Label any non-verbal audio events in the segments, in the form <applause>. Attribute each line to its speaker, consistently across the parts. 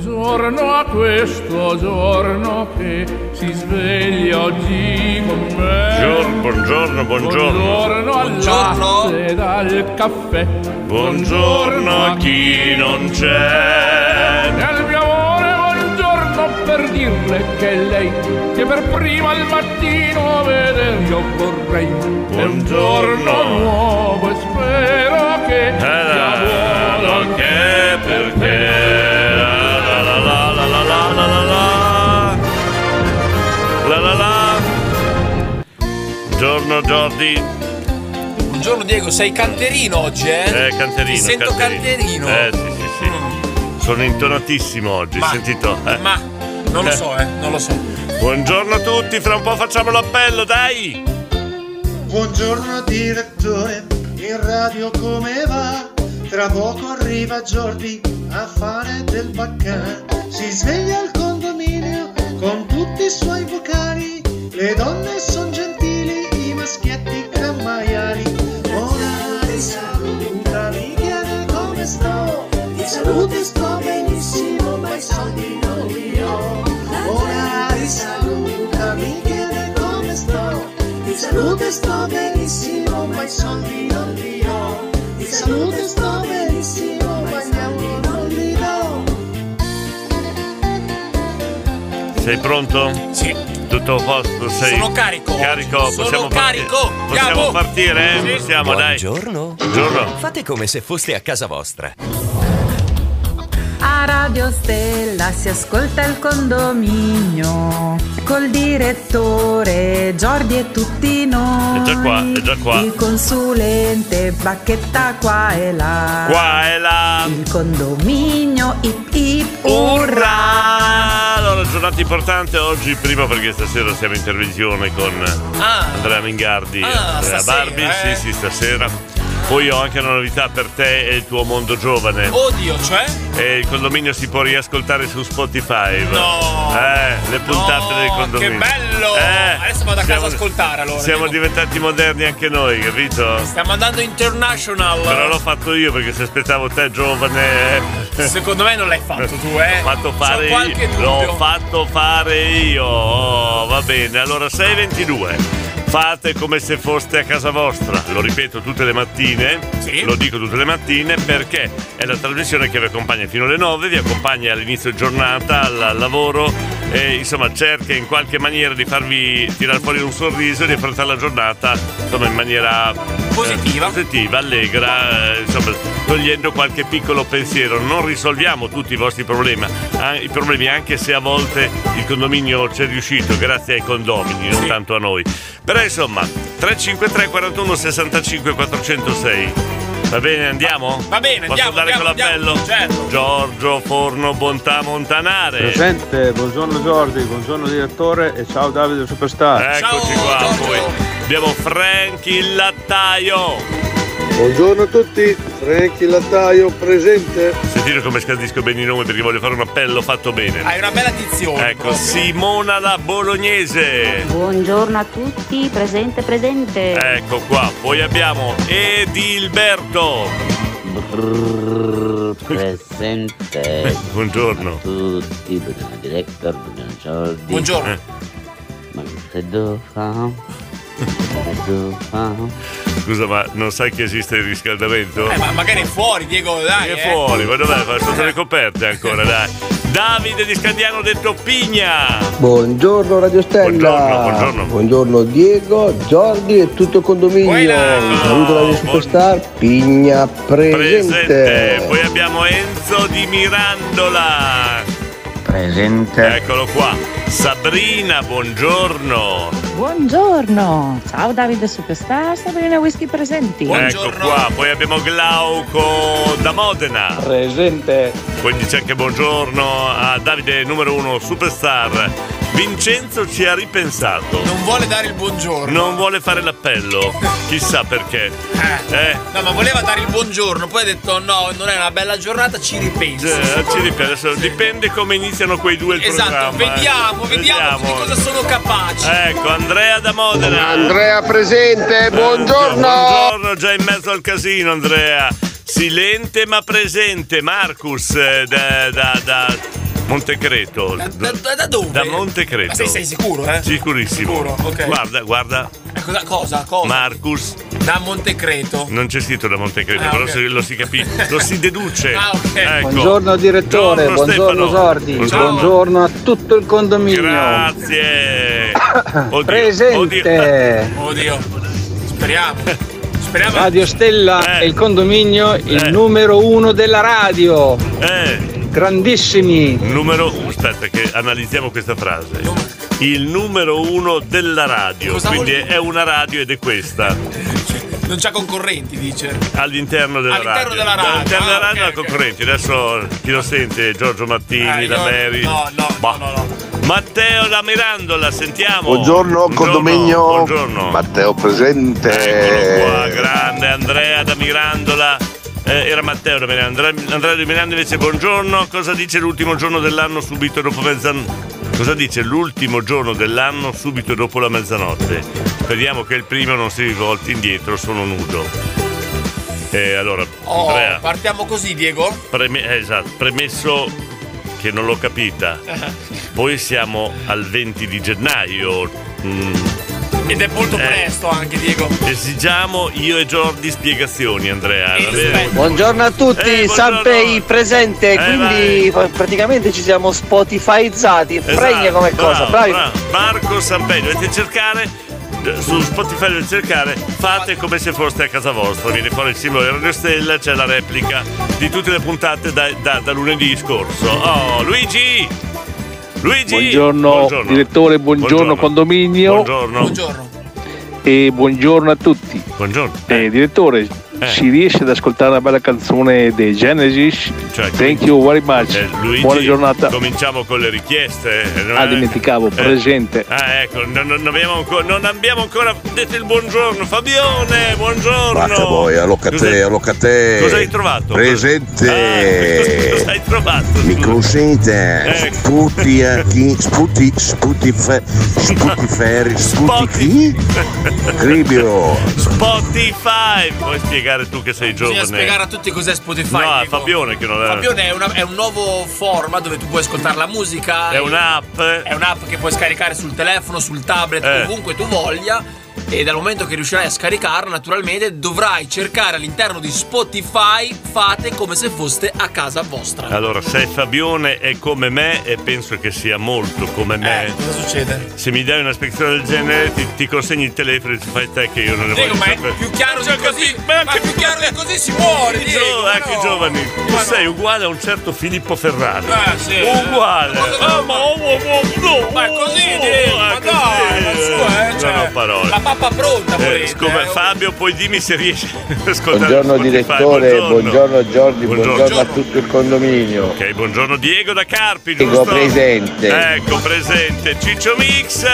Speaker 1: Buongiorno a questo giorno che si sveglia oggi con me.
Speaker 2: Buongiorno, buongiorno, buongiorno.
Speaker 1: Buongiorno al
Speaker 3: Buongiorno.
Speaker 1: latte dal caffè.
Speaker 2: Buongiorno a chi non c'è.
Speaker 1: E al mio amore buongiorno per dirle che lei che per prima al mattino vedere io vorrei. È un giorno nuovo e spero che
Speaker 2: Eh,
Speaker 1: sia
Speaker 2: la-
Speaker 1: buono anche
Speaker 2: Perché, perché. La la la la la la la la la. La la la. Buongiorno Jordi.
Speaker 3: Buongiorno Diego, sei canterino oggi, eh?
Speaker 2: Eh, canterino.
Speaker 3: Ti sento canterino.
Speaker 2: Eh, sì, sì, sì. Sono intonatissimo oggi,
Speaker 3: Ma-
Speaker 2: sentito? Eh.
Speaker 3: Ma non lo so, eh, non lo so.
Speaker 2: Buongiorno a tutti, fra un po' facciamo l'appello, dai!
Speaker 4: Buongiorno direttore, in radio come va? Tra poco arriva Jordi a fare del baccà. Si sveglia al condominio con tutti i suoi vocali. Le donne son gentili, i maschietti gran maiali. Ora li saluta, mi chiede come sto. Di salute sto benissimo, ma i soldi non li ho. Ora li saluta, mi chiede come sto. Di salute sto benissimo, ma i soldi non li ho. Di salute sto benissimo, ma i soldi non li do.
Speaker 2: Sei pronto?
Speaker 3: Sì.
Speaker 2: Tutto a posto? Sei
Speaker 3: Sono carico oggi.
Speaker 2: Carico?
Speaker 3: Sono
Speaker 2: possiamo
Speaker 3: carico.
Speaker 2: partire? Possiamo
Speaker 3: Andiamo.
Speaker 2: partire? eh?
Speaker 3: Sì.
Speaker 2: Possiamo, dai.
Speaker 5: Buongiorno.
Speaker 2: Buongiorno.
Speaker 5: Fate come se foste a casa vostra.
Speaker 6: A Radio Stella si ascolta il condominio col direttore Giordi e tutti noi.
Speaker 2: È già qua, è già qua.
Speaker 6: Il consulente Bacchetta qua e là.
Speaker 2: Qua è la...
Speaker 6: Il condominio ip ip urra.
Speaker 2: Urra! Allora, giornata importante oggi, prima perché stasera siamo in televisione con
Speaker 3: Ah,
Speaker 2: Andrea Mingardi e
Speaker 3: Ah,
Speaker 2: Andrea
Speaker 3: stasera,
Speaker 2: Barbi.
Speaker 3: eh.
Speaker 2: Sì, sì, stasera. Poi ho anche una novità per te e il tuo mondo giovane.
Speaker 3: odio, cioè?
Speaker 2: E il condominio si può riascoltare su Spotify.
Speaker 3: No.
Speaker 2: Eh, le puntate
Speaker 3: No,
Speaker 2: del condominio.
Speaker 3: Che bello!
Speaker 2: Eh,
Speaker 3: Adesso vado a
Speaker 2: siamo-
Speaker 3: casa ad ascoltare allora.
Speaker 2: Siamo
Speaker 3: Diego.
Speaker 2: diventati moderni anche noi, capito?
Speaker 3: Stiamo andando international.
Speaker 2: Però l'ho fatto io perché se aspettavo te giovane. eh,
Speaker 3: Secondo me non l'hai fatto tu, eh.
Speaker 2: L'ho fatto fare
Speaker 3: C'ho qualche
Speaker 2: io.
Speaker 3: dubbio.
Speaker 2: L'ho fatto fare io. Oh, va bene, allora 6.22. Fate come se foste a casa vostra, lo ripeto tutte le mattine,
Speaker 3: Sì.
Speaker 2: lo dico tutte le mattine perché è la trasmissione che vi accompagna fino alle 9, vi accompagna all'inizio giornata, al al lavoro e insomma cerca in qualche maniera di farvi tirare fuori un sorriso e di affrontare la giornata insomma in maniera eh,
Speaker 3: Positiva.
Speaker 2: positiva, allegra, eh, insomma, togliendo qualche piccolo pensiero. Non risolviamo tutti i vostri problemi, ah, i problemi anche se a volte il condominio c'è riuscito, grazie ai condomini, non
Speaker 3: Sì.
Speaker 2: tanto a noi. Però insomma, 353 41 65 406. Va bene, andiamo?
Speaker 3: Va bene,
Speaker 2: Posso
Speaker 3: andiamo,
Speaker 2: andare
Speaker 3: andiamo,
Speaker 2: con l'appello?
Speaker 3: andiamo, certo.
Speaker 2: Giorgio Forno Bontà Montanare.
Speaker 7: Presente, buongiorno Jordi, buongiorno direttore e ciao Davide Superstar.
Speaker 2: Eccoci
Speaker 3: Ciao,
Speaker 2: qua
Speaker 3: Giorgio.
Speaker 2: poi. Abbiamo Franchi il lattaio.
Speaker 7: Buongiorno a tutti, Franchi Lattaio presente.
Speaker 2: Sentite come scandisco bene i nomi perché voglio fare un appello fatto bene.
Speaker 3: Hai una bella dizione.
Speaker 2: Ecco,
Speaker 3: proprio.
Speaker 2: Simona la Bolognese.
Speaker 8: Buongiorno a tutti, presente, presente.
Speaker 2: Ecco qua, poi abbiamo Edilberto.
Speaker 9: Presente
Speaker 2: <laughs> Buongiorno.
Speaker 9: tutti, buongiorno director, buongiorno Jordi.
Speaker 3: Buongiorno.
Speaker 2: Eh.
Speaker 9: Ma che do fa? Che do fa?
Speaker 2: Scusa, ma non sai che esiste il riscaldamento?
Speaker 3: Eh, ma magari è fuori, Diego, dai.
Speaker 2: Che
Speaker 3: eh.
Speaker 2: è fuori, ma dov'è? Fa sotto le coperte ancora, dai. Davide di Scandiano detto Pigna.
Speaker 10: Buongiorno Radio Stella.
Speaker 2: Buongiorno, buongiorno.
Speaker 10: Buongiorno Diego, Giordi e tutto il condominio.
Speaker 2: Buona.
Speaker 10: Un saluto Radio Superstar, Pigna presente.
Speaker 2: Presente. Eh, Poi abbiamo Enzo di Mirandola.
Speaker 9: Presente.
Speaker 2: Eccolo qua. Sabrina, buongiorno.
Speaker 6: Buongiorno. Ciao Davide Superstar, Sabrina Whisky presenti.
Speaker 3: Buongiorno.
Speaker 2: Ecco qua, poi abbiamo Glauco da Modena.
Speaker 7: Presente.
Speaker 2: Quindi c'è anche buongiorno a Davide numero uno superstar. Vincenzo ci ha ripensato.
Speaker 3: Non vuole dare il buongiorno.
Speaker 2: Non vuole fare l'appello, chissà perché.
Speaker 3: Eh.
Speaker 2: Eh,
Speaker 3: No, ma voleva dare il buongiorno, poi ha detto no, non è una bella giornata, ci ripenso.
Speaker 2: eh, ci dipende, adesso dipende come iniziano quei due il
Speaker 3: Esatto,
Speaker 2: programma. eh.
Speaker 3: vediamo, vediamo, di cosa sono capaci.
Speaker 2: Ecco, Andrea da Modena. Eh,
Speaker 7: Andrea presente,
Speaker 2: Buongiorno già in mezzo al casino, Andrea. Silente ma presente, Marcus eh, da, da, da Montecreto. Da, dove? Da Montecreto.
Speaker 3: Ma sei- sei sicuro, eh?
Speaker 2: Sicurissimo.
Speaker 3: Sicuro, ok.
Speaker 2: Guarda, guarda,
Speaker 3: Eh, Cosa, cosa, cosa?
Speaker 2: Marcus.
Speaker 3: Da Montecreto.
Speaker 2: Non c'è scritto da Montecreto,
Speaker 3: Ah,
Speaker 2: però
Speaker 3: ok.
Speaker 2: se- lo si capisce, lo si deduce.
Speaker 3: <laughs> Ah, ok.
Speaker 2: Ecco.
Speaker 7: Buongiorno direttore,
Speaker 2: Buongiorno,
Speaker 7: buongiorno
Speaker 2: Stefano.
Speaker 7: Sordi,
Speaker 2: Buongiorno.
Speaker 7: buongiorno a tutto il condominio. <coughs>
Speaker 2: Grazie. Oddio,
Speaker 7: Presente.
Speaker 2: oddio.
Speaker 3: Oddio. Speriamo. Speriamo.
Speaker 7: Radio
Speaker 2: Eh.
Speaker 7: Stella e il condominio, il numero uno della radio.
Speaker 2: Eh,
Speaker 7: Grandissimi.
Speaker 2: numero aspetta che analizziamo questa frase. Il numero uno della radio,
Speaker 3: Cosa vuol
Speaker 2: quindi è una radio ed è questa.
Speaker 3: Non c'ha concorrenti, dice.
Speaker 2: All'interno della
Speaker 3: All'interno
Speaker 2: radio.
Speaker 3: della radio,
Speaker 2: All'interno
Speaker 3: ah,
Speaker 2: della radio
Speaker 3: ok,
Speaker 2: la concorrenti. Adesso chi lo sente? Giorgio Mattini,
Speaker 3: Eh,
Speaker 2: la
Speaker 3: io-
Speaker 2: Mary.
Speaker 3: no, no,
Speaker 2: Bah. Matteo da Mirandola, sentiamo.
Speaker 11: Buongiorno condominio,
Speaker 2: Buongiorno.
Speaker 11: Matteo presente.
Speaker 2: Eccolo qua, grande Andrea da Mirandola. Eh, era Matteo da Mirandola. Andrea, Andrea da Mirandola invece buongiorno. Cosa dice l'ultimo giorno dell'anno subito dopo mezzanotte? Cosa dice l'ultimo giorno dell'anno subito dopo la mezzanotte? Speriamo che il primo non si rivolti indietro, sono nudo. Eh, allora,
Speaker 3: Oh,
Speaker 2: Andrea,
Speaker 3: partiamo così, Diego.
Speaker 2: preme- eh, esatto, premesso che non l'ho
Speaker 3: <laughs>
Speaker 2: capita. Poi siamo al 20 di gennaio. Mm.
Speaker 3: Ed è molto presto anche, Diego.
Speaker 2: Esigiamo io e Jordi spiegazioni, Andrea. va bene?
Speaker 10: Buongiorno a tutti,
Speaker 2: Eh, buongiorno.
Speaker 10: Sanpei presente,
Speaker 2: Eh,
Speaker 10: quindi praticamente ci siamo spotifyizzati,
Speaker 2: Esatto,
Speaker 10: fregna come
Speaker 2: bravo,
Speaker 10: cosa, bravi.
Speaker 2: bravo. Marco Sampei, dovete cercare eh, su Spotify dovete cercare fate come se foste a casa vostra viene fuori il simbolo di Radio Stella c'è la replica di tutte le puntate da, da- da lunedì scorso oh Luigi Luigi
Speaker 7: Buongiorno, direttore, buongiorno, condominio.
Speaker 2: Buongiorno.
Speaker 7: E buongiorno a tutti. Eh,
Speaker 2: Buongiorno. Eh.
Speaker 7: direttore, si riesce ad ascoltare una bella canzone dei Genesis? Thank you very much.
Speaker 2: Cioè, Eh, Luigi,
Speaker 7: Buona giornata.
Speaker 2: cominciamo con le richieste eh, non
Speaker 7: Ah,
Speaker 2: è-
Speaker 7: dimenticavo,
Speaker 2: eh,
Speaker 7: presente.
Speaker 2: ah ecco non, non abbiamo ancora, non abbiamo ancora detto il buongiorno Fabione buongiorno
Speaker 11: Vacca boia, allocate,
Speaker 2: Cos'è-
Speaker 11: allocate.
Speaker 2: cosa hai trovato? Ah,
Speaker 11: Presente.
Speaker 2: <laughs> cosa hai trovato? Ecco.
Speaker 11: Mi consente. Sputi a chi? Sputi, sputi, fe- sputi ferri, sputi chi? Cribio.
Speaker 2: Spotify puoi spiegare tu che sei giovane
Speaker 3: Bisogna spiegare a tutti cos'è Spotify.
Speaker 2: no è
Speaker 3: Diego.
Speaker 2: Fabione che non è
Speaker 3: Fabione è, una- è un nuovo format dove tu puoi ascoltare la musica.
Speaker 2: È un'app.
Speaker 3: È un'app che puoi scaricare sul telefono, sul tablet,
Speaker 2: Eh.
Speaker 3: ovunque tu voglia. E dal momento che riuscirai a scaricarla, naturalmente dovrai cercare all'interno di Spotify. Fate come se foste a casa vostra.
Speaker 2: allora se Fabione è come me e penso che sia molto come me
Speaker 3: Eh, Cosa succede?
Speaker 2: se mi dai una spiegazione del genere ti, ti consegni il telefono e ti fai te che io non ne voglio
Speaker 3: Diego, ma è
Speaker 2: sapere
Speaker 3: più chiaro di così. Ma più chiaro di così si muore,
Speaker 2: Gio-
Speaker 3: Diego. ma
Speaker 2: anche
Speaker 3: no.
Speaker 2: giovani, tu sei uguale a un certo Filippo Ferrari.
Speaker 3: Eh, sì.
Speaker 2: Uguale.
Speaker 3: Ma cosa-
Speaker 2: Ah, ma oh, oh, oh, no.
Speaker 3: Ma è così, Diego. Ma
Speaker 2: Ah, così.
Speaker 3: dai, ma su, eh.
Speaker 2: Non
Speaker 3: Cioè,
Speaker 2: ho parole.
Speaker 3: la pappa pronta,
Speaker 2: Eh,
Speaker 3: volete,
Speaker 2: siccome-
Speaker 3: eh.
Speaker 2: Fabio, poi dimmi se riesci <laughs> a ascoltare.
Speaker 10: Buongiorno
Speaker 2: Spotify.
Speaker 10: direttore, buongiorno Giorgi,
Speaker 2: Buongiorno.
Speaker 10: buongiorno a tutto il condominio.
Speaker 2: Ok, buongiorno Diego da Carpi,
Speaker 10: Diego
Speaker 2: giusto?
Speaker 10: presente.
Speaker 2: Ecco, presente. Ciccio Mix.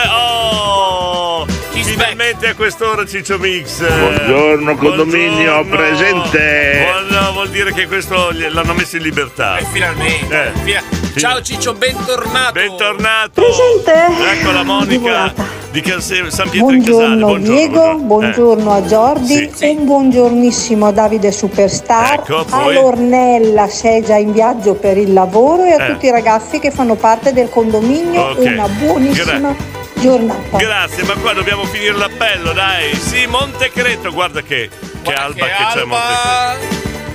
Speaker 2: Oh! Finalmente a quest'ora Ciccio Mix.
Speaker 12: Buongiorno condominio,
Speaker 2: Buongiorno.
Speaker 12: presente.
Speaker 2: Buongiorno, vuol dire che questo gli- l'hanno messo in libertà. E
Speaker 3: Eh, finalmente. Via. Ciao Ciccio, bentornato.
Speaker 2: Bentornato.
Speaker 13: Presente.
Speaker 2: Ecco la Monica di Canse- San Pietro in Casale.
Speaker 13: Buongiorno
Speaker 2: Buongiorno. Eh.
Speaker 13: Diego, buongiorno a Jordi,
Speaker 2: Sì, sì.
Speaker 13: un buongiornissimo a Davide Superstar,
Speaker 2: Ecco,
Speaker 13: a
Speaker 2: poi.
Speaker 13: Lornella se è già in viaggio per il lavoro e a
Speaker 2: Eh.
Speaker 13: tutti i ragazzi che fanno parte del condominio
Speaker 2: Ok.
Speaker 13: una buonissima giornata.
Speaker 2: Grazie, ma qua dobbiamo finire l'appello, dai. Sì, Montecreto, guarda che, che alba che, c'è Montecreto.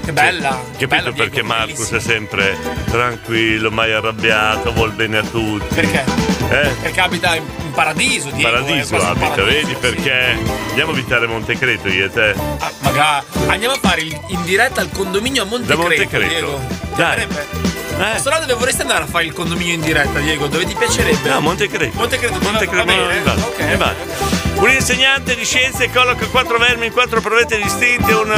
Speaker 3: Che bella.
Speaker 2: Capito perché Marcus è sempre tranquillo, mai arrabbiato, vuol bene a tutti.
Speaker 3: Perché?
Speaker 2: Eh?
Speaker 3: Perché abita in in paradiso, Diego.
Speaker 2: Paradiso
Speaker 3: eh, quasi in
Speaker 2: abita,
Speaker 3: paradiso.
Speaker 2: vedi perché andiamo a visitare Montecreto io e te.
Speaker 3: Ah, Magà, andiamo a fare il- in diretta al condominio a Montecreto.
Speaker 2: Montecreto.
Speaker 3: Diego. Ti
Speaker 2: Dai. Eh?
Speaker 3: piacerebbe? Questo là dove vorresti andare a fare il condominio in diretta, Diego? Dove ti piacerebbe?
Speaker 2: No, Montecreto.
Speaker 3: Montecreto, ti va- va bene?
Speaker 2: Vale, vale. Un insegnante di scienze colloca quattro vermi in quattro provette distinte, un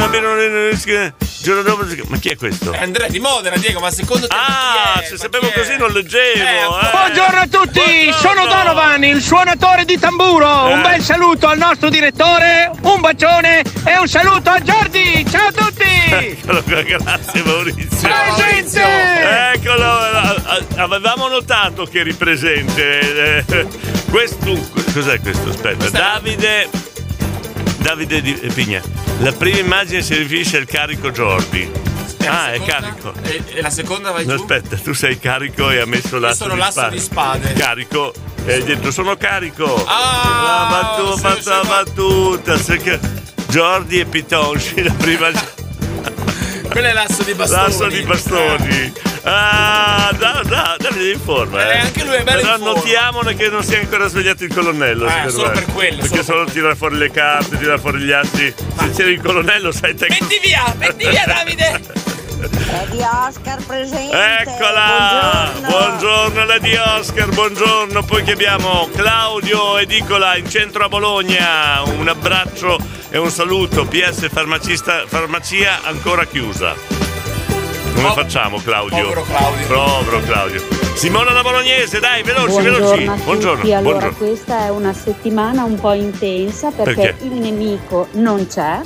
Speaker 2: giorno dopo. Ma chi è questo?
Speaker 3: Andrea di Modena, Diego, Eh, ma secondo te.
Speaker 2: Ah, se sapevo così non leggevo. eh.
Speaker 14: Buongiorno a tutti, sono Donovan, il suonatore di tamburo. Un
Speaker 2: Eh.
Speaker 14: bel saluto al nostro direttore, un bacione e un saluto a Giordi. Ciao a tutti!
Speaker 2: Eccolo qua, grazie Maurizio.
Speaker 14: Ciao, Maurizio!
Speaker 2: Eccolo, a- a- avevamo notato che eri presente. eh, Questo, cos'è questo? Aspetta, Davide Davide di eh, Pigna. La prima immagine si riferisce al carico Jordi. Ah, è carico.
Speaker 3: E, e la seconda vai
Speaker 2: No,
Speaker 3: giù?
Speaker 2: aspetta, tu sei carico e ha messo l'asso,
Speaker 3: sono
Speaker 2: di,
Speaker 3: l'asso
Speaker 2: spade.
Speaker 3: di spade.
Speaker 2: Carico. E hai detto sono carico.
Speaker 3: Ah,
Speaker 2: la battuta, la battuta. se che- Jordi e Pitonci, la
Speaker 3: <laughs>
Speaker 2: prima.
Speaker 3: Quello è l'asso di bastoni.
Speaker 2: L'asso di bastoni. Ah, da, da, Davide è in forma. Eh,
Speaker 3: Eh, anche lui è bello
Speaker 2: Però
Speaker 3: in forma.
Speaker 2: notiamone che non si è ancora svegliato il colonnello.
Speaker 3: Eh,
Speaker 2: secondo
Speaker 3: solo
Speaker 2: me.
Speaker 3: per quello,
Speaker 2: Perché solo tira fuori le carte, tira fuori gli atti. Se c'era il colonnello, sai te.
Speaker 3: Metti via, metti via Davide.
Speaker 13: di Oscar presente.
Speaker 2: Eccola! Buongiorno. la di Oscar, buongiorno. Poi che abbiamo Claudio Edicola in centro a Bologna. Un abbraccio e un saluto. PS farmacista, farmacia ancora chiusa. Come facciamo Claudio? Povero Claudio. Povero Claudio. Simona la Bolognese, dai, veloci, veloci.
Speaker 8: Buongiorno a tutti.
Speaker 2: Buongiorno.
Speaker 8: Allora,
Speaker 2: buongiorno.
Speaker 8: questa è una settimana un po' intensa perché,
Speaker 2: Perché?
Speaker 8: il nemico
Speaker 2: <laughs>
Speaker 8: non c'è,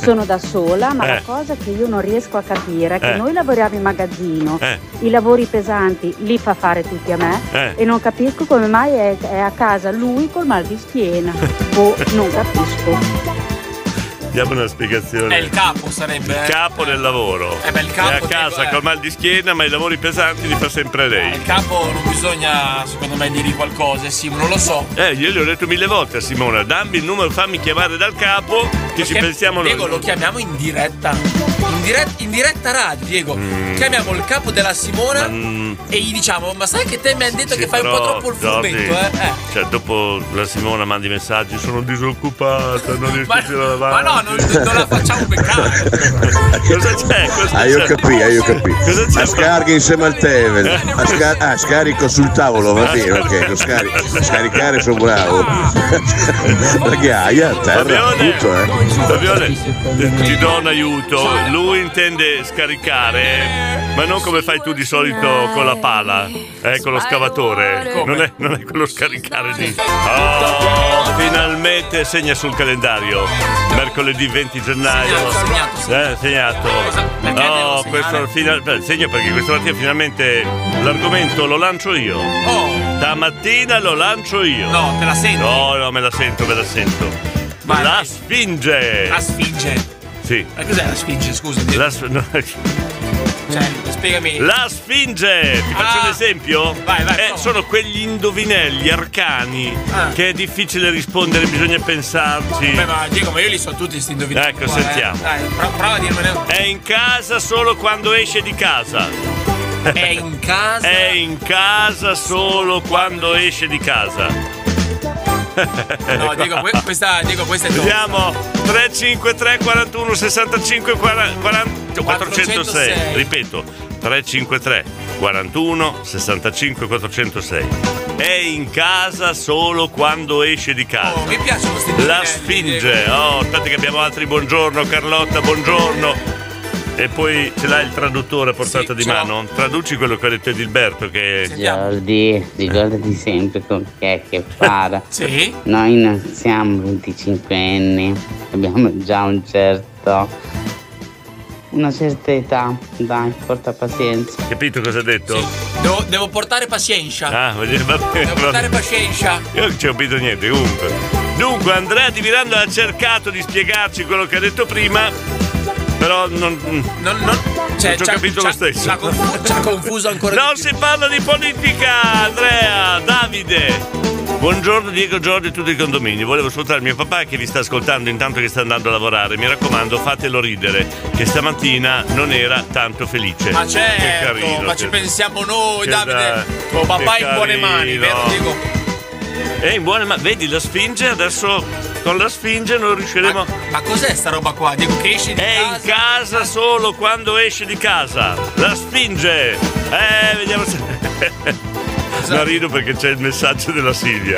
Speaker 8: sono da sola, ma la
Speaker 15: Eh.
Speaker 8: cosa che io non riesco a capire è che
Speaker 15: Eh.
Speaker 8: noi lavoriamo in magazzino,
Speaker 2: Eh.
Speaker 8: i lavori pesanti li fa fare tutti a me
Speaker 15: Eh.
Speaker 8: e non capisco come mai è, è a casa lui col mal di
Speaker 2: <laughs>
Speaker 8: schiena. boh, non capisco.
Speaker 2: Diamo una spiegazione.
Speaker 3: È il capo sarebbe.
Speaker 2: Il
Speaker 3: eh.
Speaker 2: capo del lavoro.
Speaker 3: Eh beh, il capo
Speaker 2: è a casa
Speaker 3: tipo, eh.
Speaker 2: col mal di schiena, ma i lavori pesanti li fa sempre lei.
Speaker 3: Il capo non bisogna, secondo me, dirgli qualcosa, eh, Simo, non lo so.
Speaker 2: Eh, io le ho detto mille volte a Simona, dammi il numero, fammi chiamare dal capo che ci
Speaker 3: Perché,
Speaker 2: pensiamo noi.
Speaker 3: Diego, lo chiamiamo in diretta. In, diretta- in diretta radio, Diego.
Speaker 2: Mm,
Speaker 3: Chiamiamo il capo della Simona e gli diciamo: Ma sai che te mi hanno detto che fai un po'
Speaker 2: Però,
Speaker 3: troppo il
Speaker 2: Jordi,
Speaker 3: fumetto, eh? eh.
Speaker 2: Cioè, dopo la Simona mandi messaggi, sono disoccupata,
Speaker 3: <laughs>
Speaker 2: non riesco a tirare
Speaker 3: Ma
Speaker 2: avanti.
Speaker 3: no, non, non la facciamo peccare.
Speaker 2: <laughs> Cosa c'è? Cosa
Speaker 16: Ah, io
Speaker 2: c'è?
Speaker 16: capì, ah, io capì. A scarica insieme al Tevel. A sca- ah, scarico sul tavolo, va bene, ok. Lo scari- scaricare sono
Speaker 17: <laughs>
Speaker 16: bravo. La ghiaia, terra, tutto, eh.
Speaker 2: Fabione, ti do un aiuto. Lui intende scaricare, ma non come fai tu di solito con la pala, eh, con lo scavatore. Non è, non è quello scaricare lì. Oh, finalmente segna sul calendario. Mercoledì 20 gennaio. Eh, segnato. No, questo fina- beh, segno perché questa mattina finalmente l'argomento lo lancio io. Stamattina lo lancio io.
Speaker 3: Oh. No, te la sento.
Speaker 2: No, no, me la sento, me la sento. la Sfinge!
Speaker 3: La Sfinge.
Speaker 2: Sì.
Speaker 3: Ma cos'è la Sfinge? Scusa.
Speaker 2: La, s- no,
Speaker 3: Cioè, spiegami. Ah.
Speaker 2: la Sfinge! Ti faccio un esempio? Eh, sono quegli indovinelli arcani
Speaker 3: Ah.
Speaker 2: che è difficile rispondere, bisogna pensarci.
Speaker 3: Beh, ma Diego, ma io li so tutti questi indovinelli.
Speaker 2: Ecco,
Speaker 3: qua, eh.
Speaker 2: sentiamo.
Speaker 3: Dai, pro- prova a dirmene.
Speaker 2: È in casa solo quando esce di casa.
Speaker 3: È in casa?
Speaker 2: È in casa solo quando esce di casa.
Speaker 3: No, Diego, que- questa, Diego, questa è tua.
Speaker 2: Vediamo 353 41 65 40, 40 406. Ripeto 353 41 65 406. È in casa solo quando esce di casa.
Speaker 3: Oh, mi piacciono questi
Speaker 2: La spinge. Oh, aspetta che abbiamo altri buongiorno Carlotta, buongiorno. E poi ce l'hai il traduttore a portata di mano? Traduci quello che ha detto Edilberto che
Speaker 18: Jordi, ricordati sempre con chi è che parla.
Speaker 3: Sì?
Speaker 18: Noi non siamo 25 anni, abbiamo già un certo. una certa età. Dai, porta pazienza.
Speaker 2: Capito cosa ha detto?
Speaker 3: Devo, devo portare pazienza.
Speaker 2: Ah, voglio- va bene.
Speaker 3: Devo portare pazienza.
Speaker 2: <laughs> Io non ci ho capito niente, comunque. Dunque, Andrea Di Miranda ha cercato di spiegarci quello che ha detto prima, però non.
Speaker 3: Non,
Speaker 18: cioè,
Speaker 2: non ci ho capito lo stesso.
Speaker 3: Ci ha confuso
Speaker 2: <laughs>
Speaker 3: ancora
Speaker 2: non si parla di politica, Andrea, Davide. Buongiorno Diego Giorgio e tutti i condomini. Volevo salutare mio papà che vi sta ascoltando intanto che sta andando a lavorare. Mi raccomando, fatelo ridere, che stamattina non era tanto felice.
Speaker 3: Ma certo,
Speaker 2: che carino,
Speaker 3: ma ci
Speaker 2: che-
Speaker 3: pensiamo noi,
Speaker 2: che
Speaker 3: Davide.
Speaker 2: dai,
Speaker 3: Tuo papà
Speaker 2: che
Speaker 3: è in buone
Speaker 2: carino.
Speaker 3: mani, vero Diego?
Speaker 2: È in buone mani. Vedi la Sfinge, adesso con la Sfinge non riusciremo. Ma,
Speaker 3: cos'è sta roba qua? Diego che esci di
Speaker 2: È in casa solo quando esce di casa. La Sfinge. Eh, vediamo se.
Speaker 10: Esatto.
Speaker 2: No, rido perché c'è il messaggio della Silvia.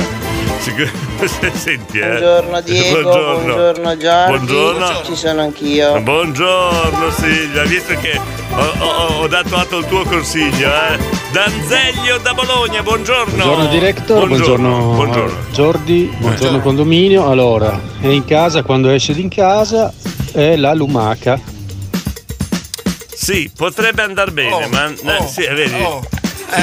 Speaker 2: Sicur- se- <laughs> Senti, eh.
Speaker 10: Buongiorno
Speaker 2: <laughs>
Speaker 10: Diego, buongiorno, Giorgi,
Speaker 2: Buongiorno.
Speaker 10: ci sono anch'io.
Speaker 2: Buongiorno Silvia, visto che ho, ho- ho dato atto al tuo consiglio, eh. Danzeglio da Bologna, buongiorno.
Speaker 1: Buongiorno director, buongiorno, eh, Jordi, buongiorno condominio. Allora, è in casa quando esce di in casa è la lumaca.
Speaker 10: Oh,
Speaker 2: Sì, potrebbe andare bene, ma eh, sì, vedi.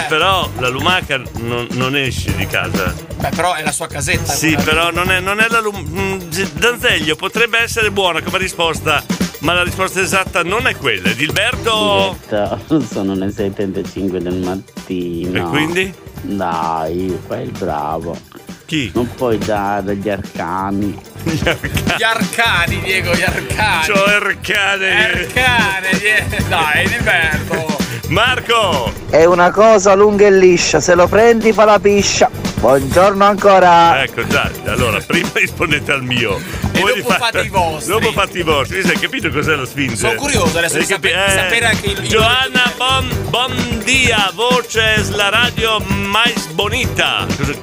Speaker 2: Però la lumaca non, non esce di casa.
Speaker 10: Eh,
Speaker 3: Beh, però è la sua casetta.
Speaker 2: Sì,
Speaker 3: quella lì.
Speaker 2: però non è, non è la lumaca. Danzeglio potrebbe essere buona come risposta, ma la risposta esatta non è quella. Gilberto.
Speaker 18: Certo, <laughs> sono le 7.35 del mattino.
Speaker 2: E quindi?
Speaker 18: Dai, fai il bravo.
Speaker 2: Chi?
Speaker 18: Non puoi dare gli arcani.
Speaker 3: Gli arcani, Diego, gli arcani.
Speaker 2: C'ho arcane.
Speaker 3: Arcane, die- <laughs> dai, Gilberto.
Speaker 2: Marco!
Speaker 10: È una cosa lunga e liscia, se lo prendi fa la piscia. Buongiorno ancora.
Speaker 2: Ecco, già,
Speaker 3: <laughs>
Speaker 2: allora, prima rispondete al mio. E dopo fate i vostri. Dopo fate i vostri. Sì, Hai capito cos'è la Sfinge?
Speaker 3: Sono curioso adesso di
Speaker 2: Hai capi-
Speaker 3: sape-
Speaker 2: eh.
Speaker 3: sapere anche il- il-
Speaker 2: Giovanna, bon, bon dia, voce la radio mais bonita. Cosa-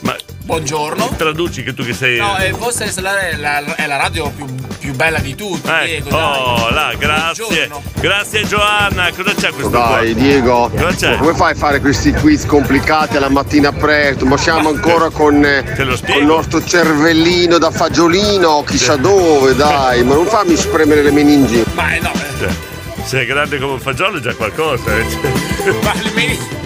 Speaker 2: Ma...
Speaker 3: Buongiorno.
Speaker 2: Traduci che tu che sei...
Speaker 3: No, eh, forse è la, è la- è la radio più, più bella di tutte, Diego.
Speaker 2: Ecco, oh, là, grazie. Grazie Giovanna. Cosa c'è questo
Speaker 15: Dai
Speaker 2: qua?
Speaker 15: Diego,
Speaker 2: Cosa c'è?
Speaker 15: ma come fai a fare questi quiz complicati alla mattina presto? Ma siamo ancora con, eh, con il nostro cervellino da fagiolino, chissà dove, dai, ma non fammi spremere le meningi.
Speaker 3: Ma eh, no,
Speaker 2: Cioè, se è grande come un fagiolo è già qualcosa. eh.
Speaker 3: ma almeno-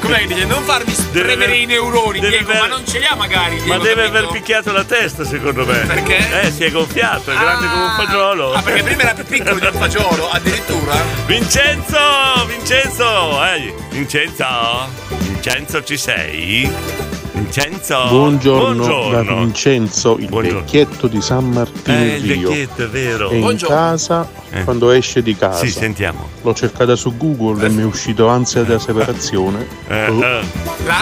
Speaker 3: Com'è che dice? Non farmi spremere i neuroni, Diego, ma non ce li ha magari.
Speaker 2: Ma
Speaker 3: Diego,
Speaker 2: deve
Speaker 3: capito?
Speaker 2: aver picchiato la testa, secondo me. Perché? Eh, si è gonfiato, è grande come un fagiolo.
Speaker 3: Ah, perché prima era più piccolo del fagiolo, addirittura.
Speaker 2: Vincenzo! Vincenzo! Ehi, Vincenzo! Vincenzo ci sei? Vincenzo!
Speaker 1: Buongiorno, da
Speaker 2: Buongiorno!
Speaker 1: Vincenzo, il vecchietto di San Martino
Speaker 2: Eh, il
Speaker 1: in Rio.
Speaker 2: vecchietto, è vero.
Speaker 1: È in
Speaker 2: Buongiorno.
Speaker 1: casa quando esce di casa.
Speaker 2: Sì, sentiamo.
Speaker 1: L'ho cercata su Google e mi è uscito ansia da separazione.
Speaker 2: Eh,
Speaker 1: Oh.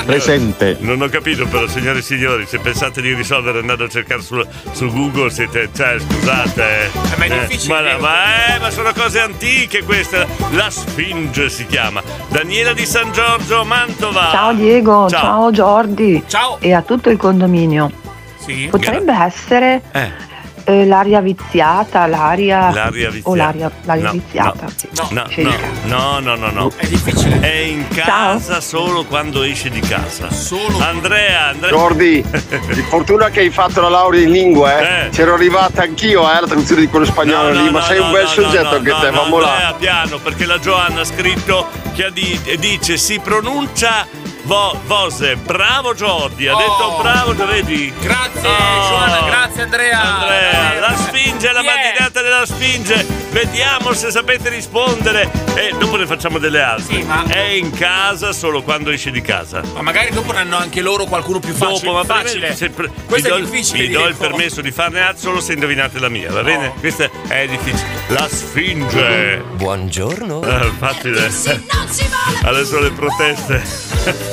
Speaker 1: Presente.
Speaker 2: Non ho capito però, signore e signori, se pensate di risolvere andando a cercare su, su Google siete. Cioè, scusate.
Speaker 3: ma è
Speaker 2: Eh,
Speaker 3: difficile,
Speaker 2: ma,
Speaker 3: Diego.
Speaker 2: ma, eh, ma sono cose antiche queste. La Sfinge si chiama. Daniela di San Giorgio, Mantova.
Speaker 19: Ciao Diego, ciao,
Speaker 2: Ciao.
Speaker 19: Jordi e a tutto il condominio.
Speaker 2: Sì.
Speaker 19: Potrebbe essere
Speaker 2: Eh.
Speaker 19: eh, l'aria viziata, l'aria,
Speaker 2: L'aria viziata.
Speaker 19: o l'aria, l'aria
Speaker 2: No,
Speaker 19: viziata.
Speaker 2: No, no, no, no, no, no. È difficile. È in casa solo quando esce di casa. Solo. Andrea, Andrea.
Speaker 15: Jordi, di fortuna che hai fatto la laurea in lingua, eh. C'ero arrivata anch'io, eh, alla traduzione di quello spagnolo lì, ma sei un bel soggetto anche
Speaker 2: no,
Speaker 15: te,
Speaker 2: no,
Speaker 15: vamo là.
Speaker 2: Andrea, piano, perché la Giovanna ha scritto che ha di- e dice si pronuncia vo- Vose. Bravo Jordi, ha detto bravo, lo vedi? Grazie
Speaker 3: Giovanna, Oh. grazie Andrea. Eh,
Speaker 2: Andrea, la spinge, la mattinata della spinge. Vediamo se sapete rispondere e dopo ne facciamo delle altre. È in casa solo quando esce di casa.
Speaker 3: Ma magari dopo ne hanno anche loro qualcuno più
Speaker 2: Dopo,
Speaker 3: facile.
Speaker 2: ma
Speaker 3: facile. Questo è
Speaker 2: vi do,
Speaker 3: difficile.
Speaker 2: Vi do il
Speaker 3: Diego.
Speaker 2: permesso di farne altro solo se indovinate la mia, va bene? Questa è difficile. La Sfinge.
Speaker 12: Buongiorno.
Speaker 2: Eh, facile. Adesso le proteste.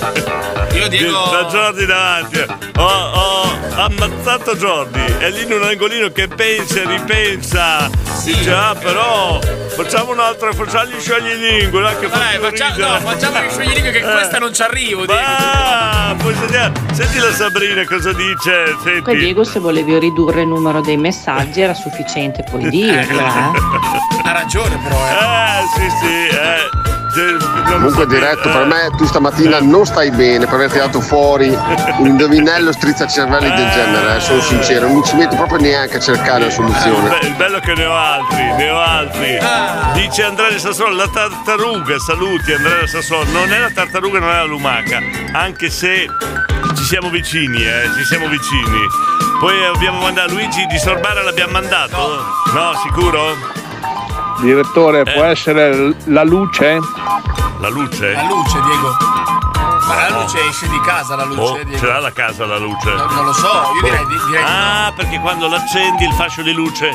Speaker 3: Io dico-
Speaker 2: Da Jordi davanti. Ho, ho ammazzato Jordi. È lì in un angolino che pensa e ripensa. Dice, ah però facciamo un'altra, facciamo gli scioglilingue. là, Che
Speaker 3: Vabbè, faccia- no, facciamo gli scioglilingue che questa non ci arrivo, Diego.
Speaker 2: Ah, puoi sentire- Senti la Sabrina cosa dice. Senti.
Speaker 5: Comunque Diego se volevi ridurre il numero dei messaggi era sufficiente
Speaker 10: <laughs>
Speaker 5: poi dirlo eh.
Speaker 2: <laughs>
Speaker 3: Ha ragione però,
Speaker 2: eh. sì, sì, eh.
Speaker 15: Comunque diretto, per me tu stamattina non stai bene per aver tirato fuori un indovinello strizzacervelli del genere, eh, sono sincero, non ci metto proprio neanche a cercare la soluzione.
Speaker 2: Ah, Eh, Beh, il bello è che ne ho altri, ne ho altri.
Speaker 3: Ah.
Speaker 2: Dice Andrea di Sassuolo, la tartaruga, saluti Andrea di Sassuolo, non è la tartaruga, non è la lumaca, anche se ci siamo vicini, eh, ci siamo vicini. Poi abbiamo mandato Luigi di Sorbara, l'abbiamo mandato? No, sicuro?
Speaker 20: Direttore, può
Speaker 17: Eh.
Speaker 20: essere l- la luce?
Speaker 2: La luce?
Speaker 3: La luce, Diego.
Speaker 2: Ah,
Speaker 3: Ma la luce esce di casa, la luce,
Speaker 2: Oh,
Speaker 3: Diego.
Speaker 2: ce l'ha la casa la luce? Boh.
Speaker 3: non lo so, io direi di- direi di
Speaker 2: Ah, perché quando l'accendi il fascio di luce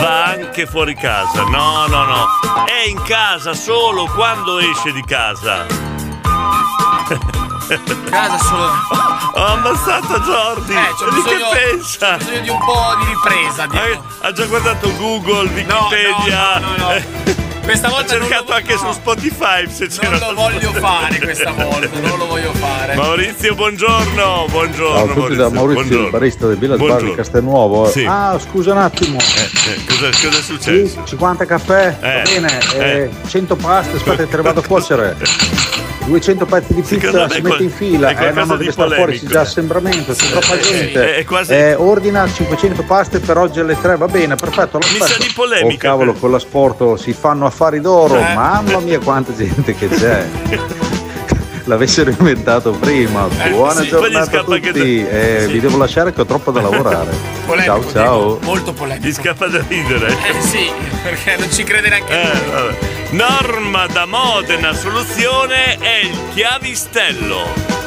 Speaker 2: va anche fuori casa. No, no, no. È in casa solo quando esce di casa.
Speaker 3: Casa solo.
Speaker 2: <laughs> Ho ammazzato Jordi.
Speaker 3: Eh, c'ho
Speaker 2: Di
Speaker 3: bisogno,
Speaker 2: che pensa?
Speaker 3: C'ho bisogno di un po' di ripresa, Diego.
Speaker 2: Ha, ha già guardato Google, Wikipedia.
Speaker 3: no, no, no,
Speaker 2: <laughs>
Speaker 3: Questa volta
Speaker 2: ha cercato anche su Spotify se c'era.
Speaker 3: Non lo voglio fare questa volta, non lo voglio fare.
Speaker 2: Maurizio, buongiorno. Buongiorno.
Speaker 11: Ciao a Ah, tutti da Maurizio, il barista del Villa Bar di
Speaker 2: Buongiorno.
Speaker 11: Castelnuovo.
Speaker 2: Sì.
Speaker 11: Ah, scusa un attimo.
Speaker 2: Eh, eh, cosa, cosa è successo?
Speaker 11: 50 caffè,
Speaker 2: Eh,
Speaker 11: va bene,
Speaker 2: eh.
Speaker 11: eh, 100 paste, aspetta che te le vado a cuocere. 200 pezzi di
Speaker 2: Secondo
Speaker 11: pizza
Speaker 2: me
Speaker 11: si
Speaker 2: è
Speaker 11: mette
Speaker 2: qual-
Speaker 11: in
Speaker 2: è
Speaker 11: fila, eh,
Speaker 2: qualcosa
Speaker 11: no, no,
Speaker 2: di
Speaker 11: deve stare fuori, si
Speaker 2: polemico.
Speaker 11: già assembramento, c'è
Speaker 2: Eh,
Speaker 11: troppa
Speaker 2: eh,
Speaker 11: gente.
Speaker 2: eh, è quasi-
Speaker 11: Eh, ordina 500 paste per oggi alle 3, va bene, perfetto. Mi sa di polemica. Oh
Speaker 2: eh.
Speaker 11: cavolo,
Speaker 2: <laughs>
Speaker 11: con l'asporto si fanno affari d'oro, mamma mia quanta gente che c'è. l'avessero inventato prima.
Speaker 2: Eh,
Speaker 11: Buona
Speaker 2: sì, poi gli
Speaker 11: giornata a
Speaker 2: scappa anche
Speaker 11: tutti.
Speaker 2: te-
Speaker 11: Eh,
Speaker 2: sì.
Speaker 11: Vi devo lasciare che ho troppo da lavorare. ciao ciao.
Speaker 2: molto polemico. Gli scappa da ridere.
Speaker 3: Eh sì, perché non ci crede neanche
Speaker 2: Eh, vabbè. Norma da Modena, soluzione è il chiavistello.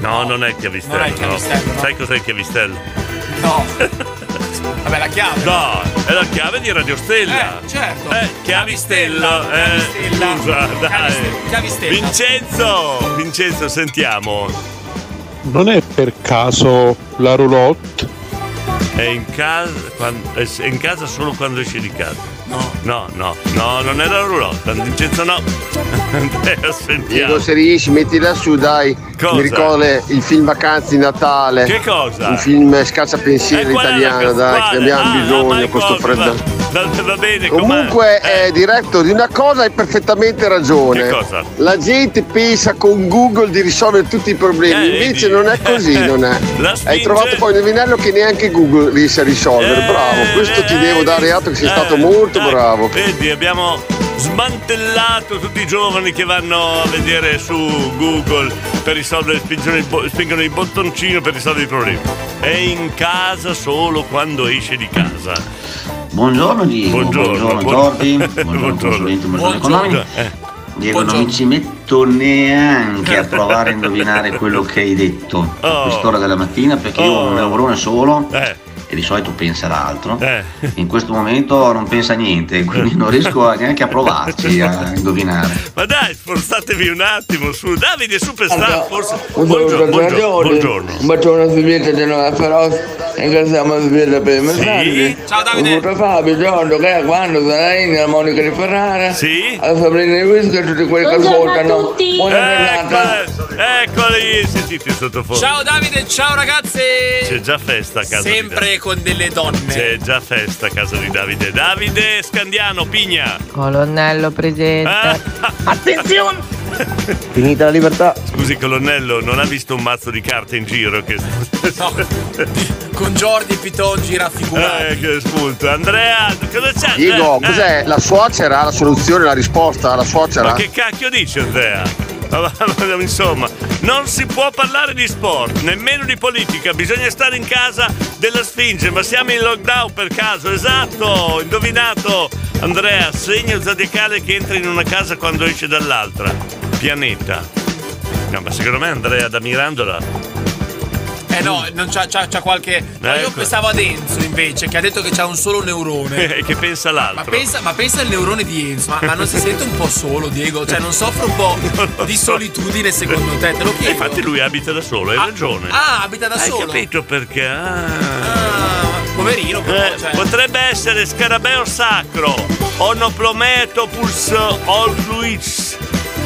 Speaker 2: No, non è il chiavistello.
Speaker 3: Non è il chiavistello, no.
Speaker 2: Sai cos'è il chiavistello? <laughs>
Speaker 3: No. Vabbè, la chiave.
Speaker 2: No, è la chiave di Radio Stella.
Speaker 3: Eh, certo.
Speaker 2: Eh, chiavistella. Eh, scusa, dai.
Speaker 3: Chiavistella.
Speaker 2: Vincenzo, Vincenzo, sentiamo.
Speaker 1: Non è per caso la roulotte?
Speaker 2: È in casa, quan- è s- è in casa solo quando esci di casa. No. No, no, no, non è la roulotte. Vincenzo no. <laughs> Andrea,
Speaker 15: Diego,
Speaker 2: sentiamo.
Speaker 15: se riesci, metti lassù, dai.
Speaker 2: Cosa?
Speaker 15: Mi ricordo le- il film Vacanze di Natale.
Speaker 2: Che cosa?
Speaker 15: Un film scarsa pensiero
Speaker 2: Eh, qual è la
Speaker 15: italiano,
Speaker 2: cosa?
Speaker 15: dai, che ne abbiamo
Speaker 2: Ah,
Speaker 15: bisogno
Speaker 2: vai,
Speaker 15: con questo
Speaker 2: cosa?
Speaker 15: freddo.
Speaker 2: Va, va bene, com'è?
Speaker 15: Comunque, eh, diretto di una cosa hai perfettamente ragione.
Speaker 2: Che cosa?
Speaker 15: La gente pensa con Google di risolvere tutti i problemi,
Speaker 2: Eh,
Speaker 15: invece
Speaker 2: vedi?
Speaker 15: non è
Speaker 2: <laughs>
Speaker 15: così, non è.
Speaker 2: La
Speaker 15: Hai
Speaker 2: spinge- Eh,
Speaker 15: trovato poi un indovinello che neanche Google riesce a risolvere. bravo, questo ti devo dare atto che sei stato molto bravo.
Speaker 2: Vedi, abbiamo smantellato tutti i giovani che vanno a vedere su Google per risolvere, spingono il, bo- spingono il bottoncino per risolvere i problemi. È in casa solo quando esce di casa.
Speaker 7: Buongiorno Diego,
Speaker 2: Buongiorno,
Speaker 7: buongiorno,
Speaker 2: buon-
Speaker 7: Jordi, buongiorno, consulente, buongiorno economico.
Speaker 2: Eh,
Speaker 7: Diego, non mi ci metto neanche a provare a indovinare quello che hai detto a quest'ora della mattina perché io ho un lavorone solo e di solito pensa ad altro. In questo momento non pensa a niente, quindi non riesco a- neanche a provarci a indovinare.
Speaker 2: Ma dai, sforzatevi un attimo su. Davide, superstar, forse.
Speaker 21: Buongiorno, buongiorno.
Speaker 2: buongiorno.
Speaker 21: Un bacione a Silvietta di Nuova Feroz. Ringraziamo a Silvietta per i messaggi. Ciao Davide. Un saluto a Fabio, Giorgio, Gaia, quando Zanaini, la Monica di Ferrara. Sì. A Sabrina di Whisky e tutti quelli che
Speaker 2: Buongiorno a
Speaker 21: ascoltano.
Speaker 2: tutti.
Speaker 21: Buona
Speaker 2: Ecco,
Speaker 21: giornata.
Speaker 2: Eccoli, sentite sottofondo.
Speaker 3: Ciao Davide, ciao ragazzi.
Speaker 2: C'è già festa a casa di Davide.
Speaker 3: Sempre con delle donne.
Speaker 2: C'è già festa a casa di Davide. Davide Scandiano, Pigna.
Speaker 6: Colonnello presente.
Speaker 10: Eh.
Speaker 6: Attenzione!
Speaker 2: Finita la libertà. Scusi, colonnello, non ha visto un mazzo di carte in giro che. <laughs>
Speaker 3: Con Jordi Piton gira
Speaker 2: Eh, che spunto. Andrea, cosa c'è? Eh,
Speaker 15: Diego,
Speaker 2: Andrea?
Speaker 15: cos'è? La suocera ha la soluzione, la risposta alla suocera?
Speaker 2: Ma che cacchio dice Andrea? Ma va- ma- Insomma, non si può parlare di sport, nemmeno di politica, bisogna stare in casa della Sfinge, ma siamo in lockdown per caso, esatto, indovinato Andrea, segno zodiacale che entra in una casa quando esce dall'altra, pianeta. No, ma secondo me Andrea da Mirandola... Mm.
Speaker 3: Eh no, non c'ha, c'ha- c'ha qualche. No, io
Speaker 2: Ecco.
Speaker 3: pensavo ad Enzo invece, che ha detto che c'ha
Speaker 2: <laughs>
Speaker 3: un solo neurone.
Speaker 2: che pensa
Speaker 3: Ma
Speaker 2: l'altro.
Speaker 3: pensa, ma pensa al neurone di Enzo, ma, ma non si sente un po' solo, Diego? Cioè, non soffre un
Speaker 2: <laughs>
Speaker 3: po' di solitudine secondo te? Te lo chiedo.
Speaker 2: Infatti lui abita da solo, hai ragione.
Speaker 3: Ah, abita da
Speaker 2: Hai
Speaker 3: solo.
Speaker 2: capito perché? Ah.
Speaker 3: Poverino, però,
Speaker 2: Eh,
Speaker 3: cioè.
Speaker 2: Potrebbe essere scarabeo sacro, onoplometopus orluis,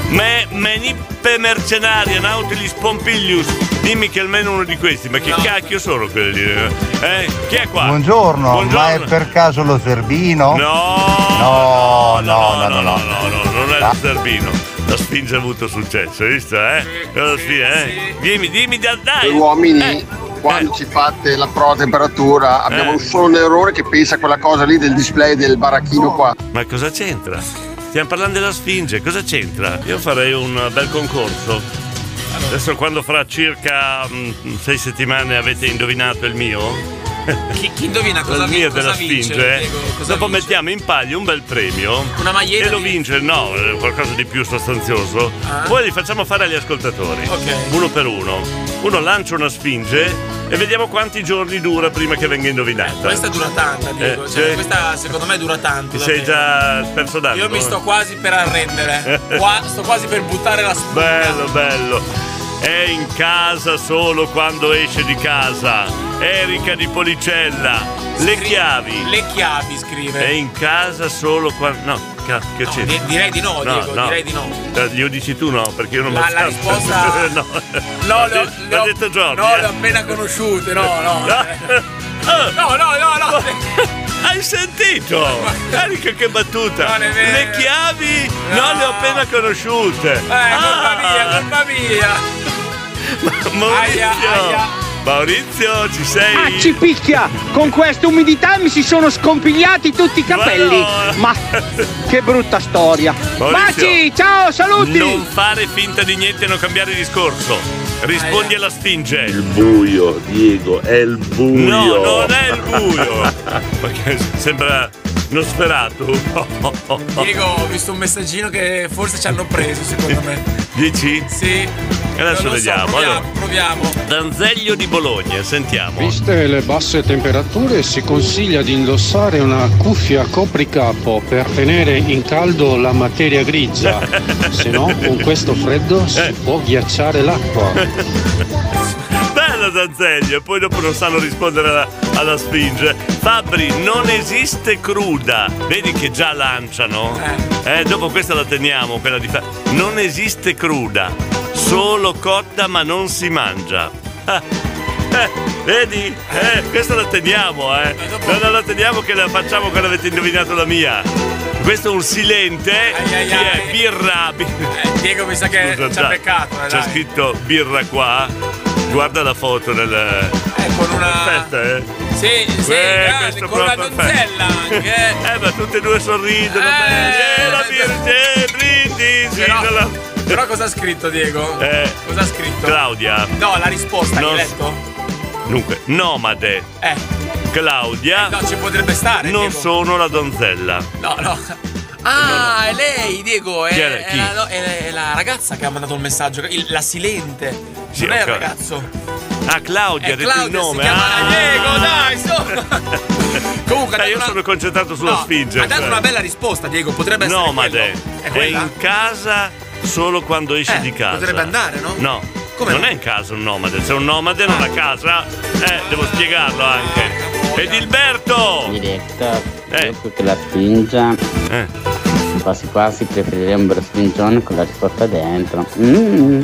Speaker 2: me, menippe mercenaria, nautilus pompilius. Dimmi che almeno uno di questi, ma che cacchio sono quelli? eh? Eh, chi è qua?
Speaker 22: Buongiorno, ma è
Speaker 2: Buongiorno.
Speaker 22: per caso lo Zerbino? No, no, no, no, no. Ah.
Speaker 2: No, no, no, non è lo zerbino. La spinge ha avuto successo, hai visto? Eh? Cosa sì, eh? Dimmi, dimmi, da- dai. Eh,
Speaker 15: Noi uomini, quando ci fate la prova temperatura, abbiamo un solo errore che pensa a quella cosa lì del display del baracchino qua.
Speaker 2: Ma cosa c'entra? Stiamo parlando della Sfinge, cosa c'entra? Io farei un bel concorso. Adesso quando fra circa mm, sei settimane avete indovinato il mio?
Speaker 3: Chi, chi indovina Ah, cosa
Speaker 2: il
Speaker 3: vi-
Speaker 2: mio
Speaker 3: cosa
Speaker 2: della
Speaker 3: vince,
Speaker 2: Sfinge.
Speaker 3: Diego? Cosa
Speaker 2: eh. Dopo mettiamo in palio un bel premio.
Speaker 3: Una maglietta Ah.
Speaker 2: E lo vince, no, eh, qualcosa di più sostanzioso. Poi li facciamo fare agli ascoltatori. Uno per uno. Uno lancia una Sfinge e vediamo quanti giorni dura prima che venga indovinata.
Speaker 3: Eh, Questa dura tanta, Diego.
Speaker 2: Eh,
Speaker 3: cioè,
Speaker 2: sì.
Speaker 3: questa secondo me dura tanto.
Speaker 2: Ti sei
Speaker 3: davvero.
Speaker 2: già perso d'animo. eh.
Speaker 3: Io mi sto quasi per
Speaker 2: <laughs>
Speaker 3: arrendere. Qua- sto quasi per buttare la spugna.
Speaker 2: Bello, bello. È in casa solo quando esce di casa. Erika di Policella. Le chiavi.
Speaker 3: Le chiavi, scrive.
Speaker 2: È in casa solo quando. No, ca- che c'è?
Speaker 3: di- direi di no, Diego, direi di no.
Speaker 2: Eh, Glielo dici tu no, perché io non
Speaker 3: La-
Speaker 2: lo so.
Speaker 3: la
Speaker 2: <laughs>
Speaker 3: risposta-
Speaker 2: no,
Speaker 3: <laughs> <laughs> No,
Speaker 2: L'ha
Speaker 3: le ho-
Speaker 2: detto-
Speaker 3: le
Speaker 2: l'ha
Speaker 3: ho-
Speaker 2: detto Giorgio.
Speaker 3: No, le ho appena conosciute, no, no. No, no, no, no.
Speaker 2: <laughs> Hai
Speaker 3: <laughs>
Speaker 2: sentito? Carica che battuta!
Speaker 3: Non è vero.
Speaker 2: Le chiavi non le ho appena conosciute! Ah!
Speaker 3: Eh, colpa mia, colpa mia.
Speaker 2: Maurizio,
Speaker 3: Aia, aia.
Speaker 2: Maurizio, ci sei?
Speaker 23: Ah, ci picchia! Con questa umidità mi si sono scompigliati tutti i capelli.
Speaker 2: <laughs>
Speaker 23: Ma, che brutta storia.
Speaker 2: Maurizio,
Speaker 23: Baci, ciao, saluti!
Speaker 2: Non fare finta di niente e non cambiare discorso. Rispondi alla stinge.
Speaker 16: Il buio, Diego, è il buio.
Speaker 2: No, non è il buio. <laughs> Perché sembra Nosferatu.
Speaker 3: <laughs> Diego, ho visto un messaggino che forse ci hanno preso, secondo me.
Speaker 2: Dici?
Speaker 3: Sì.
Speaker 2: Adesso
Speaker 3: Non lo so,
Speaker 2: vediamo.
Speaker 3: proviamo,
Speaker 2: allora,
Speaker 3: proviamo.
Speaker 2: Danzeglio di Bologna, sentiamo.
Speaker 1: Viste le basse temperature si consiglia di indossare una cuffia copricapo per tenere in caldo la materia grigia, <laughs> se no con questo
Speaker 2: Eh.
Speaker 1: freddo si può ghiacciare
Speaker 2: <laughs>
Speaker 1: l'acqua.
Speaker 2: Bella Danzeglio, e poi dopo non sanno rispondere alla, alla spinge. Fabri, non esiste cruda. Vedi che già lanciano? Eh, dopo questa la teniamo, quella di fa- Non esiste cruda, solo cotta ma non si mangia. Ah, eh, vedi? Eh, questa la teniamo, eh. No, no, la teniamo che la facciamo quando avete indovinato la mia. Questo è un silente. Chi è? Birra.
Speaker 3: Eh, Diego mi sa che
Speaker 2: Scusa,
Speaker 3: ci
Speaker 2: già,
Speaker 3: ha beccato. eh,
Speaker 2: C'è
Speaker 3: dai.
Speaker 2: scritto birra qua. Guarda la foto nel. con una. Perfetta, eh?
Speaker 3: Sì, sì,
Speaker 2: Eh,
Speaker 3: grande,
Speaker 2: questo
Speaker 3: con la
Speaker 2: proprio-
Speaker 3: donzella anche.
Speaker 2: <laughs> Eh, ma tutte e due sorridono.
Speaker 3: Eh,
Speaker 2: la
Speaker 3: però, però cosa ha scritto Diego?
Speaker 2: Eh,
Speaker 3: Cosa ha scritto?
Speaker 2: Claudia.
Speaker 3: No, la risposta
Speaker 2: Non-
Speaker 3: l'hai letto?
Speaker 2: Dunque, nomade.
Speaker 3: Eh.
Speaker 2: Claudia.
Speaker 3: no, ci potrebbe stare.
Speaker 2: Non sono la donzella.
Speaker 3: No, no. Ah, è lei, Diego, è,
Speaker 2: Chi era?
Speaker 3: è
Speaker 2: Chi?
Speaker 3: la, no, è- è la ragazza che ha mandato il messaggio, il- la silente.
Speaker 2: Sì,
Speaker 3: non è il
Speaker 2: ok.
Speaker 3: ragazzo.
Speaker 2: Ah, Claudia,
Speaker 3: È
Speaker 2: ha detto il
Speaker 3: Eh, Claudia,
Speaker 2: nome.
Speaker 3: si chiama
Speaker 2: Ah.
Speaker 3: Diego, dai, so. Comunque,
Speaker 2: Dai,
Speaker 3: ha dato
Speaker 2: io
Speaker 3: una-
Speaker 2: sono concentrato sulla
Speaker 3: No,
Speaker 2: sfinge. cioè.
Speaker 3: Ha dato una bella risposta, Diego, potrebbe essere
Speaker 2: Nomade.
Speaker 3: quello. È
Speaker 2: È
Speaker 3: quella?
Speaker 2: in casa solo quando esci
Speaker 3: Eh,
Speaker 2: di casa.
Speaker 3: potrebbe andare, no?
Speaker 2: No. non è in casa un nomade, se un nomade non ha casa, eh, devo spiegarlo anche. Eh. Edilberto!
Speaker 18: Più che la spingia, quasi quasi preferirebbero spingione con la ricotta dentro. Mm.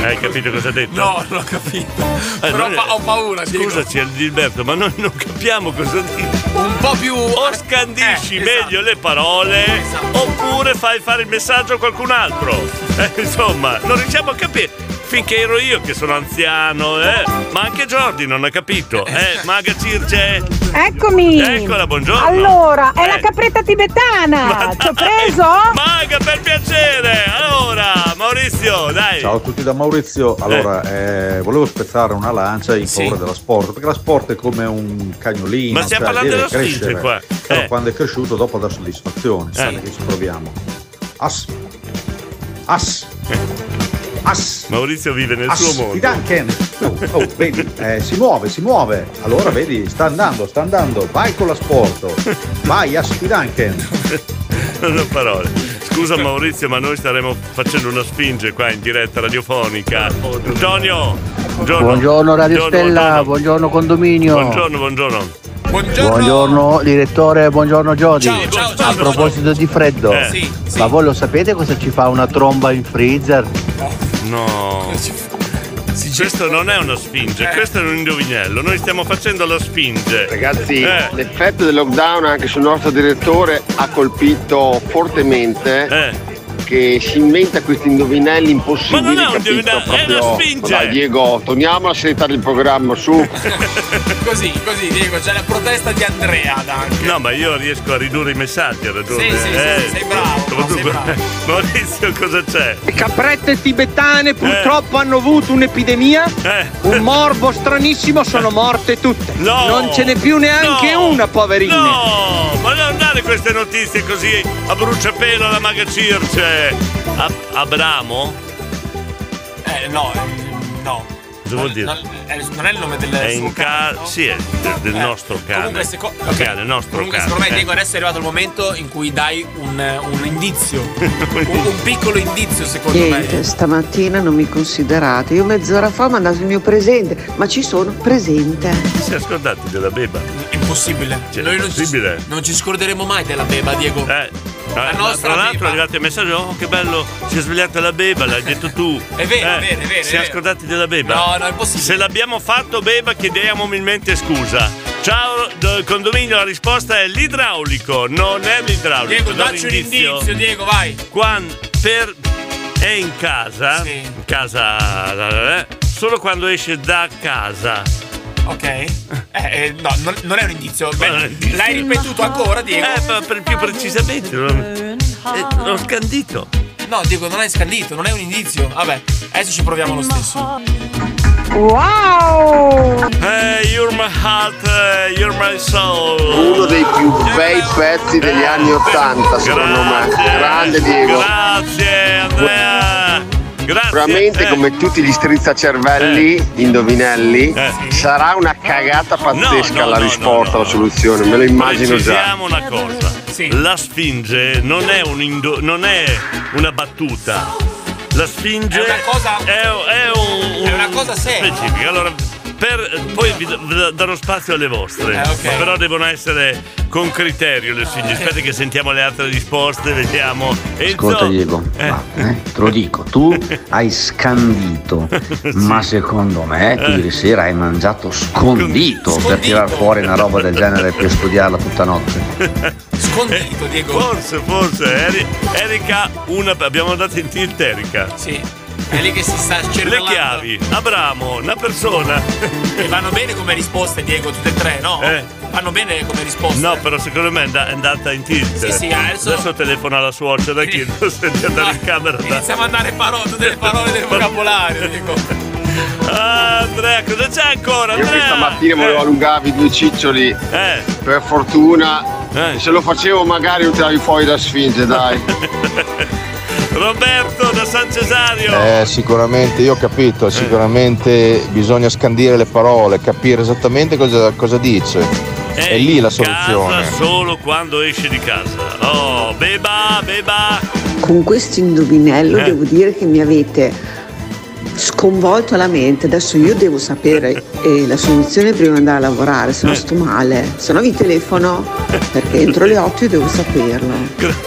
Speaker 2: Eh, Hai capito cosa ha detto? Eh,
Speaker 3: No, non ho capito. Però pa- ho paura, Diego.
Speaker 2: Scusaci Edilberto, ma noi non capiamo cosa dici.
Speaker 3: Un po' più. Eh, esatto.
Speaker 2: O scandisci meglio le parole, oppure fai fare il messaggio a qualcun altro. Eh, insomma, non riusciamo a capire. Finché ero io che sono anziano, eh. Ma anche Jordi non ha capito. Eh, Maga Circe.
Speaker 24: Eccomi!
Speaker 2: Eccola, buongiorno. <laughs>
Speaker 24: Allora, è la
Speaker 2: Eh.
Speaker 24: capretta tibetana! Ci ho preso?
Speaker 2: Maga, per piacere! Allora, Maurizio, dai!
Speaker 11: Ciao a tutti da Maurizio. Allora, eh, volevo spezzare una lancia in favore della sport, perché la sport è come un cagnolino.
Speaker 2: Ma stiamo
Speaker 11: cioè,
Speaker 2: parlando
Speaker 11: deve
Speaker 2: dello sfinge
Speaker 11: crescere.
Speaker 2: qua.
Speaker 11: Però
Speaker 2: Eh.
Speaker 11: quando è cresciuto, dopo dà soddisfazione. Sai
Speaker 2: Eh.
Speaker 11: che ci proviamo. As. As. As.
Speaker 2: Maurizio vive nel
Speaker 11: As.
Speaker 2: Eh, suo
Speaker 11: Di
Speaker 2: mondo.
Speaker 11: Duncan. Oh, oh, vedi, eh, si muove, si muove. Allora, vedi, sta andando, sta andando. Vai con la sport. Vai, As di Duncan.
Speaker 2: Non ho parole. Scusa
Speaker 3: Ecco.
Speaker 2: Maurizio, ma noi staremo facendo una spinge qua in diretta radiofonica. Antonio! Buongiorno,
Speaker 10: Buongiorno Radio
Speaker 2: Buongiorno,
Speaker 10: Stella, buongiorno, condominio.
Speaker 2: Buongiorno, buongiorno.
Speaker 10: Buongiorno, direttore, buongiorno Jody.
Speaker 2: ciao,
Speaker 10: A proposito di freddo,
Speaker 2: Eh. Sì,
Speaker 10: ma voi lo sapete cosa ci fa una tromba in freezer?
Speaker 2: No. Questo non è una
Speaker 3: Eh.
Speaker 2: spinge, questo è un indovinello. Noi stiamo facendo la spinge.
Speaker 15: Ragazzi,
Speaker 2: Eh.
Speaker 15: l'effetto del lockdown anche sul nostro direttore ha colpito fortemente. Che si inventa questi indovinelli impossibili.
Speaker 2: Eh. Ma non è un
Speaker 15: capito?
Speaker 2: indovinello, è una
Speaker 15: Proprio-
Speaker 2: spinge. Eh.
Speaker 15: Dai, Diego, torniamo alla serietà del programma, su.
Speaker 3: Così, così, Diego, c'è la protesta di Andrea ad anche.
Speaker 2: No, ma io riesco a ridurre i messaggi, ha ragione.
Speaker 3: Sì, sì, sì, sì, sei bravo,
Speaker 2: soprattutto- <laughs> Maurizio, cosa c'è?
Speaker 23: Le caprette tibetane purtroppo
Speaker 2: Eh.
Speaker 23: hanno avuto un'epidemia, un morbo stranissimo, sono morte tutte. non ce n'è più neanche una, poverine.
Speaker 2: No, ma non dare queste notizie così a bruciapelo alla maga Circe. A- Abramo?
Speaker 3: Eh, no, eh, no.
Speaker 2: Cosa vuol dire?
Speaker 3: Non, eh, non è il nome del
Speaker 2: È in
Speaker 3: suo
Speaker 2: casa. Sì, è del, del nostro cane.
Speaker 3: eh, Comunque, seco-
Speaker 2: Il
Speaker 3: ok.
Speaker 2: cane, il nostro
Speaker 3: Comunque,
Speaker 2: cane.
Speaker 3: secondo me,
Speaker 2: eh.
Speaker 3: Diego, adesso è arrivato il momento in cui dai un, un
Speaker 2: <laughs>
Speaker 3: indizio. un, un piccolo indizio, secondo
Speaker 4: Niente,
Speaker 3: me.
Speaker 4: stamattina non mi considerate. Io mezz'ora fa ho mandato il mio presente, ma ci sono presente.
Speaker 2: <laughs> Si è scordato della beba.
Speaker 3: Impossibile. Noi non
Speaker 2: Possibile.
Speaker 3: Non ci scorderemo mai della beba, Diego.
Speaker 2: Eh.
Speaker 3: La
Speaker 2: Eh,
Speaker 3: nostra
Speaker 2: tra l'altro
Speaker 3: beba.
Speaker 2: è arrivato il messaggio, oh che bello, si è svegliata la beba, l'hai detto tu.
Speaker 3: È vero, è vero, è vero, è
Speaker 2: Siamo
Speaker 3: vero.
Speaker 2: scordati della beba.
Speaker 3: No, no, è possibile.
Speaker 2: Se l'abbiamo fatto beba chiediamo umilmente scusa. Ciao d- condominio, la risposta è l'idraulico, non è l'idraulico.
Speaker 3: Diego,
Speaker 2: Do
Speaker 3: dacci un
Speaker 2: l'indizio.
Speaker 3: indizio, Diego, vai.
Speaker 2: Quan- per- è in casa, in casa eh, solo quando esce da casa.
Speaker 3: Ok. Eh, eh, no, non, non è un indizio. Beh, L'hai ripetuto ancora, Diego?
Speaker 2: Eh, ma per più precisamente. Non, eh, l'ho scandito.
Speaker 3: No, Diego, non hai scandito, non è un indizio. Vabbè, adesso ci proviamo lo stesso.
Speaker 2: Wow! you're my heart, eh, you're my soul.
Speaker 15: Uno dei più bei pezzi
Speaker 2: Eh.
Speaker 15: degli anni 80 secondo me. Grande Diego.
Speaker 2: Grazie, Andrea. Grazie.
Speaker 15: Sicuramente
Speaker 2: eh.
Speaker 15: come tutti gli strizzacervelli, indovinelli,
Speaker 2: Eh.
Speaker 15: sarà una cagata pazzesca la risposta, la soluzione, me lo
Speaker 7: Ah,
Speaker 15: immagino già.
Speaker 2: Precisiamo una cosa. La Sfinge non è, un indo- non è una battuta. La Sfinge
Speaker 3: È una cosa.
Speaker 2: È, un-
Speaker 3: è una cosa seria.
Speaker 2: specifica. Allora, per- poi vi d- vi darò spazio alle vostre.
Speaker 3: Eh, ok.
Speaker 2: Però devono essere con criterio le Sfinge. Aspetta che sentiamo le altre risposte, vediamo. Enzo,
Speaker 7: Ascolta Diego, ma, eh, te lo dico,
Speaker 2: <laughs>
Speaker 7: tu hai scandito, ma secondo me tu
Speaker 2: Eh.
Speaker 7: ieri sera hai mangiato scondito per
Speaker 2: Scondito.
Speaker 7: tirar fuori una roba del genere per studiarla tutta notte.
Speaker 3: <laughs> Scondito, Diego.
Speaker 2: Forse, forse. Eri- Erika, una, abbiamo andato in tilt Erika.
Speaker 3: Sì. È lì che si sta
Speaker 2: Le
Speaker 3: cercando.
Speaker 2: chiavi, Abramo, una persona.
Speaker 3: <laughs> E vanno bene come risposte, Diego, tutte e tre, no? Vanno bene come risposte.
Speaker 2: Eh. No, però secondo me è and- è andata in tilt.
Speaker 3: Sì, sì, adesso-
Speaker 2: telefona alla
Speaker 3: <laughs>
Speaker 2: suocera che se di andare in camera. da-
Speaker 3: Iniziamo a dare parole, tutte le parole del vocabolario, Diego.
Speaker 2: Ah, Andrea, cosa c'è ancora? Eh.
Speaker 15: Io questa mattina volevo allungarvi due ciccioli. Per fortuna.
Speaker 2: Eh.
Speaker 15: Se lo facevo magari lo tiravi fuori da sfinge, dai.
Speaker 2: <laughs> Roberto da San Cesario.
Speaker 14: Eh, sicuramente, io ho
Speaker 2: Eh.
Speaker 14: capito, sicuramente bisogna scandire le parole, capire esattamente cosa, cosa dice.
Speaker 2: È
Speaker 14: È lì la
Speaker 2: Casa
Speaker 14: soluzione.
Speaker 2: solo quando esce di casa. Oh, beba, beba.
Speaker 4: Con questo indovinello devo dire che mi avete sconvolto la mente. Adesso io devo sapere eh, la soluzione prima di andare a lavorare, se no sto male. Se no vi telefono perché entro le 8 io devo saperlo.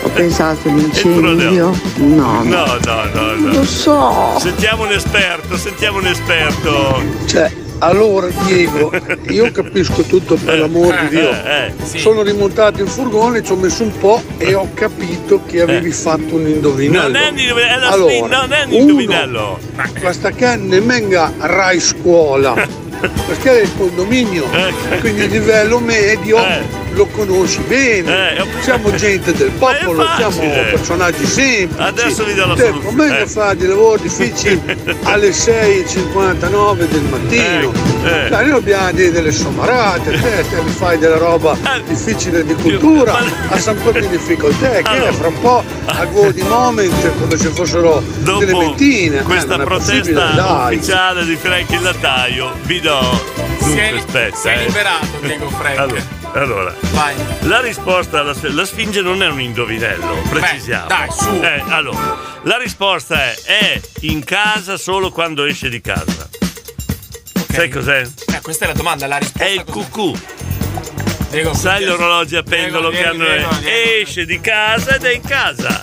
Speaker 4: Ho pensato all'incendio. No, no.
Speaker 2: No, no, no, no.
Speaker 4: Lo so.
Speaker 2: Sentiamo un esperto, sentiamo un esperto.
Speaker 25: Cioè, allora Diego, io capisco tutto per l'amor di Dio.
Speaker 2: Eh, eh, sì.
Speaker 25: Sono rimontato in furgone, ci ho messo un po' e ho capito
Speaker 2: Eh.
Speaker 25: che avevi fatto un indovinello.
Speaker 2: Non è un indovinello, è la
Speaker 25: allora,
Speaker 2: spin- non è un
Speaker 25: uno,
Speaker 2: indovinello.
Speaker 25: Questa canne menga Rai
Speaker 2: <laughs>
Speaker 25: Scuola, perché è il condominio,
Speaker 2: Eh,
Speaker 25: quindi il livello medio lo conosci
Speaker 2: Eh,
Speaker 25: bene. Siamo gente del popolo, siamo
Speaker 2: facile.
Speaker 25: personaggi semplici.
Speaker 2: Adesso vi do la
Speaker 25: Te,
Speaker 2: soluzione.
Speaker 25: com'è che
Speaker 2: Eh.
Speaker 25: fa di lavoro difficili
Speaker 2: <laughs>
Speaker 25: alle 6.59 del mattino.
Speaker 2: Eh, eh.
Speaker 25: Dai, noi abbiamo dei- delle sommarate, te, te mi fai della roba
Speaker 2: Eh.
Speaker 25: difficile di cultura, a San po' di difficoltà, eh, che
Speaker 2: Allora.
Speaker 25: fra un
Speaker 2: <laughs>
Speaker 25: po' a go di moment come se fossero delle mentine.
Speaker 2: Questa protesta ufficiale di Frank il Lattaio vi do dunque aspetta
Speaker 3: sei
Speaker 2: eh.
Speaker 3: liberato, Diego Frank.
Speaker 2: allora, allora, la risposta alla la Sfinge non è un indovinello precisiamo
Speaker 3: dai, su.
Speaker 2: Eh, allora la risposta è è in casa solo quando esce di casa sai cos'è?
Speaker 3: Eh, questa è la domanda, la risposta.
Speaker 2: è il cucù sai
Speaker 3: Frank,
Speaker 2: gli orologi a pendolo che
Speaker 3: Diego,
Speaker 2: hanno eh?
Speaker 3: Diego,
Speaker 2: esce di casa ed è in casa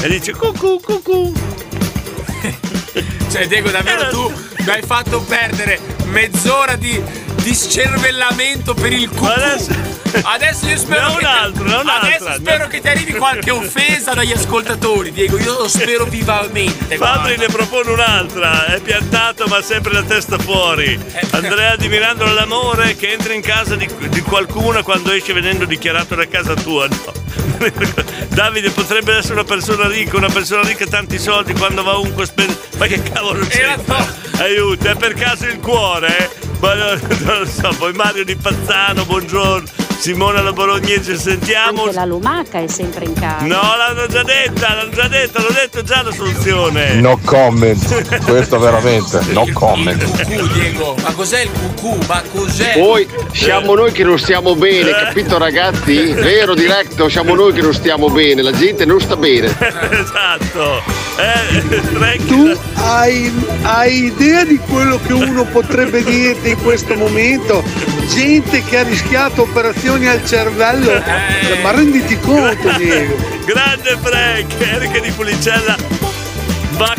Speaker 2: e dice cucù cucù
Speaker 3: <laughs> Cioè, Diego, davvero tu mi hai fatto perdere mezz'ora di, di scervellamento per il culo. Adesso, io spero. che ti, Adesso spero che ti arrivi qualche offesa dagli ascoltatori, Diego. Io lo spero vivamente.
Speaker 2: Fabri ne propone un'altra, è piantato ma sempre la testa fuori. Andrea di Milano all'amore che entra in casa di, di qualcuno quando esce venendo dichiarato da casa tua. No. <laughs> Davide potrebbe essere una persona ricca, una persona ricca ha tanti soldi quando va ovunque spende. Ma che cavolo c'entra? Aiuto, è per caso il cuore? eh? Ma no, <laughs> non lo so, poi Mario di Pazzano, buongiorno. Simona la Bolognese, sentiamo.
Speaker 8: Anche la lumaca è sempre in casa.
Speaker 2: No, l'hanno già detta, l'hanno già detta, l'ho detto già la soluzione.
Speaker 14: No comment, questo veramente, no comment.
Speaker 3: Cucù, Diego. Ma cos'è il cucù? Ma cos'è?
Speaker 15: Poi siamo noi che non stiamo bene,
Speaker 2: Eh.
Speaker 15: capito ragazzi? Vero diretto, siamo noi che non stiamo bene, la gente non sta bene.
Speaker 2: <laughs> esatto. <laughs>
Speaker 25: tu hai, hai idea di quello che uno potrebbe dirti in questo momento? Gente che ha rischiato operazioni al cervello,
Speaker 2: Eh.
Speaker 25: Cioè, ma renditi conto Diego.
Speaker 2: Grande Frank, Erika di Pulicella. Ma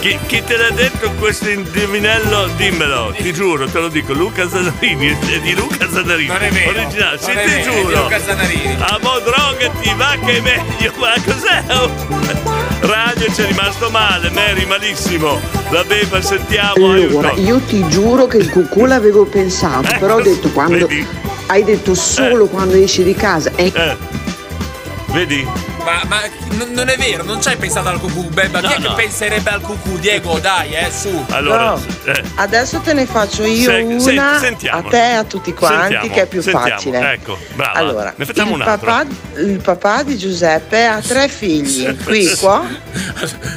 Speaker 2: chi, chi te l'ha detto questo indovinello? Dimmelo, ti giuro, te lo dico, Luca Zanarini, è di Luca Zanarini.
Speaker 3: Non è vero.
Speaker 2: Originale, sì,
Speaker 3: Non è
Speaker 2: ti
Speaker 3: vero, è di
Speaker 2: giuro.
Speaker 3: Luca Zanarini.
Speaker 2: A mo drogati, va che è meglio, ma cos'è? radio e ci è rimasto male. Mary, malissimo. La beba, sentiamo.
Speaker 4: Allora,
Speaker 2: aiuto. Eh. Ecco.
Speaker 4: io ti giuro che il cucù l'avevo pensato, però ho detto quando. Hai detto solo quando esci di casa. E
Speaker 2: Vedi?
Speaker 3: Ma, ma n- non è vero, non ci hai pensato al cucù, Beba. Chi è che penserebbe al cucù? Diego, dai, eh, su.
Speaker 2: Allora,
Speaker 3: No.
Speaker 2: eh,
Speaker 6: Adesso te ne faccio io
Speaker 2: Se-
Speaker 6: una
Speaker 2: se- sentiamo.
Speaker 6: a te e a tutti quanti
Speaker 2: sentiamo,
Speaker 6: che è più
Speaker 2: sentiamo.
Speaker 6: facile.
Speaker 2: Ecco, brava.
Speaker 6: Allora,
Speaker 2: ne facciamo
Speaker 6: il,
Speaker 2: un altro.
Speaker 6: papà, il papà di Giuseppe ha tre figli, qui,
Speaker 3: <laughs>
Speaker 6: qua.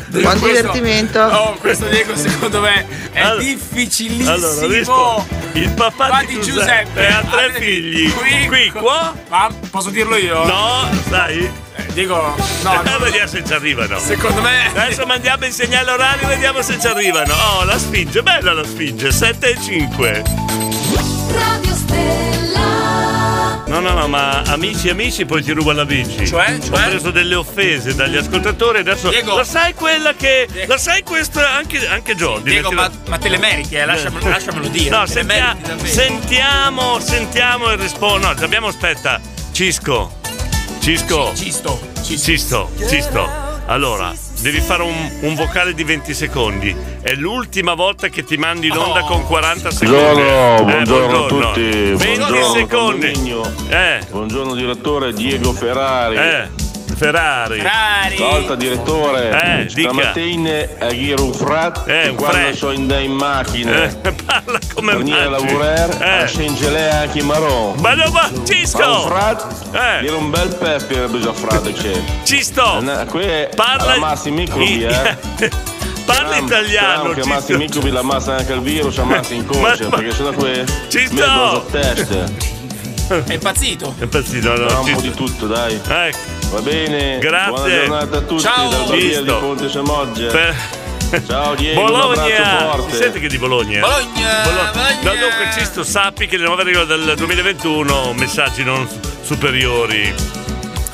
Speaker 6: Buon
Speaker 3: Questo-
Speaker 6: divertimento.
Speaker 3: Oh, questo Diego secondo me è difficilissimo.
Speaker 2: allora, rispo- il papà di Giuseppe ha tre
Speaker 3: Ah,
Speaker 2: figli.
Speaker 3: Qui,
Speaker 2: Qui, qua.
Speaker 3: Ma posso dirlo io?
Speaker 2: No, sai?
Speaker 3: Diego, no.
Speaker 2: Eh, vediamo se ci arrivano.
Speaker 3: Secondo me-
Speaker 2: Adesso mandiamo il segnale orario e vediamo se ci arrivano. Oh, la sfinge, bella la sfinge, 7 e 5.
Speaker 12: Radio Stella.
Speaker 2: No, no, no, ma amici, amici, poi ti ruba la bici. Cioè, Ho preso delle offese dagli ascoltatori adesso. Lo sai quella che. Lo sai questa anche, anche Jordi.
Speaker 3: Diego, ma,
Speaker 2: mettila-
Speaker 3: ma te le meriti, eh, lasciamelo, lasciamelo dire.
Speaker 2: No,
Speaker 3: te le
Speaker 2: sentia-
Speaker 3: meriti davvero.
Speaker 2: sentiamo, sentiamo il rispondo. No, abbiamo, aspetta. Cisco. Cisco. Cisto. Cisto. Cisto. Allora, devi fare un, un vocale di 20 secondi. È l'ultima volta che ti mando in onda con 40 secondi.
Speaker 17: Buongiorno,
Speaker 2: Eh,
Speaker 17: buongiorno a tutti.
Speaker 2: 20
Speaker 17: Buongiorno,
Speaker 2: secondi. Eh.
Speaker 17: Buongiorno direttore Diego Ferrari.
Speaker 2: Eh, Ferrari. Ferrari.
Speaker 17: Volta direttore.
Speaker 2: Eh, dica.
Speaker 17: Stamattina a Giro un frat
Speaker 2: Eh, un
Speaker 17: quando
Speaker 2: frat. Eh,
Speaker 17: sono andare in macchina.
Speaker 2: parla come
Speaker 17: Per venire a
Speaker 2: mangi.
Speaker 17: lavorare
Speaker 2: Eh.
Speaker 17: a Scengelea anche in Marò.
Speaker 2: Ma no, ma Eh. Cisco!
Speaker 17: Fa un frat, era un bel pepe bisogna frat c'è. Eh,
Speaker 2: Cisto!
Speaker 17: Qui
Speaker 2: Parla-
Speaker 17: parla ammazzi i microbi,
Speaker 2: I-
Speaker 17: eh.
Speaker 2: <laughs> Parla italiano,
Speaker 17: Che
Speaker 2: Cisto.
Speaker 17: ammazzi i microbi, l'ammazza anche il virus, ammazzi in concia,
Speaker 2: <laughs> Ma-
Speaker 17: perché sono qui.
Speaker 2: Cisto!
Speaker 17: Mezzo teste.
Speaker 2: <laughs>
Speaker 3: È impazzito.
Speaker 2: È impazzito, no,
Speaker 17: un po'
Speaker 2: Cisto.
Speaker 17: di tutto, dai. Va bene.
Speaker 2: Ecco. Grazie.
Speaker 17: Buona giornata a tutti.
Speaker 2: Ciao.
Speaker 17: Dal Badia di
Speaker 2: Cisto.
Speaker 17: Ponte Samoggia.
Speaker 2: Per-
Speaker 17: Ciao Diego, un abbraccio
Speaker 2: Bologna!
Speaker 17: forte.
Speaker 2: Si sente che è di Bologna?
Speaker 3: Bologna!
Speaker 2: No, dunque, Cisto, sappi che le nuove regole del 2021, messaggi non superiori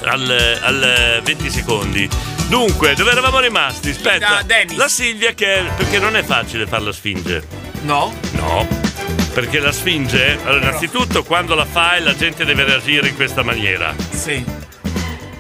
Speaker 2: al, al 20 secondi. Dunque, dove eravamo rimasti? Aspetta, la Silvia che... perché non è facile farla sfinge.
Speaker 3: No?
Speaker 2: No, perché la sfinge, allora, innanzitutto quando la fai la gente deve reagire in questa maniera.
Speaker 3: Sì.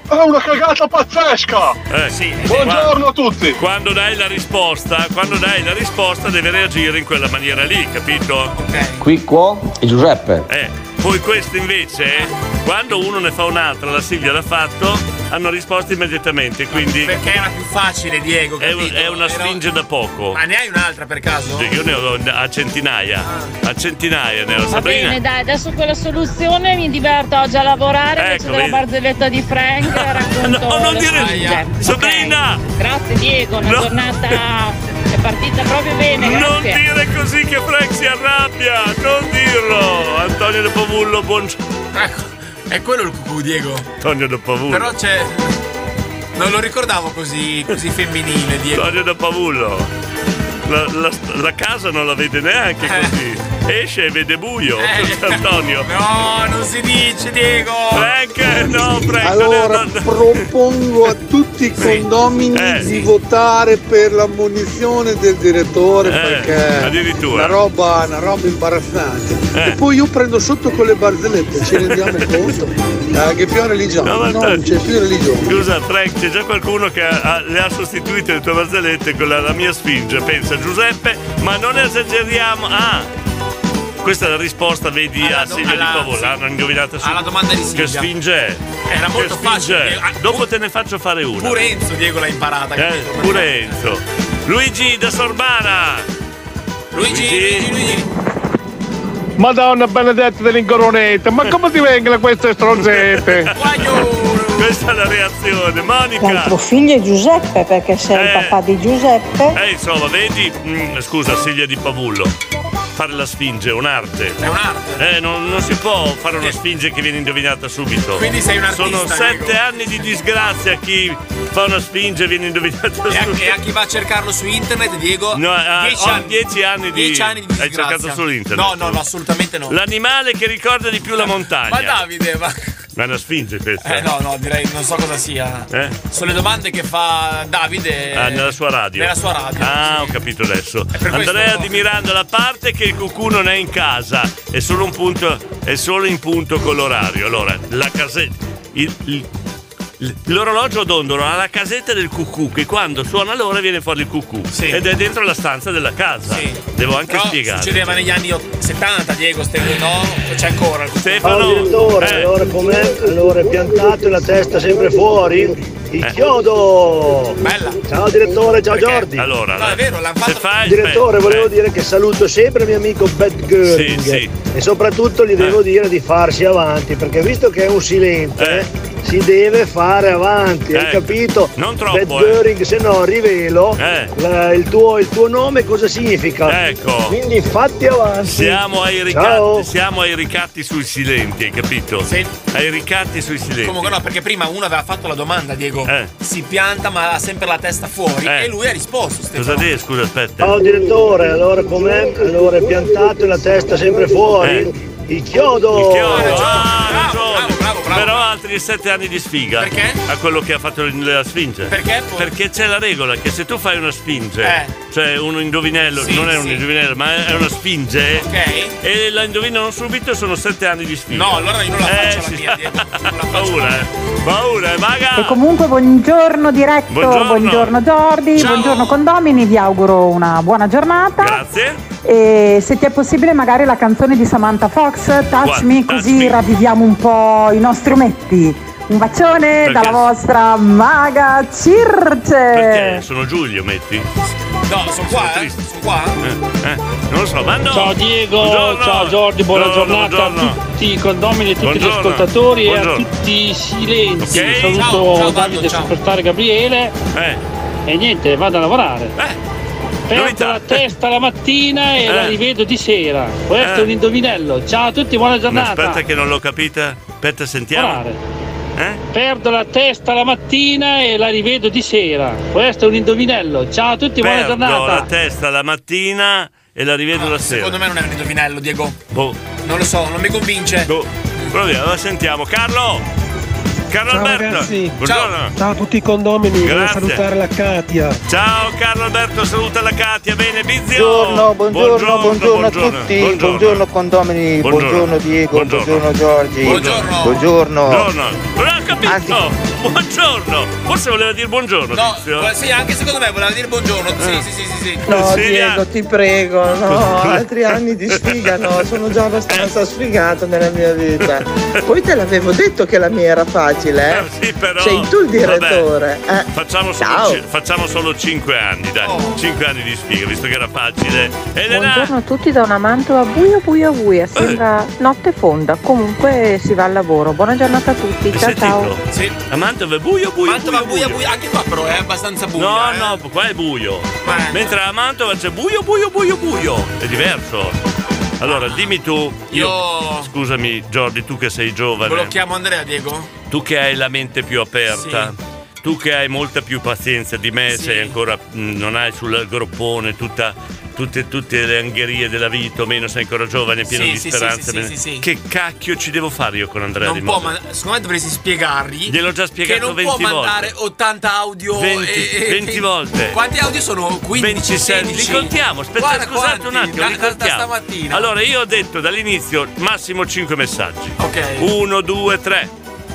Speaker 13: È una cagata pazzesca!
Speaker 2: Eh, sì,
Speaker 13: Buongiorno
Speaker 2: a tutti. Quando dai la risposta, quando dai la risposta deve reagire in quella maniera lì, capito?
Speaker 14: Qui qua e Giuseppe.
Speaker 2: Eh, poi questo invece, quando uno ne fa un'altra, la Silvia l'ha fatto, hanno risposto immediatamente, quindi...
Speaker 3: Perché era più facile, Diego,
Speaker 2: È,
Speaker 3: capito?
Speaker 2: è una sfinge da poco.
Speaker 3: Ma ne hai un'altra per caso?
Speaker 2: Io ne ho a centinaia, a centinaia ne ho.
Speaker 19: Va
Speaker 2: Sabrina,
Speaker 19: bene, dai, adesso con la soluzione mi diverto oggi a lavorare
Speaker 2: Ecco,
Speaker 19: invece della
Speaker 2: vedi.
Speaker 19: barzelletta di Frank.
Speaker 2: <laughs>
Speaker 19: Racconto
Speaker 2: No, non
Speaker 19: le
Speaker 2: dire-
Speaker 19: sfide.
Speaker 2: Sabrina!
Speaker 19: Ok, Grazie Diego, una
Speaker 2: No.
Speaker 19: giornata è partita proprio bene,
Speaker 2: Non
Speaker 19: grazie.
Speaker 2: dire così che Frank si arrabbia, non dirlo! Antonio Dopovullo, buongiorno.
Speaker 3: È quello il cucù, Diego.
Speaker 2: Ecco. Antonio Dopovullo.
Speaker 3: Però c'è. Non lo ricordavo così, così femminile, Diego.
Speaker 2: Antonio Dopovullo. La, la, la casa non la vede neanche
Speaker 3: Eh.
Speaker 2: così. Esce e vede buio. Antonio.
Speaker 3: No, non si dice, Diego.
Speaker 2: Frank, no, Eh, Frank.
Speaker 25: Allora propongo a tutti i condomini di votare per l'ammonizione del direttore perché
Speaker 2: Eh, addirittura.
Speaker 25: una roba, una roba imbarazzante.
Speaker 2: Eh.
Speaker 25: E poi io prendo sotto con le barzellette, ci rendiamo
Speaker 2: <laughs>
Speaker 25: conto Eh, che più è religione,
Speaker 2: No, ma
Speaker 25: no, non c'è Cioè, più religione.
Speaker 2: Scusa Frank, c'è già qualcuno che ha- ha- le ha sostituite le tue barzellette con la, la mia sfinge, pensa Giuseppe, ma non esageriamo. Ah! Questa è la risposta, vedi, a Silvio
Speaker 3: alla-
Speaker 2: di Pavola,
Speaker 3: sì.
Speaker 2: l'hanno indovinata su.
Speaker 3: Alla domanda di Silvia.
Speaker 2: Che sfinge è?
Speaker 3: Era
Speaker 2: Che
Speaker 3: molto
Speaker 2: sfinge
Speaker 3: facile.
Speaker 2: è? Dopo te ne faccio fare una.
Speaker 3: Pure Enzo, Diego l'ha imparata.
Speaker 2: Eh,
Speaker 3: capito?
Speaker 2: pure Enzo. Luigi da Sorbana.
Speaker 3: Luigi, Luigi, Luigi.
Speaker 26: Madonna benedetta dell'incoronetta,
Speaker 2: Eh.
Speaker 26: ma come ti vengono queste
Speaker 2: <laughs>
Speaker 26: stronzette?
Speaker 2: Questa è la reazione. Monica.
Speaker 6: L'altro figlio è Giuseppe perché sei il papà di Giuseppe.
Speaker 2: Eh, insomma, vedi, mm, scusa Silvia di Pavullo, fare la sfinge è un'arte. È un'arte. Eh, non, non si può fare una sfinge che viene indovinata subito.
Speaker 3: Eh. Quindi sei un artista,
Speaker 2: Sono
Speaker 3: Diego.
Speaker 2: sette anni di disgrazia a chi fa una sfinge e viene indovinata
Speaker 3: E a,
Speaker 2: subito.
Speaker 3: e a chi va a cercarlo su internet, Diego?
Speaker 2: No, eh, ho dieci anni di-
Speaker 3: dieci anni di
Speaker 2: hai
Speaker 3: disgrazia.
Speaker 2: cercato su internet.
Speaker 3: No, no, no, assolutamente no.
Speaker 2: L'animale che ricorda di più la montagna.
Speaker 3: Ma Davide, ma.
Speaker 2: Ma è una sfinge questa.
Speaker 3: Eh no, no, direi non so cosa sia.
Speaker 2: Eh?
Speaker 3: Sono le domande che fa Davide.
Speaker 2: Ah, nella sua radio.
Speaker 3: Nella sua radio.
Speaker 2: Ah, ho capito adesso.
Speaker 3: per questo
Speaker 2: Andrea
Speaker 3: un po'.
Speaker 2: di Miranda, la parte che il cucù non è in casa, è solo un punto, è solo in punto con l'orario. Allora, la casetta. Il, il- l- l'orologio d'ondolo ha la casetta del cucù che quando suona l'ora viene fuori il cucù ed è dentro la stanza della casa. Devo anche
Speaker 3: Però
Speaker 2: spiegare.
Speaker 3: succedeva negli anni ott- 70, Diego, ste no? C'è ancora il
Speaker 2: Stefano. Eh.
Speaker 20: Allora, allora com'è? Allora, piantato e la testa sempre fuori. Il
Speaker 2: Eh.
Speaker 20: chiodo!
Speaker 3: Bella!
Speaker 20: Ciao direttore, ciao Jordi!
Speaker 2: Allora,
Speaker 20: è
Speaker 3: vero, l'hanno
Speaker 20: fatto. direttore, volevo dire che saluto sempre il mio amico Bad Göring
Speaker 2: Eh. Sì, Eh. sì.
Speaker 20: e soprattutto gli devo dire di farsi avanti, perché visto che è un
Speaker 2: Eh,
Speaker 20: silente, si deve fare avanti, hai
Speaker 2: Ecco.
Speaker 20: capito?
Speaker 2: Non troppo,
Speaker 20: Bad
Speaker 2: eh.
Speaker 20: Göring, se no rivelo la- il, tuo, il tuo nome cosa significa.
Speaker 2: Ecco.
Speaker 20: Quindi fatti avanti.
Speaker 2: Siamo ai,
Speaker 20: Ciao.
Speaker 2: ricatti, siamo ai ricatti sui silenti, hai capito? Ai ricatti sui silenti.
Speaker 3: Comunque no, perché prima uno aveva fatto la domanda, Diego.
Speaker 2: Eh.
Speaker 3: Si pianta ma ha sempre la testa fuori. E lui ha risposto. Stefano.
Speaker 2: Cosa dire? Scusa, aspetta.
Speaker 20: Ciao direttore, allora com'è? Allora è piantato e la testa sempre fuori. Il chiodo!
Speaker 1: Eh.
Speaker 2: Ah, ragione. Però altri sette anni di sfiga. Perché? A quello che ha fatto il- la Sfinge.
Speaker 3: Perché?
Speaker 2: Perché c'è la regola che se tu fai una Sfinge,
Speaker 3: Eh.
Speaker 2: cioè un indovinello,
Speaker 3: Sì,
Speaker 2: non è un
Speaker 3: sì.
Speaker 2: indovinello, ma è una Sfinge.
Speaker 3: Ok.
Speaker 2: E la indovinano subito sono sette anni di sfiga.
Speaker 3: No, allora io non la
Speaker 2: faccio la mia, Paura, eh. Paura, eh, maga.
Speaker 6: E comunque buongiorno diretto,
Speaker 2: Buongiorno.
Speaker 6: buongiorno, Jordi,
Speaker 2: Ciao.
Speaker 6: buongiorno condomini, vi auguro una buona giornata.
Speaker 2: Grazie.
Speaker 6: E se ti è possibile magari la canzone di Samantha Fox, Touch
Speaker 2: Guarda,
Speaker 6: Me,
Speaker 2: Touch
Speaker 6: così
Speaker 2: Me.
Speaker 6: ravviviamo un po' i nostri ometti. Un bacione
Speaker 2: Perché-
Speaker 6: dalla vostra maga Circe.
Speaker 5: eh.
Speaker 2: Perché sono Giulio, metti.
Speaker 3: No, sono qua, eh. Sono qua.
Speaker 2: Eh, eh, non lo so, ma no.
Speaker 5: Ciao Diego,
Speaker 2: Buongiorno.
Speaker 5: ciao Jordi, buona
Speaker 2: Buongiorno,
Speaker 5: giornata
Speaker 2: buongiorno.
Speaker 5: a tutti i condomini, a tutti
Speaker 2: Buongiorno.
Speaker 5: gli ascoltatori e a
Speaker 2: Buongiorno.
Speaker 5: tutti i silenzi.
Speaker 2: Ok.
Speaker 5: Saluto
Speaker 2: Ciao, ciao,
Speaker 5: Davide,
Speaker 2: Vando, ciao. Eh.
Speaker 5: superstar Gabriele. E niente, vado a lavorare. Perdo la testa la mattina e
Speaker 2: Eh.
Speaker 5: la rivedo di sera. Questo
Speaker 2: Eh.
Speaker 5: è un indovinello. Ciao a tutti, buona giornata.
Speaker 2: Aspetta eh? che non l'ho capita. Aspetta, sentiamo.
Speaker 5: Perdo la testa la mattina e la rivedo di sera. Questo è un indovinello. Ciao a tutti, buona
Speaker 2: Perdo
Speaker 5: giornata.
Speaker 2: la testa la mattina e la rivedo la sera.
Speaker 3: Secondo me non è un indovinello, Diego.
Speaker 2: Boh.
Speaker 3: Non lo so, non mi convince.
Speaker 2: Proviamo, la sentiamo. Carlo! Carlo
Speaker 23: Ciao
Speaker 2: Alberto!
Speaker 23: ragazzi,
Speaker 2: Buongiorno!
Speaker 23: ciao a tutti i condomini, voglio
Speaker 2: Grazie.
Speaker 23: salutare la Katia.
Speaker 2: Ciao Carlo Alberto, saluta la Katia, bene, Bizio!
Speaker 23: Buongiorno, buongiorno,
Speaker 2: buongiorno,
Speaker 23: buongiorno a
Speaker 2: buongiorno.
Speaker 23: tutti.
Speaker 2: Buongiorno.
Speaker 23: condomini,
Speaker 2: Buongiorno. buongiorno
Speaker 23: Diego,
Speaker 2: Buongiorno.
Speaker 23: Giorgi.
Speaker 2: Buongiorno.
Speaker 23: Buongiorno.
Speaker 2: Buongiorno. Non ho capito! Buongiorno! Forse voleva dire buongiorno, Ah.
Speaker 3: No,
Speaker 2: Tizio.
Speaker 3: eh, sì, anche secondo me voleva dire buongiorno. Sì, sì, sì, sì, sì.
Speaker 10: No,
Speaker 2: Silvia.
Speaker 10: Diego, ti prego, no, altri anni di sfiga no, sono già abbastanza sfigato nella mia vita. Poi te l'avevo detto che la mia era facile, eh?
Speaker 2: Sì, Eh, però.
Speaker 10: Sei tu il direttore. eh.
Speaker 2: vabbè,
Speaker 27: eh.
Speaker 2: facciamo, solo, ci- facciamo solo 5 anni, dai.
Speaker 3: Oh.
Speaker 2: 5 anni di sfiga, visto che era facile. Elena!
Speaker 27: Buongiorno a tutti da una Mantova buia buia buia, sembra notte fonda, comunque si va al lavoro. Buona giornata a tutti, ciao ciao.
Speaker 2: Sì. A Mantova è buio, buio.
Speaker 3: Mantova buia, buia, anche qua però è abbastanza buia.
Speaker 2: No,
Speaker 3: eh.
Speaker 2: no, qua è buio. Mentre a Mantova c'è buio, buio, buio, buio. È diverso. Allora, dimmi tu.
Speaker 3: Ah. Io-
Speaker 2: Scusami, Jordi, tu che sei giovane.
Speaker 3: Blocchiamo Andrea, Diego?
Speaker 2: Tu che hai la mente più aperta. Tu che hai molta più pazienza di me, sei ancora. mh, non hai sul groppone tutta- Tutte, tutte le angherie della vita, o meno sei ancora giovane, pieno
Speaker 3: Sì,
Speaker 2: di
Speaker 3: sì, sì,
Speaker 2: speranze.
Speaker 3: sì, sì, sì, sì.
Speaker 2: Che cacchio ci devo fare io con Andrea Di
Speaker 3: Non può,
Speaker 2: Motta?
Speaker 3: ma secondo me dovresti spiegargli.
Speaker 2: Gliel'ho già spiegato
Speaker 3: Che non
Speaker 2: 20
Speaker 3: può mandare
Speaker 2: volte.
Speaker 3: 80 audio.
Speaker 2: 20,
Speaker 3: e- e-
Speaker 2: 20 volte.
Speaker 3: Quanti audio sono? 15,
Speaker 2: 26.
Speaker 3: 16?
Speaker 2: Li contiamo, aspetta,
Speaker 3: Guarda
Speaker 2: scusate
Speaker 3: quanti,
Speaker 2: un attimo,
Speaker 3: da-
Speaker 2: li
Speaker 3: da- da
Speaker 2: contiamo.
Speaker 3: stamattina.
Speaker 2: Allora, io ho detto dall'inizio massimo 5 messaggi. Ok. 1, 2, 3,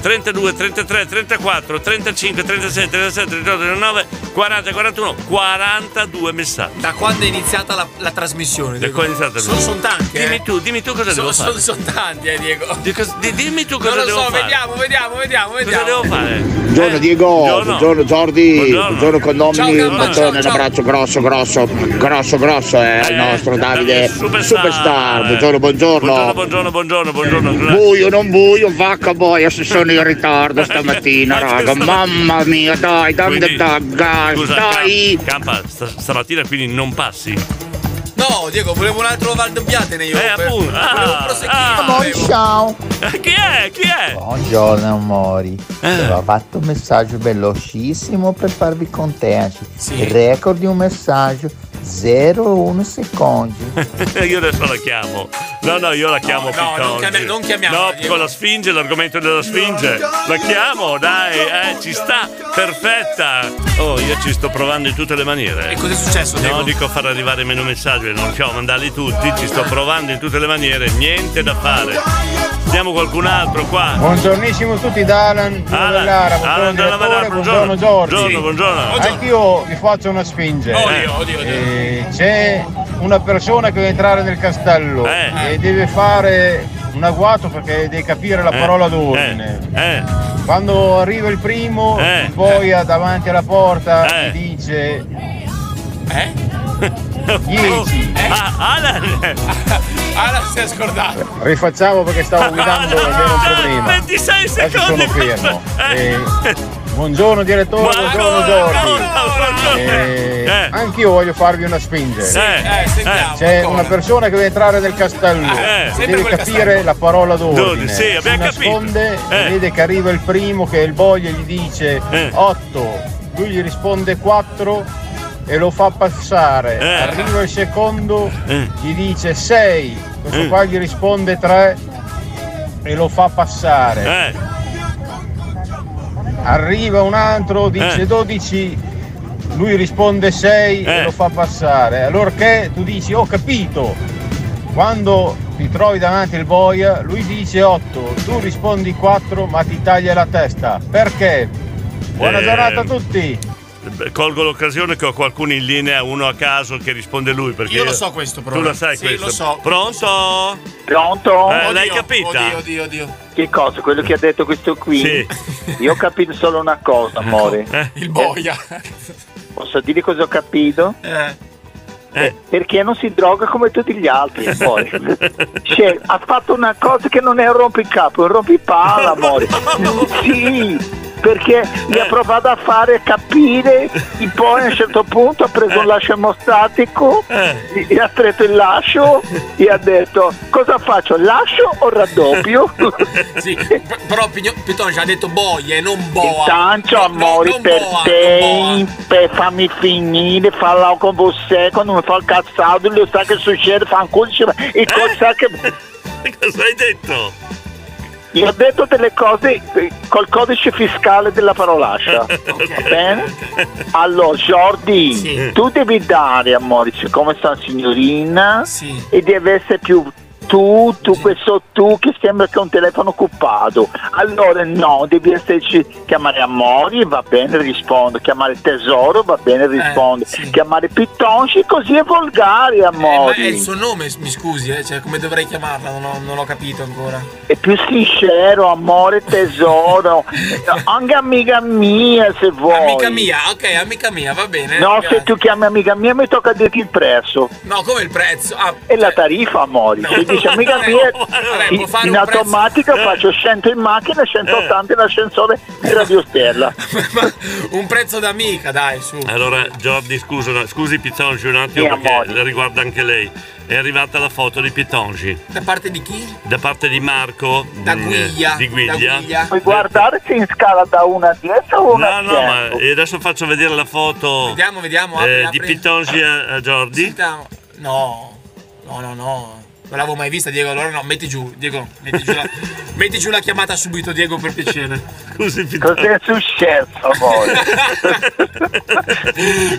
Speaker 2: 32, 33, 34, 35, 36, 37, 38, 39, 40, 41, 42 messaggi.
Speaker 3: Da quando è iniziata la, la trasmissione?
Speaker 2: Da
Speaker 3: Diego?
Speaker 2: quando è iniziata la
Speaker 3: Sono, sono
Speaker 2: trasmissione?
Speaker 3: tanti.
Speaker 2: Dimmi
Speaker 3: eh.
Speaker 2: tu, dimmi tu cosa
Speaker 3: Sono-
Speaker 2: devo fare.
Speaker 3: Sono, sono tanti, eh, Diego.
Speaker 2: dimmi tu cosa
Speaker 3: non lo
Speaker 2: devo
Speaker 3: so,
Speaker 2: fare.
Speaker 3: vediamo, vediamo, vediamo,
Speaker 2: Cosa
Speaker 3: vediamo.
Speaker 2: devo fare?
Speaker 7: Buongiorno Diego, buongiorno, Jordi,
Speaker 2: Eh, Buongiorno.
Speaker 7: buongiorno,
Speaker 2: Ciao,
Speaker 7: condomini,
Speaker 2: Gabba,
Speaker 7: un bacione, un abbraccio grosso, grosso, grosso, grosso, eh, il nostro Davide,
Speaker 2: eh, superstar.
Speaker 7: superstar, buongiorno,
Speaker 2: Buongiorno,
Speaker 7: buongiorno.
Speaker 2: buongiorno, buongiorno, buongiorno.
Speaker 7: Buio, non buio, vacca boia, se sono in ritardo
Speaker 2: <laughs>
Speaker 7: stamattina, raga, mamma mia, dai, dammi
Speaker 2: Quindi,
Speaker 7: da gas,
Speaker 2: Scusa,
Speaker 7: dai.
Speaker 2: Cam- Campa, sta- stamattina quindi non passi. <laughs>
Speaker 3: No, Diego, volevo un altro Valdobbiatene io.
Speaker 2: Eh,
Speaker 3: per-
Speaker 2: appunto. Ah, Eh,
Speaker 3: volevo proseguire. volevo-
Speaker 18: Ciao.
Speaker 2: Chi è? Chi è?
Speaker 18: Buongiorno amori,
Speaker 2: Eh.
Speaker 18: ho fatto un messaggio velocissimo per farvi contenti. Record di un messaggio
Speaker 28: 01
Speaker 2: <laughs>
Speaker 28: secondi.
Speaker 2: io adesso la chiamo. No, no, io la chiamo
Speaker 3: no, non
Speaker 2: Fitoggi.
Speaker 3: chiami- non chiamiamola,
Speaker 2: No, con la Sfinge, l'argomento della Sfinge. La chiamo, dai, eh, ci sta, perfetta. Oh, io ci sto provando in tutte le maniere. E
Speaker 3: cos'è successo,
Speaker 2: No,
Speaker 3: Diego?
Speaker 2: dico far arrivare meno messaggi, non riusciamo a mandarli tutti, ci sto provando in tutte le maniere, niente da fare. Sentiamo qualcun altro qua.
Speaker 7: Buongiornissimo a tutti da Alan dalla Vallara, buongiorno
Speaker 2: Alan dalla
Speaker 7: direttore,
Speaker 2: Vallara,
Speaker 7: buongiorno
Speaker 2: buongiorno.
Speaker 7: Giorgio.
Speaker 2: Buongiorno, buongiorno. Buongiorno.
Speaker 7: Anch'io vi faccio una spinge.
Speaker 2: Odio, odio, odio.
Speaker 7: Eh, c'è una persona che deve entrare nel castello
Speaker 2: Eh.
Speaker 7: e deve fare un agguato perché deve capire la
Speaker 29: Eh,
Speaker 7: parola d'ordine.
Speaker 2: eh.
Speaker 7: Quando arriva il primo,
Speaker 29: Eh,
Speaker 7: poi davanti alla porta
Speaker 2: Eh.
Speaker 7: ti dice
Speaker 3: Eh?
Speaker 2: <laughs> Dieci. Oh. Ah, Alan!
Speaker 3: <laughs> Alan si è scordato.
Speaker 7: Rifacciamo perché stavo guidando ed era un problema.
Speaker 2: 26
Speaker 7: Adesso sono
Speaker 2: secondi.
Speaker 7: fermo. Eh, buongiorno direttore, buongiorno Giorgio. Eh, Anch'io voglio farvi una spinge.
Speaker 2: Sì, eh, sentiamo
Speaker 7: C'è una persona che deve entrare nel castello,
Speaker 2: Eh, sempre
Speaker 7: deve
Speaker 2: quel
Speaker 7: capire
Speaker 2: castello.
Speaker 7: la parola
Speaker 2: D'ordine,
Speaker 7: d'ordine.
Speaker 2: sì, abbiamo Eh.
Speaker 7: si nasconde e vede che arriva il primo che è il boia e gli dice 8, lui gli risponde 4 e lo fa passare.
Speaker 29: Eh.
Speaker 7: Arriva il secondo,
Speaker 2: Eh.
Speaker 7: gli dice 6, questo qua gli risponde 3 e lo fa passare. Arriva un altro, dice 12, lui risponde 6 e lo fa passare. Allora che tu dici, ho capito. Quando ti trovi davanti il boia, lui dice 8, tu rispondi 4 ma ti taglia la testa. Perché? Buona
Speaker 2: Eh.
Speaker 7: giornata a tutti!
Speaker 2: Beh, Colgo l'occasione che ho qualcuno in linea, uno a caso che risponde lui. Perché
Speaker 7: Io lo so questo,
Speaker 2: Tu
Speaker 7: però.
Speaker 2: lo sai
Speaker 7: Sì,
Speaker 2: questo.
Speaker 7: lo so.
Speaker 2: Pronto?
Speaker 18: Pronto?
Speaker 2: Eh, l'hai capita?
Speaker 18: Oddio, oddio, oddio. Che cosa? Quello che ha detto questo qui? Io ho capito solo una
Speaker 2: <laughs>
Speaker 18: cosa, amore.
Speaker 2: Eh.
Speaker 18: Eh.
Speaker 3: Il boia.
Speaker 18: Posso dire cosa ho capito? Eh, Perché non si droga come tutti gli altri poi. Cioè, ha fatto una cosa che non è un rompicapo, è un rompipalla, amore. Sì, perché gli ha provato a fare capire e poi a un certo punto ha preso un lascio emostatico e- e ha stretto il lascio e ha detto cosa faccio, lascio o raddoppio?
Speaker 3: <laughs> Sì, p- però Pigno- Piton ci ha detto boia e non boa.
Speaker 18: Tanto amore per te, per fammi finire, parlare con você, quando mi fa il cazzato, lo sa che succede, fa un codice e cosa che...
Speaker 2: Cosa hai detto?
Speaker 18: Io ho detto delle cose eh, col codice fiscale della
Speaker 3: <laughs>
Speaker 18: parolaccia, va bene? Allora Jordi, tu devi dare amore, siccome sta signorina, e devi essere più tu, tu, questo tu che sembra che è un telefono occupato. Allora no, devi esserci chiamare Amori, va bene, rispondo, chiamare Tesoro, va bene, rispondo, chiamare Pittonci, così è volgare,
Speaker 3: Eh, Ma è
Speaker 18: Amori.
Speaker 3: il suo nome, mi scusi, eh, cioè, come dovrei chiamarla? Non ho, non ho capito ancora.
Speaker 18: E più sincero, amore,
Speaker 3: <laughs>
Speaker 18: tesoro, anche amica mia se vuoi.
Speaker 3: Amica mia, ok, amica mia, va bene.
Speaker 18: No,
Speaker 3: Amica-
Speaker 18: se tu chiami amica mia mi tocca dirti il prezzo.
Speaker 3: No, come il prezzo? Ah,
Speaker 18: E la tariffa, amori. Se dici
Speaker 3: <laughs>
Speaker 18: amica mia,
Speaker 3: Eh, vabbè, può
Speaker 18: in,
Speaker 3: fare
Speaker 18: in
Speaker 3: un prezzo-
Speaker 18: automatica faccio 100 in macchina e 180 in ascensore di Radio Stella.
Speaker 3: un prezzo d'amica, dai, su.
Speaker 2: Allora, Jordi, scusa, scusi Pitongi un attimo
Speaker 3: Sì,
Speaker 2: perché riguarda anche lei. È arrivata la foto di Pitongi
Speaker 3: Da parte di chi?
Speaker 2: da parte di Marco
Speaker 18: Da
Speaker 2: mh,
Speaker 18: Guiglia,
Speaker 2: Di Guiglia.
Speaker 18: Puoi guardare se in scala da 1 a 10 o 1 a
Speaker 2: No,
Speaker 18: 10.
Speaker 2: no, ma e adesso faccio vedere la foto
Speaker 18: Vediamo, vediamo,
Speaker 3: apri,
Speaker 2: eh,
Speaker 3: apri.
Speaker 2: di Pitongi a, a Jordi.
Speaker 3: Sentiamo. No, no, no, no. Non l'avevo mai vista, Diego. Allora no, metti giù, Diego, metti
Speaker 18: <laughs>
Speaker 3: giù la, metti giù la chiamata subito, Diego, per piacere. <laughs>
Speaker 2: Così
Speaker 18: Cos'è successo voi?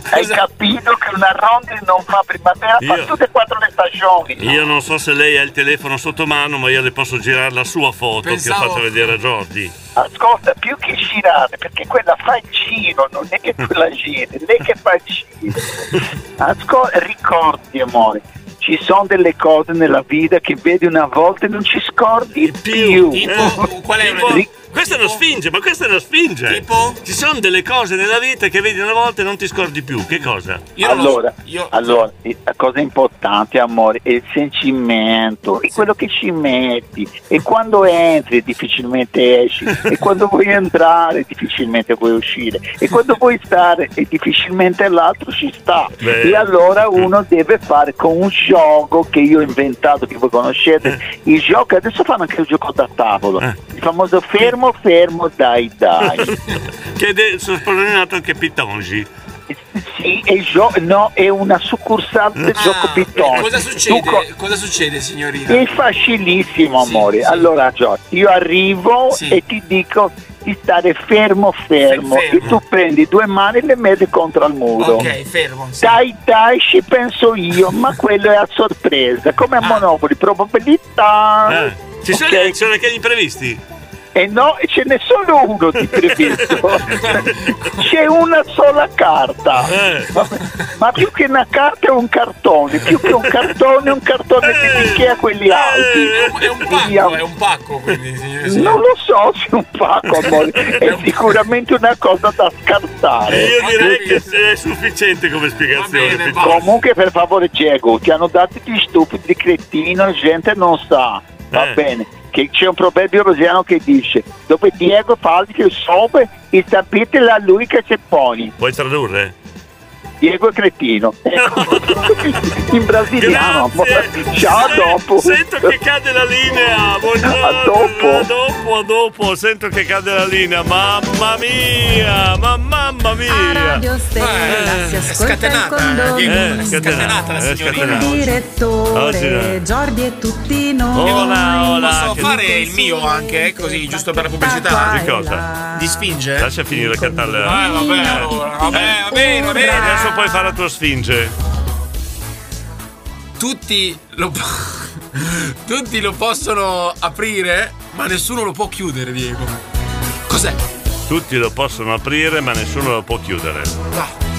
Speaker 18: Hai capito che una ronda non fa primavera,
Speaker 2: Io-
Speaker 18: fa tutte e quattro le stagioni.
Speaker 2: Io non so se lei ha il telefono sotto mano, ma io le posso girare la sua foto che
Speaker 18: Pensavo-
Speaker 2: ho fatto vedere a Jordi.
Speaker 18: Ascolta, più che girare, perché quella fa il giro, non è che tu la giri, lei che fa il giro. Ascolta, ricordi, amore, ci sono delle cose nella vita che vedi una volta e non ci scordi più.
Speaker 2: Tipo, qual è questa è una sfinge, ma questa è una sfinge. Tipo? Ci sono delle cose nella vita che vedi una volta e non ti scordi più. Che cosa?
Speaker 18: allora, allora, eh, la cosa importante, amore, è il sentimento, è quello che ci metti. E quando entri difficilmente esci, e quando vuoi entrare difficilmente vuoi uscire, e quando vuoi stare e difficilmente l'altro ci sta.
Speaker 20: Beh.
Speaker 18: E allora uno deve fare con un gioco che io ho inventato, che voi conoscete, il gioco, adesso fanno anche il gioco da tavolo, il famoso fermo, fermo, dai, dai.
Speaker 2: che è de- sottolineato anche Pitongi. eh.
Speaker 18: Sì, è, gio- no, è una succursale del gioco pittorico.
Speaker 3: Ah, eh, Cosa
Speaker 18: Tu co-
Speaker 3: succede? Cosa succede, signorina?
Speaker 18: è facilissimo,
Speaker 3: Sì,
Speaker 18: amore.
Speaker 3: sì.
Speaker 18: Allora, Gio, io arrivo
Speaker 3: Sì.
Speaker 18: e ti dico di stare fermo, fermo.
Speaker 3: Fermo.
Speaker 18: E tu prendi due mani e le metti contro il muro.
Speaker 3: Ok, fermo.
Speaker 18: Dai, dai, ci penso io, ma quello è a sorpresa. Come a
Speaker 3: Ah.
Speaker 18: Monopoli, probabilità.
Speaker 2: Eh, Ci sono, ci sono anche gli imprevisti?
Speaker 18: E no, ce n'è solo uno di
Speaker 3: <laughs>
Speaker 18: previsto. C'è una sola carta.
Speaker 3: Eh.
Speaker 18: Ma, ma più che una carta è un cartone, più che un cartone è un cartone di Ikea quelli alti.
Speaker 3: Eh. È un pacco, è un pacco, quindi, signorina.
Speaker 18: Non lo so se è un pacco,
Speaker 3: <laughs>
Speaker 18: amore. è sicuramente una cosa da scartare.
Speaker 2: Io direi che è sufficiente come spiegazione. Pietro.
Speaker 18: Comunque per favore Diego, ti hanno dato gli stupidi cretino, la gente non sa. Va
Speaker 2: Eh.
Speaker 18: bene. Che c'è un proverbio rosiano che dice dove Diego parli che sobe e sapete la lui che si poni.
Speaker 2: Puoi tradurre?
Speaker 18: Diego
Speaker 2: <laughs>
Speaker 18: è cretino. Ecco. In brasiliano. Ciao a dopo.
Speaker 2: Sento che cade la linea. Buongiorno.
Speaker 18: A dopo.
Speaker 2: A dopo, a dopo. Sento che cade la linea. Mamma mia, ma mamma mia.
Speaker 6: Radio Stella si ascolta il condono.
Speaker 2: Eh, scatenata la
Speaker 6: Il direttore Giordi e tutti noi.
Speaker 3: Posso fare il mio anche, eh, così, giusto per la pubblicità?
Speaker 2: Che cosa?
Speaker 3: Di Sfinge?
Speaker 2: Lascia finire la cantare.
Speaker 3: Ah, vabbè, allora, vabbè, va bene, va bene.
Speaker 2: Eh, Adesso puoi fare la tua sfinge.
Speaker 3: Tutti lo, <laughs> tutti lo possono aprire, ma nessuno lo può chiudere, Diego. Cos'è?
Speaker 2: Tutti lo possono aprire, ma nessuno lo può chiudere.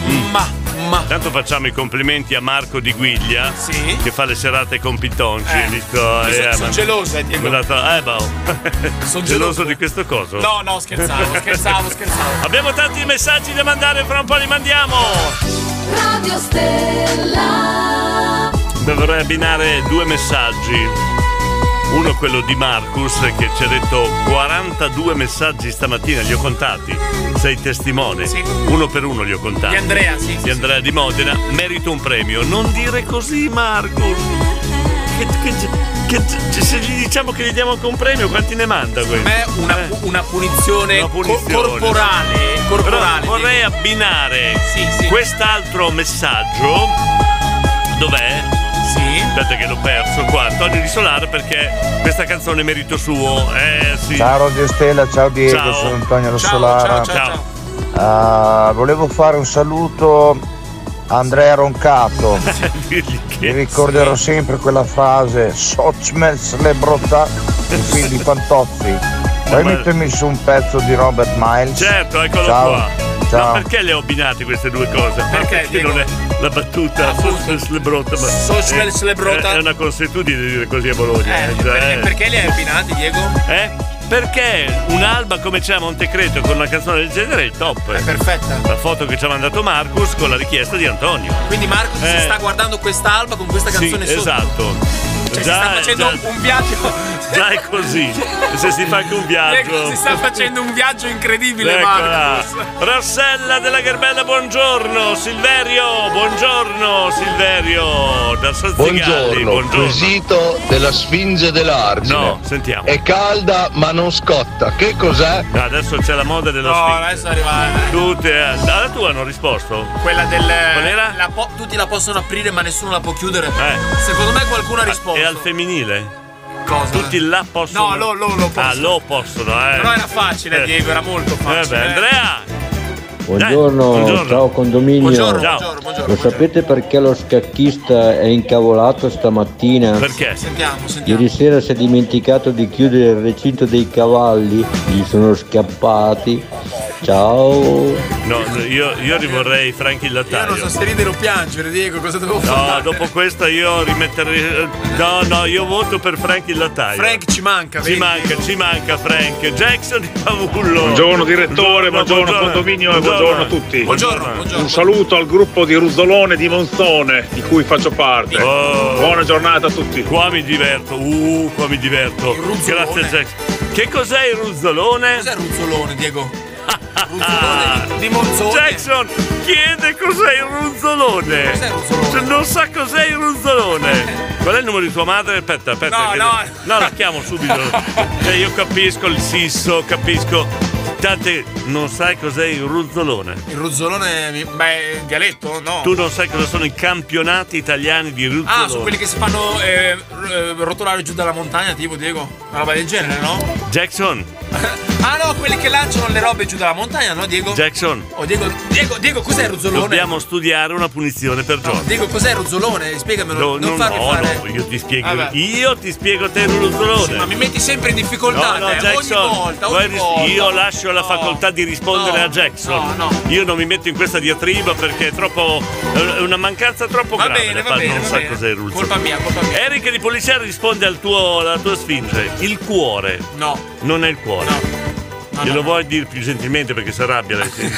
Speaker 2: Mm.
Speaker 3: Ma, ma.
Speaker 2: Tanto facciamo i complimenti a Marco Di Guiglia, che fa le serate con Pitonci.
Speaker 3: Eh,
Speaker 2: Dico,
Speaker 3: io son- son geloso, eh, Diego.
Speaker 2: Eh, ma-
Speaker 3: <laughs>
Speaker 2: geloso,
Speaker 3: Son geloso.
Speaker 2: di questo coso?
Speaker 3: No, no, scherzavo, scherzavo, scherzavo.
Speaker 2: <laughs> Abbiamo tanti messaggi da mandare, fra un po' li mandiamo.
Speaker 12: Radio Stella.
Speaker 2: Dovrei abbinare due messaggi. Uno quello di Marcus che ci ha detto 42 messaggi stamattina, li ho contati. Sei testimone. Uno per uno li ho contati.
Speaker 3: Di Andrea, sì,
Speaker 2: Di Andrea di Modena, merito un premio. Non dire così, Marcus. Che, che- che- che- se gli diciamo che gli diamo anche un premio, quanti ne manda Eh. questo?
Speaker 3: Beh, una, una punizione, co- corporale.
Speaker 2: Però
Speaker 3: corporale
Speaker 2: vorrei abbinare quest'altro messaggio. Dov'è?
Speaker 3: Sì.
Speaker 2: Aspetta che l'ho perso qua. Antonio di Solare perché questa canzone è merito suo. Eh sì.
Speaker 11: Ciao Radio Stella, ciao Diego,
Speaker 2: Ciao.
Speaker 11: sono Antonio
Speaker 2: ciao,
Speaker 11: Rossolara.
Speaker 2: ciao,
Speaker 11: Ah, volevo fare un saluto a
Speaker 2: <laughs>
Speaker 11: Andrea Roncato. Mi ricorderò sempre quella frase Socmels le brotta il film di Fantozzi. Puoi
Speaker 2: Ma-
Speaker 11: mettermi su un pezzo di Robert Miles?
Speaker 2: Certo, eccolo
Speaker 11: ciao.
Speaker 2: qua.
Speaker 11: Ciao.
Speaker 2: Ma perché le ho abbinate queste due cose? Ma Perché, non è la battuta social slebrota? ma-
Speaker 3: Social
Speaker 2: eh,
Speaker 3: slebrota.
Speaker 2: È una consuetudine dire così a Bologna.
Speaker 3: Eh,
Speaker 2: cioè,
Speaker 3: perché, perché li hai abbinati, Diego?
Speaker 2: eh? Perché un'alba come c'è a Montecreto con una canzone del genere è il top. È
Speaker 3: perfetta.
Speaker 2: La foto che ci ha mandato Marcus con la richiesta di Antonio.
Speaker 3: Quindi Marco si
Speaker 2: Eh.
Speaker 3: sta guardando quest'alba con questa
Speaker 2: Sì,
Speaker 3: canzone sotto.
Speaker 2: esatto.
Speaker 3: Cioè, si sta facendo
Speaker 2: già-
Speaker 3: un viaggio.
Speaker 2: già è così. Se si fa anche un
Speaker 3: Ecco,
Speaker 2: viaggio.
Speaker 3: si sta <laughs> facendo un viaggio incredibile,
Speaker 2: Eccola.
Speaker 3: Marco.
Speaker 2: Rossella della Gerbella, buongiorno. Silverio, buongiorno. Silverio da Sanzigalli,
Speaker 20: Buongiorno, quesito della Sfinge dell'Argine.
Speaker 2: No, sentiamo.
Speaker 20: È calda ma non scotta. Che cos'è?
Speaker 2: No, Adesso c'è la moda della
Speaker 20: No,
Speaker 2: sfinge.
Speaker 3: adesso arriva- eh.
Speaker 2: Tutte, eh, alla tua hanno risposto?
Speaker 3: Quella del.
Speaker 2: Qual era?
Speaker 3: la po- tutti la possono aprire, ma nessuno la può chiudere. Secondo me qualcuno ha risposto.
Speaker 2: È al femminile? Cosa? Tutti là possono.
Speaker 3: No, lo- lo- lo
Speaker 2: Ah, lo possono, eh.
Speaker 3: Però era facile, Diego, era molto facile.
Speaker 2: Eh beh, Andrea!
Speaker 23: Buongiorno,
Speaker 2: buongiorno.
Speaker 23: ciao condominio.
Speaker 2: Buongiorno, Ciao. buongiorno,
Speaker 23: Lo sapete perché lo scacchista è incavolato stamattina?
Speaker 2: Perché?
Speaker 3: Sentiamo, sentiamo.
Speaker 23: Ieri sera si è dimenticato di chiudere il recinto dei cavalli, gli sono scappati. Ciao.
Speaker 2: No, no, io, io rivorrei Franchi il lattaio.
Speaker 3: Non so se ridere o piangere, Diego, cosa devo
Speaker 2: No,
Speaker 3: fare?
Speaker 2: dopo questa io rimetterei. No, no, io voto per Frank il lattaio.
Speaker 3: Frank ci manca,
Speaker 2: Ci manca, ci manca Frank. Jackson di Pavullo.
Speaker 17: Buongiorno direttore, buongiorno, condominio e buongiorno a tutti. Un saluto al gruppo di Ruzzolone di Monzone di cui faccio parte. Ecco. Buona giornata a tutti.
Speaker 2: Oh. Qua mi diverto, uh, qua mi diverto. Grazie Jackson. Che cos'è il ruzzolone? Cos'è
Speaker 3: il
Speaker 2: <laughs>
Speaker 3: ruzzolone, Diego? ruzzolone di Monzone.
Speaker 2: Jackson chiede cos'è il ruzzolone. Cos'è il ruzzolone? non sa cos'è il ruzzolone. Qual è il numero di tua madre? Aspetta, aspetta.
Speaker 3: No,
Speaker 2: che-
Speaker 3: no. <laughs>
Speaker 2: no, la chiamo subito. Cioè, io capisco il sisso, capisco. Chat, non sai cos'è il ruzzolone.
Speaker 3: Il ruzzolone, beh, dialetto? No.
Speaker 2: Tu non sai cosa sono i campionati italiani di ruzzolone.
Speaker 3: Ah, sono quelli che si fanno eh, r- eh, rotolare giù dalla montagna, tipo Diego. Una roba del genere, no?
Speaker 2: Jackson,
Speaker 3: Ah no, quelli che lanciano le robe giù dalla montagna, no Diego?
Speaker 2: Jackson,
Speaker 3: Oh Diego, Diego, Diego, cos'è il ruzzolone?
Speaker 2: dobbiamo studiare una punizione per Giorgio.
Speaker 3: Diego, cos'è il ruzzolone? Spiegamelo,
Speaker 2: No,
Speaker 3: non
Speaker 2: no,
Speaker 3: farmi
Speaker 2: no,
Speaker 3: fare.
Speaker 2: no, io ti spiego.
Speaker 3: Vabbè.
Speaker 2: Io ti spiego te il ruzzolone.
Speaker 3: Ma mi metti sempre in difficoltà,
Speaker 2: No, no,
Speaker 3: te,
Speaker 2: Jackson,
Speaker 3: ogni volta,
Speaker 2: vuoi
Speaker 3: ogni
Speaker 2: ris-
Speaker 3: volta.
Speaker 2: io lascio la facoltà di rispondere
Speaker 3: No,
Speaker 2: a Jackson. Io non mi metto in questa diatriba perché è troppo. è una mancanza troppo grave.
Speaker 3: bene, va
Speaker 2: Fa-
Speaker 3: bene,
Speaker 2: non
Speaker 3: va
Speaker 2: sa
Speaker 3: bene.
Speaker 2: cos'è il ruzzolone.
Speaker 3: Colpa mia, colpa mia.
Speaker 2: Eric di Polizia risponde al tuo, alla tua sfinge. Il cuore.
Speaker 3: No.
Speaker 2: Non è il cuore. Glielo vuoi dire più gentilmente perché si arrabbia lei.
Speaker 3: <laughs>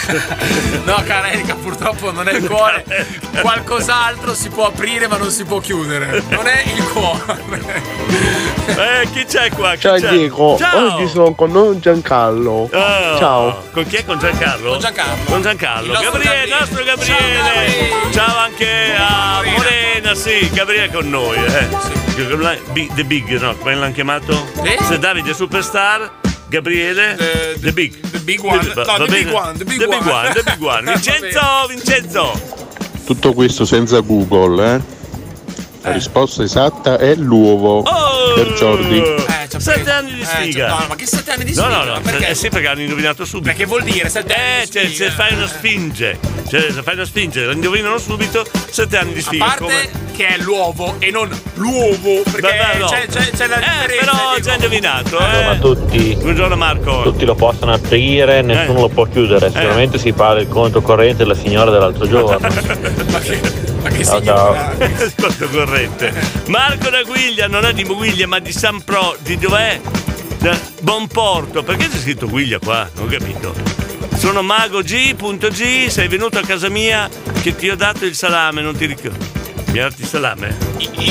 Speaker 3: No, cara Erika, purtroppo non è
Speaker 2: <laughs>
Speaker 3: il cuore.
Speaker 2: Eh.
Speaker 3: Qualcos'altro si può aprire ma non si può chiudere. Non è il cuore.
Speaker 2: <laughs> Eh, chi c'è qua? Chi
Speaker 25: Ciao
Speaker 2: c'è?
Speaker 25: Diego,
Speaker 2: Ciao.
Speaker 25: oggi sono con noi Giancarlo.
Speaker 2: Oh.
Speaker 25: Ciao.
Speaker 2: Con chi è? Con Giancarlo? Con Giancarlo. Con Giancarlo.
Speaker 25: Il nostro
Speaker 2: Gabriele, il
Speaker 25: Gabriele.
Speaker 2: nostro Gabriele. Ciao, anche a Morena, sì, Gabriele è con noi. eh. Bi- The Big, no, come l'hanno chiamato?
Speaker 3: Sì.
Speaker 2: Se Davide è superstar, Gabriele, the, Big. The Big
Speaker 3: One. No, The Big One, The Big One.
Speaker 2: The Big One. Vincenzo, Vincenzo.
Speaker 1: Tutto questo senza Google, eh? La risposta esatta è l'uovo
Speaker 2: Oh!
Speaker 1: per Jordi.
Speaker 3: Eh,
Speaker 2: Sette anni di sfiga.
Speaker 3: no, ma che sette anni di
Speaker 2: No,
Speaker 3: sfiga?
Speaker 2: no, no,
Speaker 3: Ma perché?
Speaker 2: eh sì, perché hanno indovinato subito. Perché
Speaker 3: vuol dire sette
Speaker 2: eh,
Speaker 3: anni di
Speaker 2: cioè,
Speaker 3: sfiga?
Speaker 2: se fai una sfinge, cioè se fai una sfinge, la indovinano subito, sette anni di sfiga.
Speaker 3: A parte
Speaker 2: come-
Speaker 3: che è l'uovo e non l'uovo, perché
Speaker 2: Vabbè, no.
Speaker 3: c'è, c'è, c'è la differenza.
Speaker 2: Eh, però già indovinato,
Speaker 7: Buongiorno a
Speaker 2: eh.
Speaker 7: tutti.
Speaker 2: Buongiorno Marco.
Speaker 7: Tutti lo possono aprire,
Speaker 2: Eh.
Speaker 7: nessuno lo può chiudere. Sicuramente si paga il conto corrente della signora dell'altro
Speaker 2: <laughs>
Speaker 7: giorno.
Speaker 3: ma che, ma che
Speaker 7: Ciao,
Speaker 3: signora?
Speaker 2: Conto corrente. Marco da Guiglia, non è di Guiglia, ma di San Pro, di dov'è? Da Buonporto, perché c'è scritto Guiglia qua? Non ho capito. Sono mago G.G, sei venuto a casa mia che ti ho dato il salame, non ti ricordo. Mi ha dato il salame?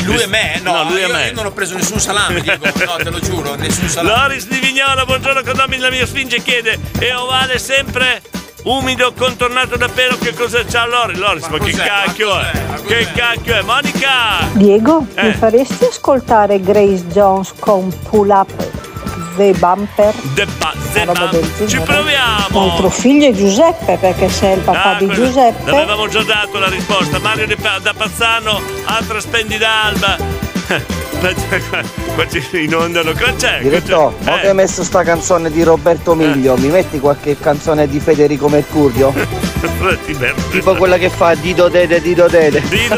Speaker 3: Lui e me? No,
Speaker 2: lui
Speaker 3: io,
Speaker 2: e me.
Speaker 3: io non ho preso nessun
Speaker 2: <laughs>
Speaker 3: salame, Diego. No, te lo giuro, nessun salame.
Speaker 2: Loris di Vignola, buongiorno condomini, la mia sfinge chiede è ovale sempre umido contornato da pelo, che cosa c'ha Loris? Loris, ma, che cacchio è? Che cacchio è? Monica!
Speaker 13: Diego,
Speaker 2: Eh.
Speaker 13: mi faresti ascoltare Grace Jones con Pull Up The Bumper?
Speaker 2: The ba- the bam- Ci
Speaker 13: L'altro
Speaker 2: proviamo!
Speaker 13: figlio è Giuseppe, perché se è il papà di
Speaker 2: quella-
Speaker 13: Giuseppe.
Speaker 2: L'avevamo già dato la risposta. Mario De Pa- da Pazzano, altra spendida alba. <laughs> Ma c'è qua, qua ci inondano. Cosa c'è? Cosa c'è?
Speaker 10: Diretto, ho Eh, che hai messo sta canzone di Roberto Miglio, mi metti qualche canzone di Federico Mercurio?
Speaker 2: <laughs> Ti merda.
Speaker 10: tipo quella che fa Dido Dede Dido Dede.
Speaker 2: Dido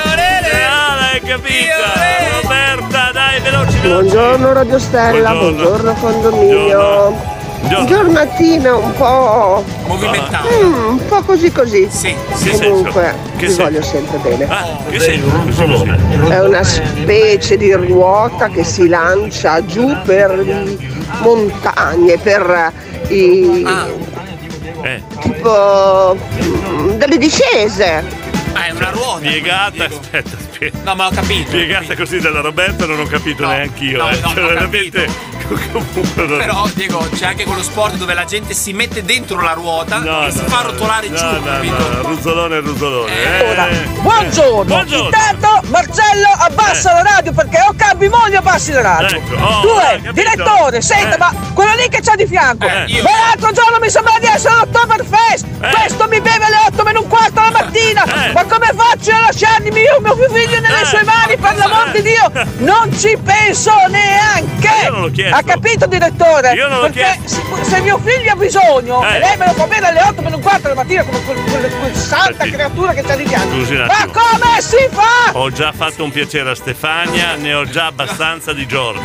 Speaker 2: Ah, l'hai capita! Roberta, dai, veloci, veloci!
Speaker 30: Buongiorno Radio Stella, buongiorno, condominio.
Speaker 2: Buongiorno.
Speaker 30: Giornatina un po'.
Speaker 2: Movimentata.
Speaker 30: Mm, un po' così così.
Speaker 3: Sì,
Speaker 2: sì.
Speaker 30: Comunque,
Speaker 2: Che
Speaker 30: vi
Speaker 2: senso? Ah,
Speaker 30: voglio sempre bene.
Speaker 2: Che sei?
Speaker 30: È una specie di ruota che si lancia giù per le montagne, per i.
Speaker 2: Ah. Eh,
Speaker 30: tipo. mm, delle discese.
Speaker 3: Ah, è una ruota.
Speaker 2: Piegata, aspetta, aspetta.
Speaker 3: No, ma ho capito.
Speaker 2: Piegata così dalla Roberta non ho capito neanche io.
Speaker 3: no,
Speaker 2: eh.
Speaker 3: no,
Speaker 2: Cioè,
Speaker 3: ho
Speaker 2: veramente. <laughs> Comunque non-
Speaker 3: Però, Diego, c'è anche quello sport dove la gente si mette dentro la ruota e si fa rotolare
Speaker 2: no,
Speaker 3: giù,
Speaker 2: no,
Speaker 3: capito?
Speaker 2: no, ruzzolone, ruzzolone. eh.
Speaker 10: Allora, buongiorno.
Speaker 2: Buongiorno. Eh.
Speaker 10: Intanto Marcello abbassa la radio perché o cambi moglie o abbassi la radio.
Speaker 2: Ecco, oh, hai capito?
Speaker 10: Due, direttore, senta,
Speaker 2: Eh.
Speaker 10: ma quello lì che c'ha di fianco.
Speaker 2: Eh, io- Eh.
Speaker 10: ma l'altro giorno mi sembra di essere all'Oktoberfest. Questo mi beve alle 8 meno un quarto la mattina. Ma come faccio a lasciarmi io, mio figlio nelle
Speaker 2: Eh.
Speaker 10: sue mani, per l'amor di Dio? Non ci penso neanche. Ha capito, direttore?
Speaker 2: Io non l'ho
Speaker 10: perché
Speaker 2: chiesto.
Speaker 10: se, se mio figlio ha bisogno,
Speaker 2: Eh.
Speaker 10: e lei me lo fa bere alle 8 meno un quarto della mattina, come quel, quel- quel santa
Speaker 2: Senti.
Speaker 10: creatura che c'ha di fianco.
Speaker 2: Scusi un
Speaker 10: Ma
Speaker 2: attimo.
Speaker 10: come si fa?
Speaker 2: Ho già fatto un piacere a Stefania, ne ho già abbastanza di giorni.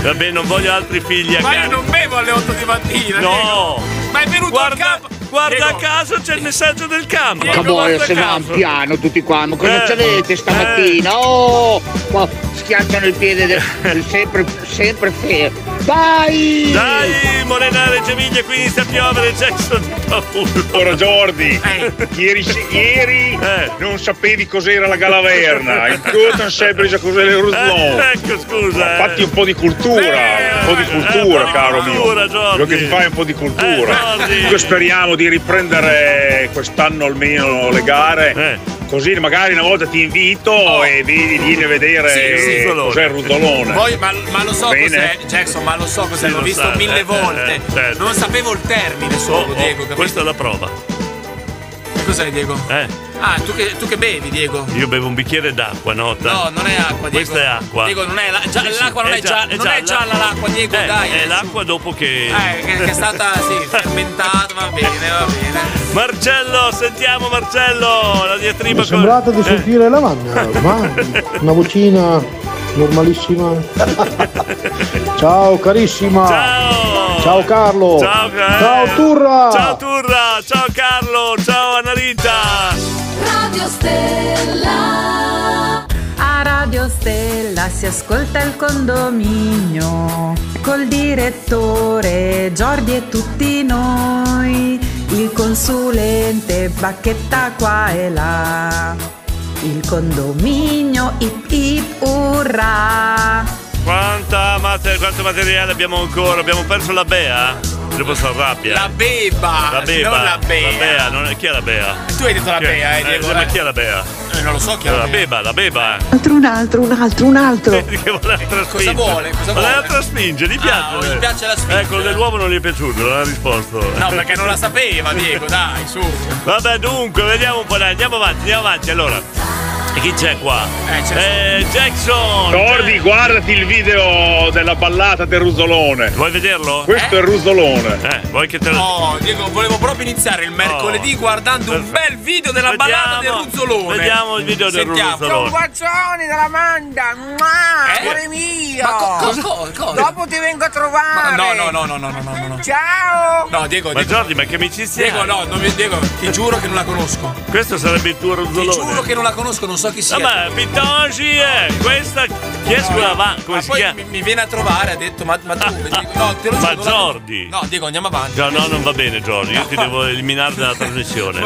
Speaker 2: Vabbè, non voglio altri figli a
Speaker 3: Ma
Speaker 2: casa.
Speaker 3: io non bevo alle 8 di mattina.
Speaker 2: No!
Speaker 3: Diego. Ma è venuto al campo.
Speaker 2: Guarda a caso c'è il messaggio del campo.
Speaker 18: Caboia,
Speaker 2: Guarda
Speaker 18: se va
Speaker 2: caso.
Speaker 18: piano tutti qua, ma cosa
Speaker 2: Eh.
Speaker 18: c'avete stamattina? Oh, qua schiacciano il piede del- sempre, sempre fermo. Dai!
Speaker 2: Dai, Morena Reggio Emilia, qui inizia a piovere,
Speaker 17: <laughs>
Speaker 2: Jackson Eh. di paura.
Speaker 17: Ora Jordi, ieri, si- ieri
Speaker 2: Eh.
Speaker 17: non sapevi cos'era la <laughs> galaverna, in Cotton non sai presa cos'è
Speaker 2: Eh,
Speaker 17: l'Eurozone.
Speaker 2: ecco, scusa. eh.
Speaker 17: Fatti un po' di cultura, Eh, un po' di cultura, caro
Speaker 2: cultura,
Speaker 17: mio.
Speaker 2: Jordi.
Speaker 17: Quello che ti fai è un po' di cultura.
Speaker 2: Eh, Jordi. Eh.
Speaker 17: Noi speriamo di riprendere quest'anno almeno le gare Così magari una volta ti invito
Speaker 2: Oh.
Speaker 17: e vedi vieni a vedere
Speaker 3: Oh. Sì, sì.
Speaker 17: cos'è il ruzzolone.
Speaker 3: Poi, ma, ma lo so
Speaker 17: Bene?
Speaker 3: cos'è, Jackson, ma lo so cos'è,
Speaker 17: Sì,
Speaker 3: l'ho
Speaker 17: lo
Speaker 3: visto
Speaker 17: sa,
Speaker 3: mille
Speaker 17: eh,
Speaker 3: volte.
Speaker 17: eh, certo. Oh,
Speaker 3: Non sapevo il termine solo, Diego. capito?
Speaker 2: Questa è la prova.
Speaker 3: Che Cos'è, Diego?
Speaker 2: Eh,
Speaker 3: Ah, tu che, tu che bevi, Diego?
Speaker 2: io bevo un bicchiere d'acqua, nota.
Speaker 3: No, non è acqua, Diego.
Speaker 2: Questa è acqua.
Speaker 3: Diego, non è la- già-
Speaker 2: Sì, sì,
Speaker 3: l'acqua non è già- non è gialla l'acqua, Diego,
Speaker 2: Eh,
Speaker 3: dai,
Speaker 2: È
Speaker 3: su.
Speaker 2: l'acqua dopo che.
Speaker 3: Eh, che, che è stata, sì,
Speaker 2: <laughs>
Speaker 3: fermentata, va bene, va bene.
Speaker 2: Marcello, sentiamo Marcello, la diatriba
Speaker 7: Mi è
Speaker 2: con-
Speaker 7: sembrato di
Speaker 2: Eh,
Speaker 7: sentire la manna,
Speaker 2: <laughs>
Speaker 7: ma una vocina normalissima. Ciao carissima. Ciao. Carlo.
Speaker 2: Ciao, eh.
Speaker 7: Oh. Ciao Turra.
Speaker 2: Ciao Turra, ciao Carlo, ciao Annalita.
Speaker 31: Radio Stella.
Speaker 6: A Radio Stella si ascolta il condominio col direttore Giordi e tutti noi, il consulente Bacchetta qua e là, il condominio ip ip urra.
Speaker 2: Quanta mate- quanto materiale abbiamo ancora? Abbiamo perso la Bea? Dopo sta rabbia. La
Speaker 3: Beba!
Speaker 2: La Beba!
Speaker 3: non la Bea.
Speaker 2: non è- chi è la Bea?
Speaker 3: Tu hai detto la
Speaker 2: Chi è?
Speaker 3: Bea, eh, Diego,
Speaker 2: Ma
Speaker 3: eh.
Speaker 2: chi è la Bea?
Speaker 3: non lo so chi è la
Speaker 2: La Beba, la Beba!
Speaker 32: Altro un altro, un altro, un altro.
Speaker 2: Che vuole altra spinge.
Speaker 3: vuole?
Speaker 2: Vuole
Speaker 3: Cosa vuole? Ah, oh,
Speaker 2: altra spinge, gli piace.
Speaker 3: gli piace la spinge.
Speaker 2: Eh, quello dell'uomo non gli è piaciuto, non ha risposto.
Speaker 3: No, perché non la sapeva,
Speaker 2: <laughs>
Speaker 3: Diego, dai, su.
Speaker 2: Vabbè, dunque, vediamo un po'. Dai, andiamo avanti, andiamo avanti. Allora, e chi c'è qua? Eh,
Speaker 3: Oh,
Speaker 2: Jackson!
Speaker 3: cioè.
Speaker 17: Cordi, guardati il video della ballata del ruzzolone.
Speaker 2: Vuoi vederlo?
Speaker 17: Questo è il ruzzolone.
Speaker 2: Eh, vuoi che te lo.
Speaker 3: No, Diego, volevo proprio iniziare
Speaker 17: Oh.
Speaker 3: il mercoledì guardando un bel video della ballata del Ruzzolone.
Speaker 2: vediamo il video del
Speaker 3: Sentiamo.
Speaker 2: Ruzzolone.
Speaker 10: bacione dalla Manda, mua, amore mio.
Speaker 3: Eh? ma co- cosa- cosa?
Speaker 10: Dopo ti vengo a trovare.
Speaker 3: No, no, no, no, no, no, no, no.
Speaker 10: Ciao.
Speaker 3: No, Diego,
Speaker 2: Ma
Speaker 3: Diego,
Speaker 2: Giordi, ma che amicizia?
Speaker 3: Diego, no, non mi- Diego, ti giuro che non la conosco.
Speaker 2: Questo sarebbe il tuo
Speaker 3: Ti
Speaker 2: ruzzolone.
Speaker 3: giuro che non la conosco, non so chi sia.
Speaker 2: No, ma Pitongi è questa. Chi è scuola va? Come
Speaker 3: ma
Speaker 2: si
Speaker 3: poi
Speaker 2: chiama?
Speaker 3: Mi, mi viene a trovare, ha detto, ma,
Speaker 2: <laughs>
Speaker 3: ma tu, Diego, no, te lo giuro.
Speaker 2: Ma
Speaker 3: non la-
Speaker 2: Giordi!
Speaker 3: No, Diego, andiamo avanti.
Speaker 2: No, no, non va bene, Giordi. Io ti devo eliminare dalla
Speaker 3: <laughs>
Speaker 2: trasmissione.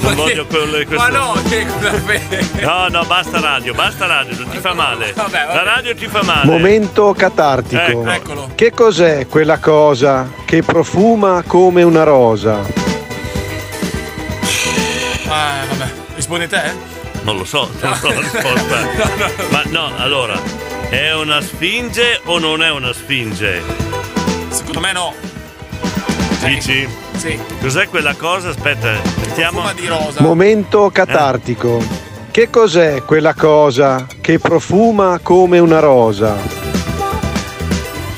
Speaker 2: Non voglio quelle
Speaker 3: Ma
Speaker 2: queste.
Speaker 3: no, Diego, va bene.
Speaker 2: No, no, basta radio, basta radio, non ti fa male.
Speaker 3: Vabbè,
Speaker 2: La radio ti fa male.
Speaker 11: Momento catartico.
Speaker 2: Ecco.
Speaker 11: Che cos'è quella cosa che profuma come una rosa?
Speaker 3: Ah, vabbè. Rispondi te?
Speaker 2: Non lo so, non so la risposta. Ma no, allora, è una sfinge o non è una sfinge?
Speaker 3: Secondo me no.
Speaker 2: Dici?
Speaker 3: Sì.
Speaker 2: Cos'è quella cosa? Aspetta, mettiamo.
Speaker 3: di rosa.
Speaker 11: Momento catartico. Che cos'è quella cosa che profuma come una rosa?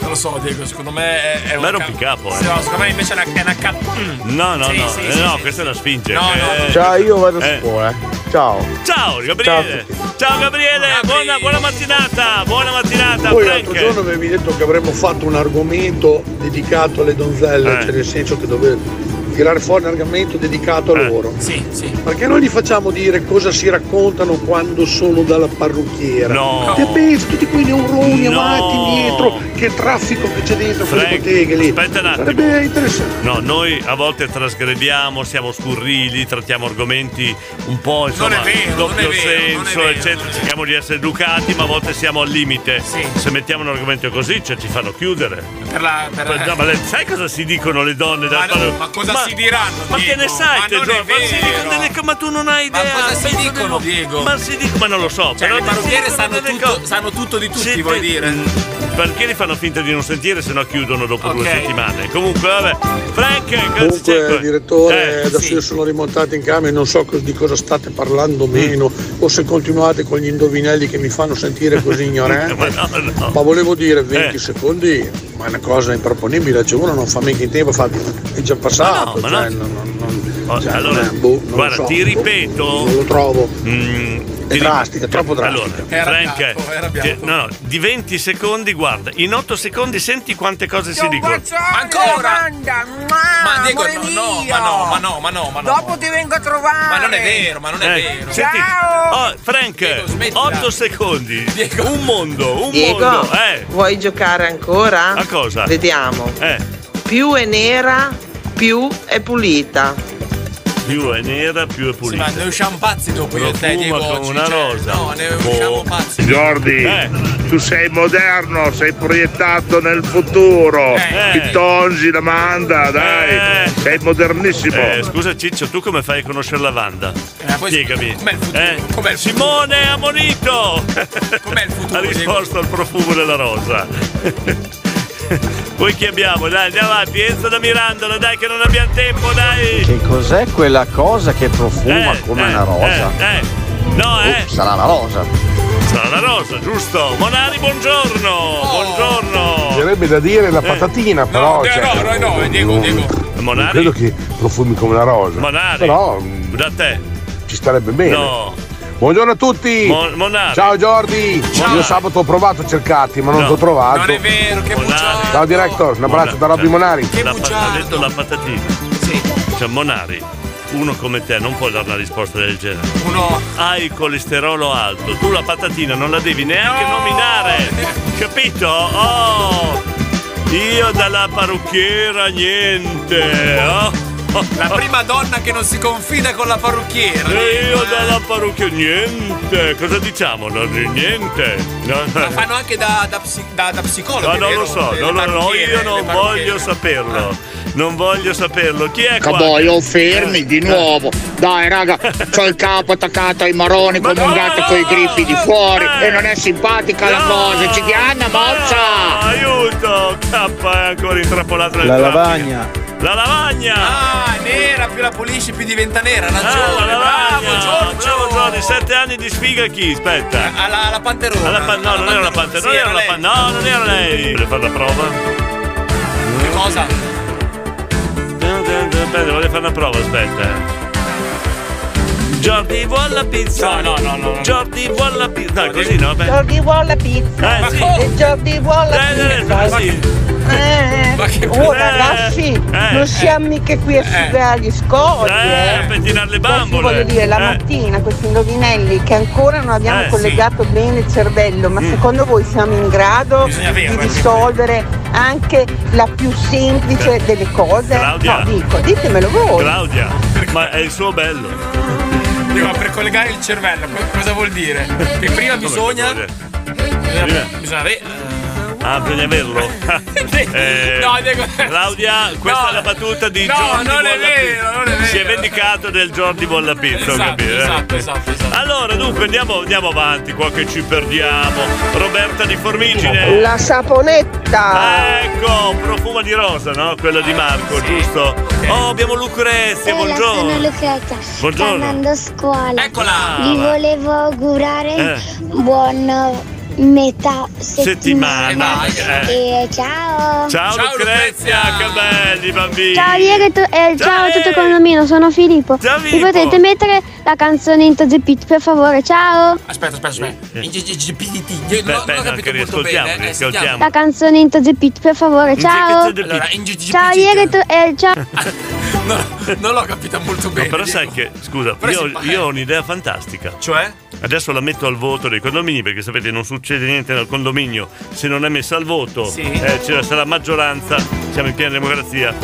Speaker 3: Non lo so, Diego, secondo me è, è un.
Speaker 2: Ma era un picapo, eh.
Speaker 3: Sì, no, secondo me invece è una, è una cap-
Speaker 2: No, no,
Speaker 3: Sì,
Speaker 2: no,
Speaker 3: sì,
Speaker 2: eh,
Speaker 3: sì,
Speaker 2: no,
Speaker 3: sì,
Speaker 2: questa è una sfinge.
Speaker 3: No, no,
Speaker 2: eh.
Speaker 11: Ciao, io vado a scuola. eh. Ciao.
Speaker 2: Ciao Gabriele! Ciao, Gabriele, Buona, buona mattinata! Buona mattinata,
Speaker 25: Poi
Speaker 2: Frank!
Speaker 25: l'altro giorno avevi detto che avremmo fatto un argomento dedicato alle
Speaker 2: Eh.
Speaker 25: donzelle, cioè nel senso che dovevi tirare fuori un argomento dedicato
Speaker 2: Eh,
Speaker 25: a loro.
Speaker 3: Sì, sì.
Speaker 25: Perché noi gli facciamo dire cosa si raccontano quando sono dalla parrucchiera?
Speaker 2: No.
Speaker 25: Che pensi tutti quei neuroni
Speaker 2: No.
Speaker 25: avanti, indietro, che traffico che c'è dentro quelle
Speaker 2: Frank,
Speaker 25: botteghe lì.
Speaker 2: aspetta un attimo.
Speaker 25: Sarebbe interessante.
Speaker 2: No, noi a volte trasgrediamo, siamo scurrili, trattiamo argomenti un po' insomma
Speaker 25: Non è vero,
Speaker 2: doppio
Speaker 25: non è vero,
Speaker 2: senso, eccetera. Cerchiamo di essere educati, ma a volte siamo al limite. Se mettiamo un argomento così, cioè, ci fanno chiudere.
Speaker 3: Per la. Per
Speaker 2: Ma-
Speaker 3: la...
Speaker 2: no, ma le- sai cosa si dicono le donne
Speaker 3: Ma,
Speaker 2: dal
Speaker 3: no, ma cosa si diranno?
Speaker 2: Ma che
Speaker 3: Diego?
Speaker 2: ne sai,
Speaker 3: Ma
Speaker 2: te,
Speaker 3: non è
Speaker 2: Giorgio? Ma si
Speaker 3: vero.
Speaker 2: dicono delle co- ma tu non hai
Speaker 3: Ma
Speaker 2: idea.
Speaker 3: cosa si
Speaker 2: penso che
Speaker 3: dicono,
Speaker 2: no.
Speaker 3: Diego?
Speaker 2: Ma si dicono, ma non lo so.
Speaker 3: Cioè,
Speaker 2: però
Speaker 3: le parrucchiere
Speaker 2: si dicono
Speaker 3: sanno
Speaker 2: delle
Speaker 3: tutto,
Speaker 2: co-
Speaker 3: sanno tutto di tutti,
Speaker 2: Siete-
Speaker 3: vuoi dire?
Speaker 2: Perché li fanno finta di non sentire, se no chiudono dopo due
Speaker 25: Ok.
Speaker 2: settimane. Comunque, vabbè. Frank, cosa
Speaker 25: Comunque,
Speaker 2: c'è? Eh,
Speaker 25: direttore, adesso io sono rimontato in camera e non so cos- di cosa state parlando meno o se continuate con gli indovinelli che mi fanno sentire così
Speaker 2: <laughs>
Speaker 25: ignorante.
Speaker 2: ma, Eh.
Speaker 25: volevo dire 20 secondi, ma è una cosa improponibile, cioè uno non fa mica in tempo, fa- è già passato.
Speaker 2: Ma no,
Speaker 25: cioè, non-
Speaker 2: Oh,
Speaker 25: cioè,
Speaker 2: allora,
Speaker 25: non è- boh, non lo
Speaker 2: guarda,
Speaker 25: so,
Speaker 2: ti
Speaker 25: boh,
Speaker 2: ripeto.
Speaker 25: non lo trovo.
Speaker 2: è
Speaker 25: drastica, è troppo drastica.
Speaker 2: Allora, Frank, eh, che- no, no, di 20 secondi, guarda, in 8 secondi senti quante cose si dicono.
Speaker 3: Ancora?
Speaker 10: Ma
Speaker 3: Diego,
Speaker 10: amore
Speaker 3: no, no,
Speaker 10: mio.
Speaker 3: ma no, ma no, ma no, ma no.
Speaker 10: Dopo ti vengo a trovare.
Speaker 3: Ma non è vero, ma non è
Speaker 2: Eh,
Speaker 3: vero.
Speaker 2: senti, oh, Frank, 8 secondi. Un mondo, un mondo. Eh,
Speaker 33: vuoi giocare ancora?
Speaker 2: a cosa?
Speaker 33: Vediamo.
Speaker 2: Eh,
Speaker 33: Più è nera, più è pulita.
Speaker 2: più è nera, più è
Speaker 3: Sì, ma
Speaker 2: pulita.
Speaker 3: ne usciamo pazzi dopo io e te, Diego.
Speaker 2: Profuma come
Speaker 3: oggi,
Speaker 2: una
Speaker 3: cioè,
Speaker 2: rosa. Boh.
Speaker 3: No, ne usciamo pazzi.
Speaker 12: Jordi,
Speaker 2: Eh.
Speaker 12: tu sei moderno, sei proiettato nel futuro.
Speaker 2: Eh.
Speaker 12: Pitongi, la manda, dai. Sei modernissimo.
Speaker 2: Eh, scusa Ciccio, tu come fai a conoscere la Wanda? Spiegami. Eh? Simone Amonito! Com'è il futuro? Ha risposto al profumo della rosa. Poi chi abbiamo? Dai, andiamo avanti. Enzo da Mirandola, dai che non abbiamo tempo, dai!
Speaker 7: Che cos'è quella cosa che profuma
Speaker 2: Eh,
Speaker 7: come
Speaker 2: eh,
Speaker 7: una rosa?
Speaker 2: eh, eh. No, eh!
Speaker 7: Uh, sarà la rosa.
Speaker 2: Sarà la rosa, giusto? Monari, buongiorno! Buongiorno!
Speaker 25: Sarebbe da dire
Speaker 2: Eh.
Speaker 25: la patatina, però. cioè, non- Non credo che profumi come la rosa.
Speaker 2: Monari!
Speaker 25: Però mm,
Speaker 2: Da te!
Speaker 25: ci starebbe bene.
Speaker 2: No.
Speaker 25: Buongiorno a tutti!
Speaker 2: Mon- Monari.
Speaker 25: Ciao Jordi!
Speaker 2: Ciao.
Speaker 25: Io sabato ho provato a cercarti, ma non
Speaker 2: No.
Speaker 25: ti ho trovato.
Speaker 2: Non è vero, che bugiardo.
Speaker 25: Ciao director, un abbraccio da
Speaker 2: Cioè,
Speaker 25: Robby Monari.
Speaker 2: La pat- ha detto la patatina. Sì. Cioè, Monari, uno come te non può dare una risposta del genere. Uno ha il colesterolo alto, tu la patatina non la devi neanche nominare. Capito? Oh! Io dalla parrucchiera niente. Oh!
Speaker 3: La prima donna che non si confida con la parrucchiera.
Speaker 2: E io dalla parrucchiera niente. Cosa diciamo? No, niente. No, no.
Speaker 3: La fanno anche da, da, psi- da- da psicologo.
Speaker 2: Ma non
Speaker 3: vero?
Speaker 2: lo so,
Speaker 3: Le
Speaker 2: non lo- no,
Speaker 3: parrucchiere,
Speaker 2: io
Speaker 3: le
Speaker 2: non
Speaker 3: parrucchiere.
Speaker 2: voglio saperlo. Non voglio saperlo. Chi è qua?
Speaker 18: Caboio, fermi
Speaker 2: Eh.
Speaker 18: di nuovo. Dai,
Speaker 2: <laughs>
Speaker 18: raga, c'ho il capo attaccato ai maroni come un gatto coi griffi di fuori. E non è simpatica la cosa. Ci dia Anna
Speaker 2: Ah,
Speaker 18: Mozza!
Speaker 2: aiuto! K è ancora intrappolato nel
Speaker 7: La
Speaker 2: traffico.
Speaker 7: lavagna.
Speaker 2: La lavagna!
Speaker 3: Ah, è nera, più la pulisci, più diventa nera.
Speaker 2: Ah, la
Speaker 3: Ragione, bravo,
Speaker 2: lavagna.
Speaker 3: Giorgio.
Speaker 2: Bravo, Giorgio, sette anni di sfiga chi? Aspetta.
Speaker 3: Alla, alla panterona.
Speaker 2: Alla pan- no, non era la panterona. non era la pan- no, non era lei. Voglio fare la prova?
Speaker 3: Che cosa?
Speaker 2: Eh, Aspetta, voglio fare una prova, aspetta. Jordi vuole la pizza. No, no, no, no. Jordi vuole la pizza. Dai, così, no? Beh.
Speaker 10: Jordi vuole la pizza.
Speaker 2: Eh, sì.
Speaker 10: E Jordi vuole la
Speaker 2: Eh, eh,
Speaker 10: pizza.
Speaker 2: sì.
Speaker 10: Eh,
Speaker 2: Ma che-
Speaker 10: oh
Speaker 2: Eh,
Speaker 10: ragazzi,
Speaker 2: eh.
Speaker 10: non siamo mica qui a sudare gli scogli.
Speaker 2: Eh, a pettinare le bambole.
Speaker 10: Voglio dire, la
Speaker 2: Eh.
Speaker 10: mattina questi indovinelli che ancora non abbiamo
Speaker 2: Eh, sì. Mm.
Speaker 10: collegato bene il cervello, ma secondo voi siamo in grado
Speaker 2: Bisogna
Speaker 10: di
Speaker 2: averlo, eh,
Speaker 10: risolvere anche la più semplice delle cose?
Speaker 2: Eh. Claudia.
Speaker 10: No, dico, ditemelo voi.
Speaker 2: Claudia, ma è il suo bello.
Speaker 3: Dico, ma per collegare il cervello, co- cosa vuol dire? Che prima
Speaker 2: Come
Speaker 3: bisogna.
Speaker 2: vuol dire?
Speaker 3: Bisogna avere.
Speaker 2: Ah, bisogna
Speaker 3: <laughs>
Speaker 2: averlo? Eh,
Speaker 3: No, Diego-
Speaker 2: Claudia, questa è la battuta di
Speaker 3: No,
Speaker 2: Jordi
Speaker 3: non è
Speaker 2: Bolla
Speaker 3: vero,
Speaker 2: Pizza.
Speaker 3: non è vero.
Speaker 2: Si è vendicato del Jordi Bolla Pizza, ho
Speaker 3: Esatto,
Speaker 2: capito, eh?
Speaker 3: esatto, esatto, esatto.
Speaker 2: Allora, dunque, andiamo, andiamo avanti qua che ci perdiamo. Roberta di Formigine.
Speaker 10: La saponetta.
Speaker 2: Ecco, profuma di rosa, no? Quella
Speaker 3: Eh,
Speaker 2: di Marco, giusto? Oh, abbiamo
Speaker 19: Eh,
Speaker 2: Lucrezia,
Speaker 19: Sono
Speaker 2: buongiorno.
Speaker 19: Lucrezia, sto
Speaker 2: Buongiorno.
Speaker 19: andando a scuola.
Speaker 2: Eccola!
Speaker 19: Vi volevo augurare
Speaker 2: Eh.
Speaker 19: buona metà
Speaker 2: Settimana.
Speaker 19: settimana. E ciao!
Speaker 2: Ciao, Lucrezia, che belli bambini.
Speaker 19: Ciao Diego e tu- eh, ciao, a tutto il condominio, sono Filippo. Mi
Speaker 2: Filippo.
Speaker 19: potete mettere la canzone in The Pit, per favore, ciao!
Speaker 3: Aspetta, aspetta,
Speaker 2: Eh.
Speaker 3: aspetta. In GGPT. Io non- non ho capito molto
Speaker 2: riascoltiamo,
Speaker 3: bene. eh,
Speaker 2: riascoltiamo.
Speaker 19: La canzone in The Pit, per favore, ciao!
Speaker 3: Allora, in GGPT.
Speaker 19: Ciao Diego e tu- eh, ciao!
Speaker 3: Non l'ho capita molto bene.
Speaker 2: No, però
Speaker 3: Diego.
Speaker 2: sai che, scusa,
Speaker 3: Però
Speaker 2: io,
Speaker 3: si fa-
Speaker 2: io ho un'idea fantastica.
Speaker 3: Cioè?
Speaker 2: Adesso la metto al voto dei condomini perché sapete non succede niente nel condominio se non è messa al voto.
Speaker 3: Sì.
Speaker 2: eh, c'è la- sarà maggioranza, siamo in piena democrazia.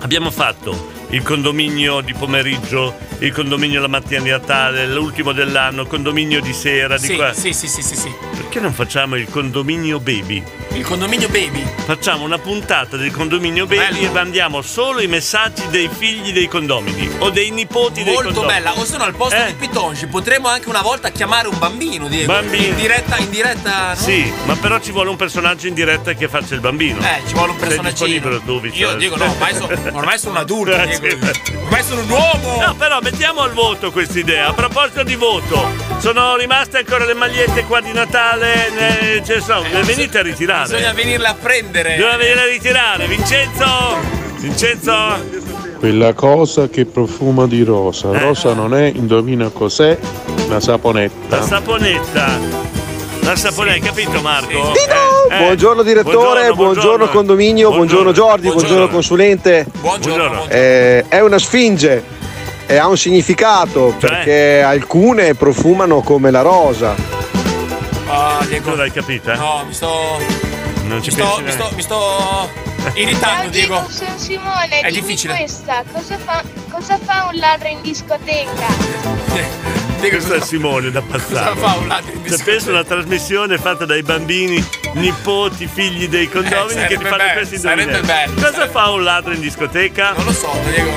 Speaker 2: Abbiamo fatto il condominio di pomeriggio, il condominio la mattina di Natale, l'ultimo dell'anno, il condominio di sera, di
Speaker 3: Sì,
Speaker 2: qua.
Speaker 3: sì, sì, sì, sì, sì.
Speaker 2: Perché non facciamo il condominio baby?
Speaker 3: Il condominio baby.
Speaker 2: Facciamo una puntata del condominio baby e mandiamo solo i messaggi dei figli dei condomini o dei nipoti dei
Speaker 3: Molto
Speaker 2: condomini.
Speaker 3: bella, o se no al posto
Speaker 2: Eh.
Speaker 3: di Pitonci potremmo anche una volta chiamare un bambino, Diego.
Speaker 2: Bambino.
Speaker 3: In diretta, in diretta. no?
Speaker 2: Sì, ma però ci vuole un personaggio in diretta che faccia il bambino.
Speaker 3: Eh, ci vuole un personaggino.
Speaker 2: Sei disponibile tu, Vincenzo?
Speaker 3: Io Diego no, ormai sono, ormai sono un adulto,
Speaker 2: Eh,
Speaker 3: Diego.
Speaker 2: sì.
Speaker 3: Ormai sono un uomo!
Speaker 2: No, però mettiamo al voto questa idea. A proposito di voto, sono rimaste ancora le magliette qua di Natale. ne- ce ne sono, venite a ritirare.
Speaker 3: Eh, Bisogna venirle a prendere.
Speaker 2: Bisogna venire a ritirare. Vincenzo! Vincenzo!
Speaker 1: Quella cosa che profuma di
Speaker 2: Eh.
Speaker 1: rosa. Rosa non è, indovina cos'è, la saponetta.
Speaker 2: La saponetta. La saponetta, hai capito Marco? Eh, eh.
Speaker 11: Buongiorno direttore, buongiorno, condominio, buongiorno, Jordi, buongiorno, consulente.
Speaker 2: Buongiorno.
Speaker 11: Eh, è una sfinge e ha un significato perché alcune profumano come la rosa.
Speaker 3: Ah, Diego.
Speaker 2: Eh, Tu l'hai capita?
Speaker 3: No, mi sto.
Speaker 2: Non ci
Speaker 3: mi sto,
Speaker 2: pensi
Speaker 3: mi sto,
Speaker 2: neanche.
Speaker 3: mi sto irritando, Diego.
Speaker 4: Sono Simone,
Speaker 3: È
Speaker 4: dimmi
Speaker 3: difficile.
Speaker 4: questa, cosa, fa- Cosa fa un ladro in discoteca?
Speaker 2: Questo è Simone da Pazzano.
Speaker 3: Cosa fa un ladro in
Speaker 2: Cioè, penso una trasmissione fatta dai bambini, nipoti, figli dei condomini
Speaker 3: Eh,
Speaker 2: che ti
Speaker 3: sarebbe
Speaker 2: fanno
Speaker 3: bello,
Speaker 2: questi
Speaker 3: sarebbe
Speaker 2: indovinelli.
Speaker 3: bello,
Speaker 2: Cosa fa un ladro in discoteca? Non lo so,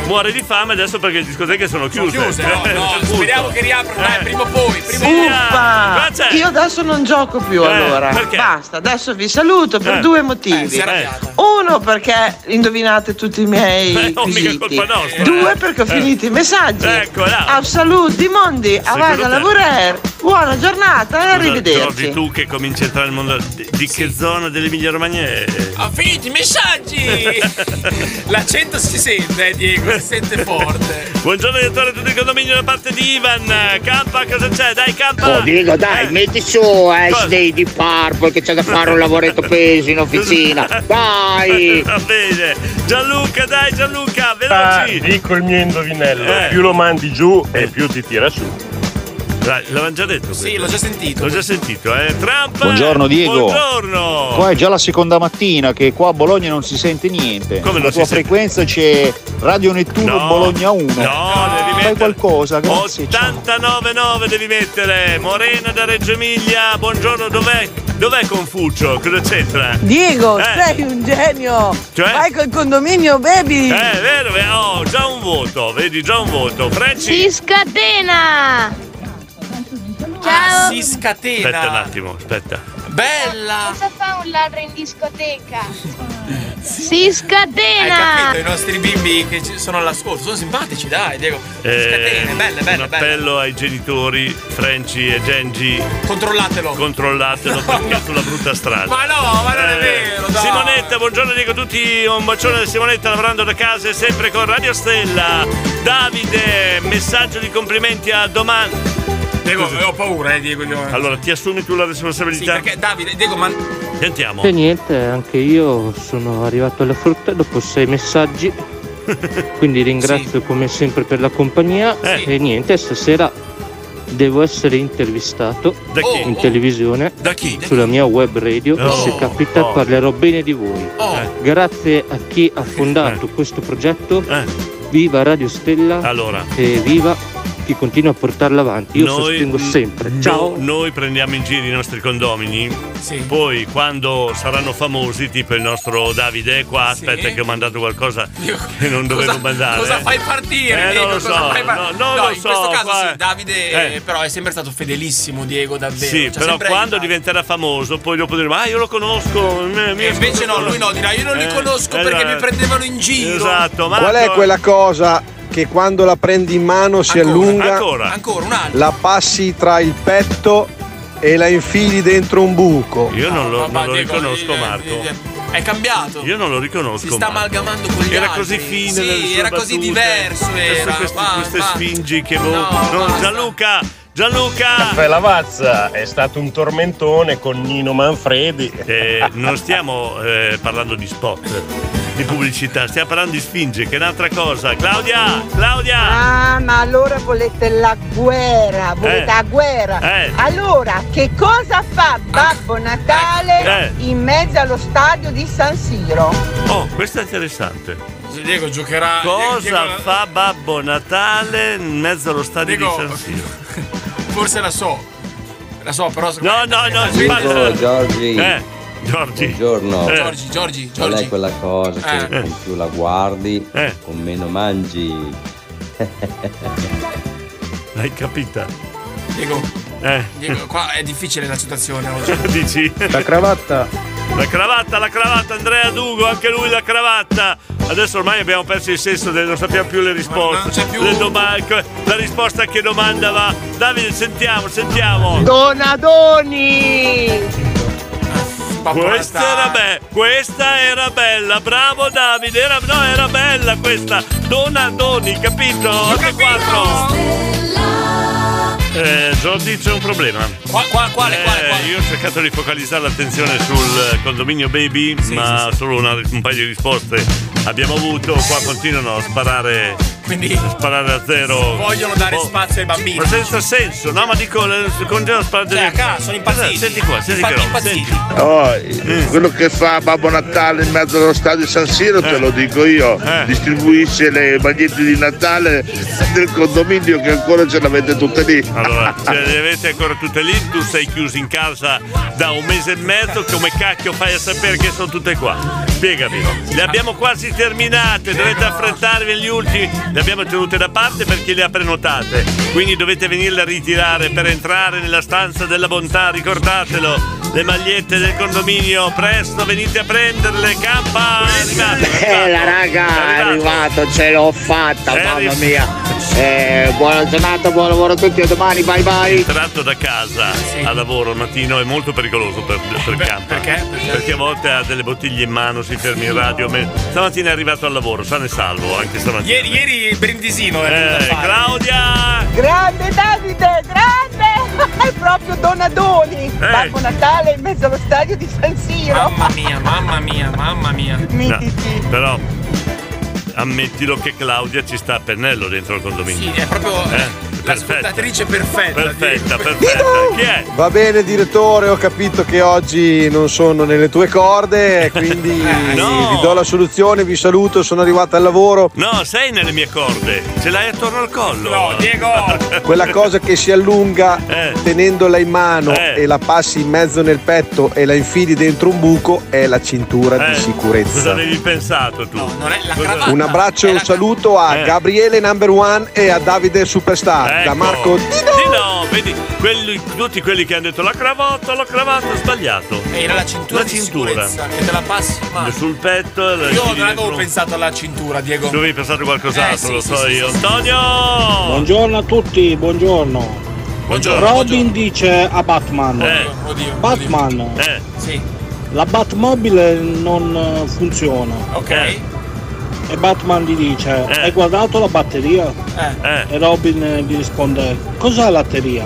Speaker 2: Muore di fame adesso perché le discoteche sono chiuse. Eh.
Speaker 3: chiuse, no, no,
Speaker 2: <laughs> Appunto.
Speaker 3: speriamo che riaprano, dai, prima o poi, prima o poi.
Speaker 2: Qua
Speaker 18: Uffa!
Speaker 2: c'è.
Speaker 18: Io adesso non gioco più
Speaker 2: Eh,
Speaker 18: allora.
Speaker 2: perché?
Speaker 18: Basta, adesso vi saluto per
Speaker 2: Eh.
Speaker 18: due motivi.
Speaker 2: Eh, si è arrabbiata.
Speaker 18: Uno perché indovinate tutti i
Speaker 2: <laughs>
Speaker 18: miei
Speaker 2: Eh, oh, mica
Speaker 18: quesiti.
Speaker 2: colpa nostra,
Speaker 18: Due
Speaker 2: eh.
Speaker 18: perché ho
Speaker 2: Eh.
Speaker 18: finito i messaggi.
Speaker 2: Ecco, là.
Speaker 18: Au saluti mondi,
Speaker 2: te?
Speaker 18: avanti a lavorare. Buona giornata e
Speaker 2: Scusa,
Speaker 18: arrivederci.
Speaker 2: Giorgi, tu che cominci a entrare nel mondo di, di che zona dell'Emilia Romagna è?
Speaker 3: Ho finito i
Speaker 2: <laughs>
Speaker 3: messaggi! L'accento si sente, eh, Diego, si sente forte.
Speaker 2: <laughs> Buongiorno direttore a tutti i condominio da parte di Ivan. K, cosa c'è? Dai K!
Speaker 34: Oh, Diego, dai,
Speaker 2: Eh.
Speaker 34: metti su Ash Day di Purple che c'è da fare un
Speaker 2: <laughs>
Speaker 34: lavoretto peso in officina. Dai!
Speaker 2: <laughs> Va bene. Gianluca, dai Gianluca, veloci.
Speaker 35: Ah, dico il mio indovinello,
Speaker 2: Eh.
Speaker 35: più lo mandi giù e più ti tira su.
Speaker 2: Dai, L'avevamo già detto? Sì, l'ho già sentito. L'ho già sentito, eh. Trump!
Speaker 7: Buongiorno Diego.
Speaker 2: Buongiorno!
Speaker 7: Qua è già la seconda mattina che qua a Bologna non si sente niente.
Speaker 2: Come non
Speaker 7: la
Speaker 2: si
Speaker 7: tua
Speaker 2: sente?
Speaker 7: frequenza c'è Radio Nettuno Bologna 1. Fai qualcosa, grazie.
Speaker 35: Diciamo.
Speaker 7: ciao.
Speaker 2: 89,9 devi mettere. Morena da Reggio Emilia. Buongiorno, dov'è? Dov'è Confucio? Cosa c'entra?
Speaker 36: Diego,
Speaker 2: Eh.
Speaker 36: sei un genio!
Speaker 2: Cioè?
Speaker 36: Vai col condominio, baby!
Speaker 2: Eh, è vero, eh, oh, già un voto, vedi, già un voto. Franci,
Speaker 4: Si
Speaker 2: Ah,
Speaker 4: scatena! Ciao!
Speaker 3: Si scatena.
Speaker 2: aspetta un attimo, aspetta.
Speaker 3: Bella!
Speaker 4: Cosa fa un ladro in discoteca? Si Eh, scatena!
Speaker 3: Capito, i nostri bimbi che ci sono all'ascolto sono simpatici, dai, Diego.
Speaker 2: Eh,
Speaker 3: Scatene, belle, belle,
Speaker 2: un
Speaker 3: belle.
Speaker 2: appello ai genitori, Franci e Genji.
Speaker 3: Controllatelo. <laughs>
Speaker 2: Controllatelo perché è sulla brutta strada.
Speaker 3: Ma no, ma non è
Speaker 2: Eh,
Speaker 3: vero, dai.
Speaker 2: Simonetta, buongiorno dico a tutti, un bacione da Simonetta lavorando da casa e sempre con Radio Stella. Davide, messaggio di complimenti a domani.
Speaker 3: Diego, ho paura, eh, Diego. Io...
Speaker 2: Allora, ti assumi tu la responsabilità?
Speaker 3: Perché Davide, Diego, ma.
Speaker 2: Sentiamo.
Speaker 5: E niente, anche io sono arrivato alla frutta dopo
Speaker 2: <laughs>
Speaker 5: sei messaggi. Quindi ringrazio come sempre per la compagnia.
Speaker 2: Eh.
Speaker 5: E niente, stasera devo essere intervistato
Speaker 2: Da chi?
Speaker 5: in televisione sulla mia web radio. e se capita,
Speaker 2: oh. Eh.
Speaker 5: parlerò bene di voi. Grazie a chi ha fondato questo progetto. Viva Radio Stella!
Speaker 2: Allora.
Speaker 5: E viva chi continua a portarla avanti. Io
Speaker 2: Noi-
Speaker 5: sostengo sempre.
Speaker 2: No-
Speaker 5: Ciao!
Speaker 2: noi prendiamo in giro i nostri condomini, poi quando saranno famosi, tipo il nostro Davide è qua, aspetta che ho mandato qualcosa che non dovevo mandare.
Speaker 3: Cosa fai partire,
Speaker 2: Ah, Eh,
Speaker 3: Diego?
Speaker 2: non lo
Speaker 3: cosa
Speaker 2: so,
Speaker 3: fai
Speaker 2: no,
Speaker 3: partire?
Speaker 2: non lo
Speaker 3: in
Speaker 2: so,
Speaker 3: questo caso
Speaker 2: qua-
Speaker 3: sì, Davide
Speaker 2: eh.
Speaker 3: però è sempre stato fedelissimo, Diego, davvero.
Speaker 2: Sì,
Speaker 3: Cioè,
Speaker 2: però
Speaker 3: sempre-
Speaker 2: quando diventerà famoso, poi dopo diremo, ah, io lo conosco.
Speaker 3: E invece no, lui no, dirà io non li conosco perché mi prendevano in giro.
Speaker 2: Eh, Esatto, ma
Speaker 11: Qual è quella cosa che quando la prendi in mano si allunga,
Speaker 2: ancora. Ancora,
Speaker 3: un'altra.
Speaker 11: la passi tra il petto e la infili dentro un buco?
Speaker 2: Io non lo,
Speaker 11: ma
Speaker 2: non lo
Speaker 11: Diego,
Speaker 2: riconosco, Marco.
Speaker 3: eh, È cambiato.
Speaker 2: Io non lo riconosco.
Speaker 3: Si sta
Speaker 2: Marco.
Speaker 3: amalgamando con gli
Speaker 2: Era
Speaker 3: altri.
Speaker 2: così fine.
Speaker 3: Sì,
Speaker 2: nelle sue
Speaker 3: era così
Speaker 2: battute.
Speaker 3: diverso,
Speaker 2: Adesso
Speaker 3: era.
Speaker 2: questi-
Speaker 3: Va,
Speaker 2: queste
Speaker 3: va.
Speaker 2: sfingi che boh.
Speaker 3: No,
Speaker 2: No,
Speaker 3: basta.
Speaker 2: Gianluca! Gianluca!
Speaker 35: Caffè Lavazza è stato un tormentone con Nino Manfredi.
Speaker 2: Eh, non stiamo eh, parlando di spot, di pubblicità, stiamo parlando di sfinge, che è un'altra cosa. Claudia! Claudia!
Speaker 10: Ah, ma allora volete la guerra, volete
Speaker 2: Eh.
Speaker 10: la guerra.
Speaker 2: Eh. Ecco.
Speaker 10: Allora, che cosa fa Babbo
Speaker 2: Eh.
Speaker 10: Natale in mezzo allo stadio di San Siro?
Speaker 2: Oh, questo è interessante.
Speaker 3: Diego giocherà.
Speaker 2: Cosa
Speaker 3: Diego-
Speaker 2: fa Babbo Natale in mezzo allo stadio
Speaker 3: Diego-
Speaker 2: di San Siro?
Speaker 3: Forse la so. La so, però.
Speaker 2: No, no, no, si
Speaker 23: Dico
Speaker 2: parla.
Speaker 23: Giorgi.
Speaker 2: Eh, Giorgi.
Speaker 23: Buongiorno.
Speaker 2: Eh.
Speaker 3: Giorgi, Giorgi,
Speaker 23: Qual
Speaker 3: Giorgi.
Speaker 23: è quella cosa che
Speaker 3: Eh.
Speaker 23: con più la guardi,
Speaker 2: Eh.
Speaker 23: con meno mangi?
Speaker 2: L'hai capita?
Speaker 3: Diego.
Speaker 2: Eh.
Speaker 3: Diego, qua è difficile la citazione oggi.
Speaker 2: <laughs> Dici?
Speaker 3: La
Speaker 11: cravatta.
Speaker 2: La cravatta, la cravatta, Andrea Dugo, anche lui la cravatta. Adesso ormai abbiamo perso il senso, del- non sappiamo più le risposte. Le doma- la risposta a che domanda va. Davide, sentiamo, sentiamo.
Speaker 10: Donadoni!
Speaker 2: Questa era, be- questa era bella, bravo Davide, era, no, era bella questa. Donadoni, capito? Anche quattro. Eh, Jordi, c'è un problema.
Speaker 3: quale, quale,
Speaker 2: Eh, Io ho cercato di focalizzare l'attenzione sul eh, condominio Baby, ma solo una- un paio di risposte abbiamo avuto. Qua continuano a sparare quindi sparare a zero
Speaker 3: Vogliono dare
Speaker 2: Oh,
Speaker 3: spazio ai bambini.
Speaker 2: ma senza senso no ma dico eh, con zero sparare
Speaker 3: Cioè, a caso, sono impazziti.
Speaker 2: senti qua senti
Speaker 3: Infatti
Speaker 2: che roba,
Speaker 3: impazziti.
Speaker 2: senti.
Speaker 12: Oh,
Speaker 2: Mm.
Speaker 12: quello che fa Babbo Natale in mezzo allo stadio San Siro,
Speaker 2: Eh.
Speaker 12: te lo dico io, distribuisce le magliette di Natale del condominio che ancora ce l'avete tutte lì.
Speaker 2: Allora, ce le
Speaker 12: <laughs>
Speaker 2: avete ancora tutte lì, tu sei chiuso in casa da un mese e mezzo, come cacchio fai a sapere che sono tutte qua? Spiegami, le abbiamo quasi terminate, dovete affrettarvi gli ultimi, le abbiamo tenute da parte per chi le ha prenotate, quindi dovete venirle a ritirare per entrare nella stanza della bontà, ricordatelo, le magliette del condominio, presto venite a prenderle, campa!
Speaker 10: Eh,
Speaker 18: Bella Eh, raga, è arrivato, ce l'ho fatta, mamma mia. Eh, buona giornata, buon lavoro a tutti, a domani, bye
Speaker 2: Il
Speaker 18: bye.
Speaker 2: tratto da casa a lavoro al mattino è molto pericoloso per, per Campa. Perché? Perché a volte ha delle bottiglie in mano, si ferma in radio. me- Stamattina è arrivato al lavoro, sano e salvo anche stamattina.
Speaker 3: Ieri, ieri Brindisino è venuto a
Speaker 2: Eh,
Speaker 3: fare.
Speaker 2: Claudia!
Speaker 37: Grande Davide,
Speaker 10: <laughs>
Speaker 37: grande! È proprio Donadoni!
Speaker 2: Eh.
Speaker 37: Babbo Natale in mezzo allo stadio di San Siro!
Speaker 3: Mamma mia, mamma mia, mamma mia.
Speaker 2: No, però ammettilo che Claudia ci sta a pennello dentro il condominio.
Speaker 3: Sì, è proprio
Speaker 2: l'ascoltatrice
Speaker 3: perfetta.
Speaker 2: Perfetta, perfetta. Chi è?
Speaker 11: Va bene direttore, ho capito che oggi non sono nelle
Speaker 2: <laughs>
Speaker 11: tue corde, quindi vi do la soluzione, vi saluto, sono arrivato al lavoro.
Speaker 2: No, sei nelle mie corde. Ce l'hai attorno al collo. No,
Speaker 3: Diego!
Speaker 11: Quella cosa che si allunga
Speaker 2: Eh.
Speaker 11: tenendola in mano e la passi in mezzo nel petto e la infili dentro un buco è la cintura
Speaker 2: <laughs> Eh,
Speaker 11: di sicurezza.
Speaker 2: Cosa avevi pensato tu? No, non è la
Speaker 11: Un abbraccio e un saluto a
Speaker 4: Eh.
Speaker 11: Gabriele Number One e a Davide Superstar
Speaker 4: Ecco.
Speaker 11: da Marco
Speaker 2: Sì, no, vedi, quelli- tutti quelli che hanno detto la cravatta, la cravatta, sbagliato.
Speaker 3: Eh, Era la cintura
Speaker 2: La
Speaker 3: di
Speaker 2: cintura.
Speaker 3: sicurezza che te la passi in mano.
Speaker 2: Sul petto. la-
Speaker 3: Io non
Speaker 2: dietro.
Speaker 3: avevo pensato alla cintura, Diego.
Speaker 2: Tu avevi pensato qualcos'altro,
Speaker 3: Eh, sì,
Speaker 2: lo
Speaker 3: sì,
Speaker 2: so
Speaker 3: sì,
Speaker 2: io.
Speaker 3: sì, sì.
Speaker 2: Antonio!
Speaker 10: Buongiorno a tutti, buongiorno.
Speaker 2: Oh, Buongiorno,
Speaker 10: Robin dice a Batman.
Speaker 2: Eh.
Speaker 10: Batman. La Batmobile non eh, funziona.
Speaker 3: Ok.
Speaker 10: E Batman gli dice,
Speaker 2: Eh.
Speaker 10: hai guardato la batteria? E Robin eh, gli risponde, cos'è la batteria?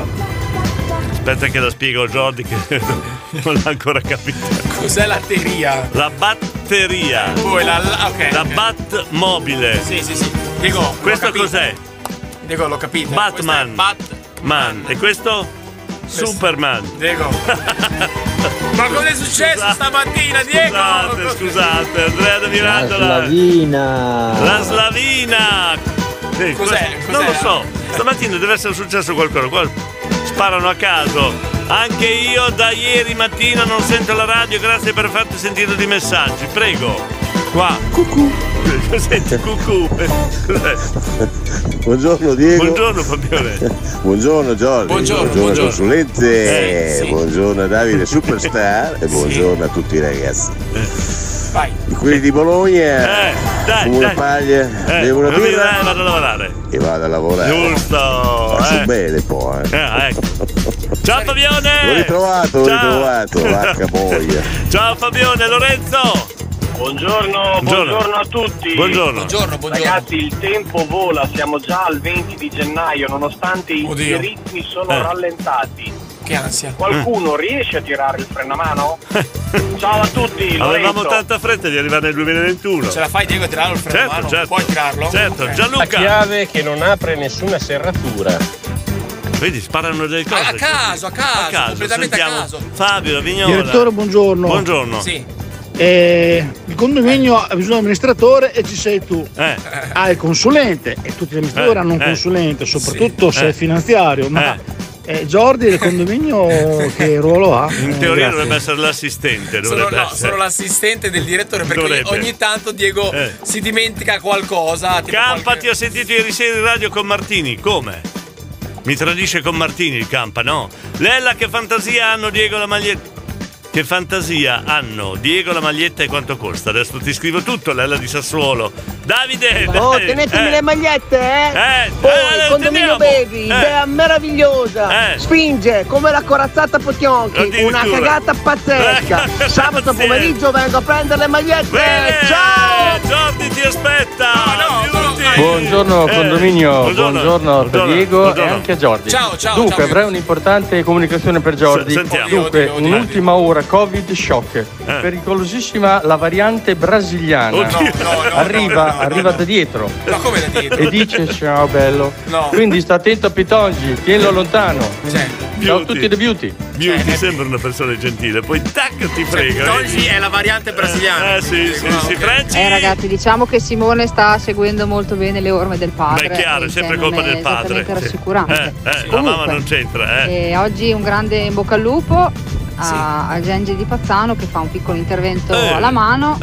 Speaker 2: Aspetta che la spiego a Jordi che <laughs> non l'ha ancora capito.
Speaker 3: Cos'è la teria?
Speaker 2: La batteria.
Speaker 3: Poi la- la- ok,
Speaker 2: La
Speaker 3: ok.
Speaker 2: Batmobile.
Speaker 3: Sì, sì, sì. Diego, l'ho
Speaker 2: Questo
Speaker 3: capito.
Speaker 2: cos'è?
Speaker 3: Diego, l'ho capito.
Speaker 2: Batman. Man. E questo? Superman. <laughs>
Speaker 3: Diego. Ma cosa è successo stamattina, Diego?
Speaker 2: Scusate, scusate, Andrea da
Speaker 23: La
Speaker 2: Eh, Mirandola.
Speaker 23: Slavina.
Speaker 2: La slavina! Sì,
Speaker 3: Cos'è?
Speaker 2: questo- Non lo so, stamattina deve essere successo qualcosa. Qua sparano a caso. Anche io da ieri mattina non sento la radio, grazie per farti sentire dei messaggi. Prego. Qua. Cucù. <laughs> Senti, cucù. Cos'è?
Speaker 17: Buongiorno Diego.
Speaker 2: Buongiorno
Speaker 17: <laughs>
Speaker 2: Fabione.
Speaker 17: Buongiorno Giorgio.
Speaker 2: Buongiorno, buongiorno.
Speaker 17: consulente.
Speaker 2: Sì, sì. <laughs>
Speaker 17: Buongiorno Davide Superstar e buongiorno a tutti i ragazzi.
Speaker 3: Vai.
Speaker 17: Quelli di Bologna.
Speaker 2: Eh, dai,
Speaker 17: fumo una
Speaker 2: dai.
Speaker 17: paglia,
Speaker 2: Eh,
Speaker 17: bevo una
Speaker 2: non mi
Speaker 17: birra
Speaker 2: dai, vado a lavorare.
Speaker 17: e vado a lavorare.
Speaker 2: Giusto.
Speaker 17: Faccio
Speaker 2: eh.
Speaker 17: bene poi.
Speaker 2: Eh, ecco. Ciao
Speaker 17: L'ho
Speaker 2: Fabione!
Speaker 17: ritrovato, l'ho
Speaker 2: Ciao.
Speaker 17: ritrovato,
Speaker 2: <laughs>
Speaker 17: vacca boia.
Speaker 2: Ciao Fabione, Lorenzo!
Speaker 38: Buongiorno, buongiorno a tutti.
Speaker 2: Buongiorno. Buongiorno,
Speaker 38: buongiorno. Ragazzi, il tempo vola, siamo già al 20 di gennaio, nonostante
Speaker 3: Oddio.
Speaker 38: i ritmi sono
Speaker 3: Eh.
Speaker 38: rallentati.
Speaker 3: Che ansia.
Speaker 38: Qualcuno riesce a tirare il freno a
Speaker 2: <laughs>
Speaker 38: mano? Ciao a tutti,
Speaker 2: Avevamo
Speaker 38: Lorenzo.
Speaker 2: tanta fretta di arrivare nel 2021.
Speaker 3: Ce la fai Diego a tirarlo il freno
Speaker 2: Certo,
Speaker 3: a mano?
Speaker 2: certo.
Speaker 3: Puoi tirarlo?
Speaker 2: Certo,
Speaker 3: Ok.
Speaker 2: Gianluca.
Speaker 3: La chiave
Speaker 2: che non apre nessuna serratura. Vedi, sparano delle cose.
Speaker 3: A a caso, a caso, completamente
Speaker 2: sentiamo
Speaker 3: a caso.
Speaker 2: Fabio, la vignola.
Speaker 7: Direttore, buongiorno.
Speaker 2: Buongiorno.
Speaker 7: Eh, il condominio ha bisogno di un amministratore e ci sei tu. Ha il consulente e tutti gli amministratori
Speaker 12: Eh,
Speaker 7: hanno un
Speaker 12: eh.
Speaker 7: consulente, soprattutto
Speaker 12: Sì,
Speaker 7: se
Speaker 12: eh.
Speaker 7: è finanziario. Ma eh, Jordi del condominio che ruolo ha?
Speaker 2: In
Speaker 7: Eh,
Speaker 2: teoria
Speaker 7: grazie.
Speaker 2: dovrebbe essere l'assistente.
Speaker 3: Sono,
Speaker 2: Dovrebbe
Speaker 3: no,
Speaker 2: essere.
Speaker 3: sono l'assistente del direttore perché
Speaker 2: Dovrebbe.
Speaker 3: ogni tanto Diego
Speaker 2: Eh.
Speaker 3: si dimentica qualcosa. tipo
Speaker 2: Campa ti ho sentito ieri sera in radio con Martini, come? Mi tradisce con Martini il Campa, no? Lella che fantasia hanno Diego la maglietta. Che fantasia hanno Diego la maglietta e quanto costa? Adesso ti scrivo tutto, Lella di Sassuolo. Davide!
Speaker 10: Oh,
Speaker 2: dai,
Speaker 10: tenetemi
Speaker 2: eh.
Speaker 10: le magliette, eh!
Speaker 2: Eh,
Speaker 10: Poi,
Speaker 2: eh, teniamo.
Speaker 10: condominio Baby,
Speaker 2: Eh.
Speaker 10: idea meravigliosa!
Speaker 2: Eh.
Speaker 10: Spinge come la corazzata Potionchi,
Speaker 2: Addirittura. Eh.
Speaker 10: una cagata pazzesca! Sabato pomeriggio vengo a prendere le magliette!
Speaker 2: Bene,
Speaker 10: Ciao!
Speaker 2: Jordi ti aspetta! No, no,
Speaker 7: Buongiorno condominio, Eh, buongiorno, Rodrigo e anche a Giordi.
Speaker 3: Ciao, ciao,
Speaker 7: Dunque,
Speaker 3: ciao.
Speaker 7: avrei un'importante comunicazione per Giordi.
Speaker 2: S- sentiamo.
Speaker 7: Dunque,
Speaker 2: Oddio, oddio, oddio.
Speaker 7: un'ultima ora Covid shock.
Speaker 2: Eh.
Speaker 7: Pericolosissima la variante brasiliana.
Speaker 2: Oddio.
Speaker 7: arriva, arriva da dietro. E dice ciao bello.
Speaker 2: No.
Speaker 7: Quindi sta attento a Pitongi, tienilo lontano. Ciao a tutti the beauty.
Speaker 2: Beauty sembra una persona gentile, poi tac ti frega.
Speaker 3: Oggi è la variante brasiliana.
Speaker 2: Eh sì, sì, sì, Franci.
Speaker 25: Eh ragazzi, diciamo che Simone sta seguendo molto bene le orme del padre.
Speaker 2: Beh, è chiaro, è
Speaker 25: e
Speaker 2: sempre
Speaker 25: che non
Speaker 2: colpa
Speaker 25: è
Speaker 2: del padre.
Speaker 25: esattamente
Speaker 2: Sì.
Speaker 25: rassicurante.
Speaker 2: Eh, eh, la mamma non c'entra, eh.
Speaker 25: E oggi un grande in bocca al lupo a, a Gengi di Pazzano che fa un piccolo intervento
Speaker 2: Eh.
Speaker 25: alla mano.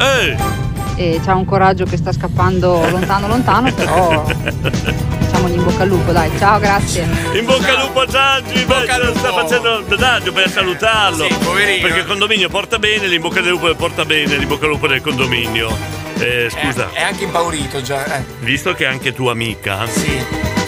Speaker 25: E c'ha un coraggio che sta scappando lontano lontano, però facciamogli in bocca al lupo, dai. Ciao, grazie.
Speaker 2: <laughs> In bocca al lupo a Gianni, beh, sta facendo il Gianni per salutarlo. Perché il condominio porta bene, l'in bocca al lupo porta bene, l'in bocca al lupo del condominio. Eh, scusa,
Speaker 3: È anche impaurito già. eh.
Speaker 2: visto che è anche tua amica. <laughs>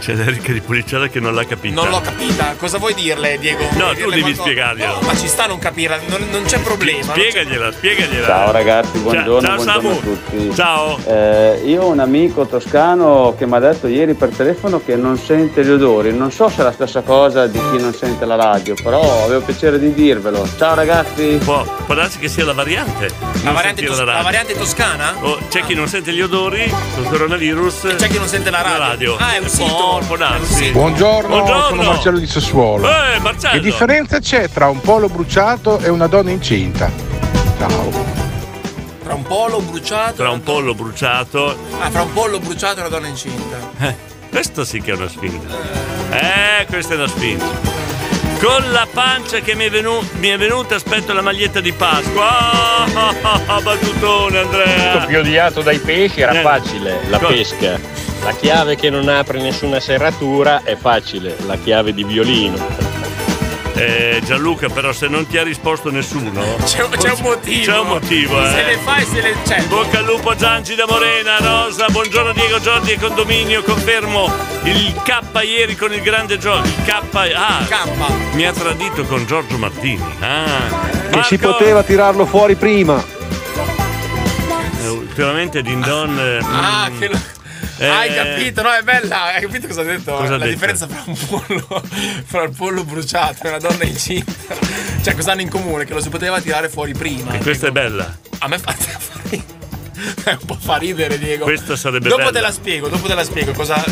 Speaker 2: C'è l'Erica di Pulicciata che non l'ha capita.
Speaker 3: Non l'ho capita. Cosa vuoi dirle, Diego?
Speaker 2: No,
Speaker 3: Vuoi
Speaker 2: tu
Speaker 3: dirle
Speaker 2: devi
Speaker 3: qualcosa?
Speaker 2: spiegarglielo.
Speaker 3: No, ma ci sta a non capirla, non, non c'è problema.
Speaker 2: Spiegagliela, spiegagliela.
Speaker 16: Ciao ragazzi, buongiorno,
Speaker 2: Ciao, ciao,
Speaker 16: buongiorno
Speaker 2: Samu.
Speaker 16: a tutti.
Speaker 2: Ciao.
Speaker 16: Eh, io ho un amico toscano che mi ha detto ieri per telefono che non sente gli odori. Non so se è la stessa cosa di chi non sente la radio, però avevo piacere di dirvelo. Ciao ragazzi.
Speaker 2: Può, può darsi che sia la variante.
Speaker 16: La
Speaker 2: Non
Speaker 16: variante
Speaker 2: sentire
Speaker 16: tos-
Speaker 2: radio.
Speaker 16: la
Speaker 3: variante toscana?
Speaker 2: Oh, c'è chi non sente gli odori col coronavirus. E c'è chi non sente la radio. Ah, è un sito. Può, può darsi.
Speaker 15: Buongiorno, sono
Speaker 2: Buongiorno.
Speaker 15: Marcello di Sassuolo.
Speaker 2: Eh, Marcello.
Speaker 15: Che differenza c'è tra un polo bruciato e una donna incinta? Ciao.
Speaker 3: Tra un pollo bruciato.
Speaker 2: Tra un pollo bruciato.
Speaker 3: Ah, fra un pollo bruciato e una donna incinta.
Speaker 2: Eh, questa sì che è una sfida. Eh, questa è una sfida. Con la pancia che mi è, venu- mi è venuta aspetto la maglietta di Pasqua. Oh, oh, oh, battutone Andrea.
Speaker 14: odiato dai pesci era
Speaker 2: Ah. Eh.
Speaker 14: facile, la
Speaker 2: Cosa?
Speaker 14: pesca. La chiave che non apre nessuna serratura è facile, la chiave di violino.
Speaker 2: Eh, Gianluca, però, se non ti ha risposto nessuno,
Speaker 14: C'è-
Speaker 3: c'è un motivo.
Speaker 2: C'è un motivo, eh.
Speaker 3: Se le fai, se le. Cioè,
Speaker 2: Bocca al lupo a Giangi da Morena, Rosa, buongiorno Diego Giordi e condominio, confermo il K ieri con il grande Giordi, il K, ah, mi ha tradito con Giorgio Martini, ah,
Speaker 4: Che si poteva tirarlo fuori prima.
Speaker 2: Eh, ultimamente Dindon... eh,
Speaker 3: Ah,
Speaker 2: mm,
Speaker 3: che lo-
Speaker 2: eh,
Speaker 3: Hai capito, no? È bella, hai capito cosa ha detto?
Speaker 2: Cosa ha
Speaker 3: la
Speaker 2: detto?
Speaker 3: differenza fra un pollo, fra il pollo bruciato e una donna incinta. Cioè, cosa hanno in comune? Che lo si poteva tirare fuori prima.
Speaker 2: E questa è bella,
Speaker 3: A me fa, <laughs> fa ridere. un po' fa ridere, Diego.
Speaker 2: questa sarebbe
Speaker 3: dopo
Speaker 2: bella.
Speaker 3: te la spiego, dopo te la spiego cosa.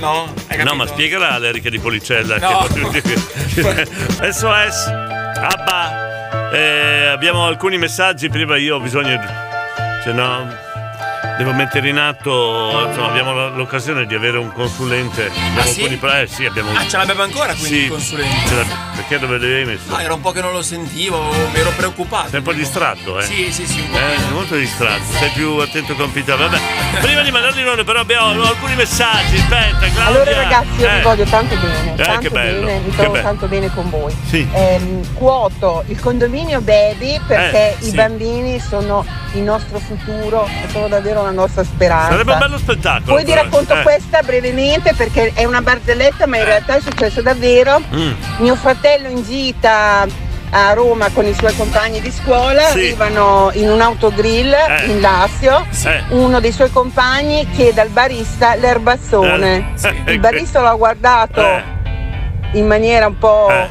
Speaker 3: No? Hai Eh, capito?
Speaker 2: No, ma spiegherà all'Erica di Policella. <laughs>
Speaker 3: No. <laughs>
Speaker 2: Che... SOS, Abba. Eh, abbiamo alcuni messaggi. Prima io ho bisogno. di- Se no, devo mettere in atto. Insomma, abbiamo l- l'occasione di avere un consulente. Abbiamo
Speaker 3: Ah, sì?
Speaker 2: alcuni pro- eh, sì, abbiamo.
Speaker 3: Ah, ce l'abbiamo ancora quindi
Speaker 2: Sì,
Speaker 3: il consulente.
Speaker 2: ce l'ab- Perché dove l'avevi messo?
Speaker 3: Ah, era un po' che non lo sentivo, mi ero preoccupato.
Speaker 2: Sei un po' distratto, eh?
Speaker 3: Sì, sì, sì, un po'.
Speaker 2: Eh, sei molto distratto, sei più attento con Peter. Vabbè, prima di mandarli in onda, però abbiamo alcuni messaggi. Aspetta, Claudia.
Speaker 10: Allora ragazzi io
Speaker 2: Eh.
Speaker 10: vi voglio tanto bene,
Speaker 2: Eh,
Speaker 10: tanto
Speaker 2: che bello,
Speaker 10: bene, vi
Speaker 2: che
Speaker 10: trovo
Speaker 2: bello.
Speaker 10: tanto bene con voi.
Speaker 2: Sì.
Speaker 10: Ehm, quoto il condominio baby perché
Speaker 2: Eh,
Speaker 10: i
Speaker 2: sì.
Speaker 10: bambini sono il nostro futuro, sono davvero la nostra speranza.
Speaker 2: Sarebbe un bello
Speaker 21: Esatto,
Speaker 2: spettacolo.
Speaker 10: Poi vi
Speaker 2: però,
Speaker 10: racconto
Speaker 2: eh.
Speaker 10: questa brevemente perché è una barzelletta
Speaker 21: Eh.
Speaker 10: ma in realtà è successo davvero.
Speaker 2: Mm.
Speaker 10: Mio fratello in gita a Roma con i suoi compagni di scuola
Speaker 21: Sì.
Speaker 10: arrivano in un autogrill
Speaker 21: Eh.
Speaker 10: in Lazio.
Speaker 21: Eh.
Speaker 10: Uno dei suoi compagni chiede al barista l'erbazzone.
Speaker 21: Eh. Sì. Eh.
Speaker 10: Il barista lo ha guardato in maniera un po'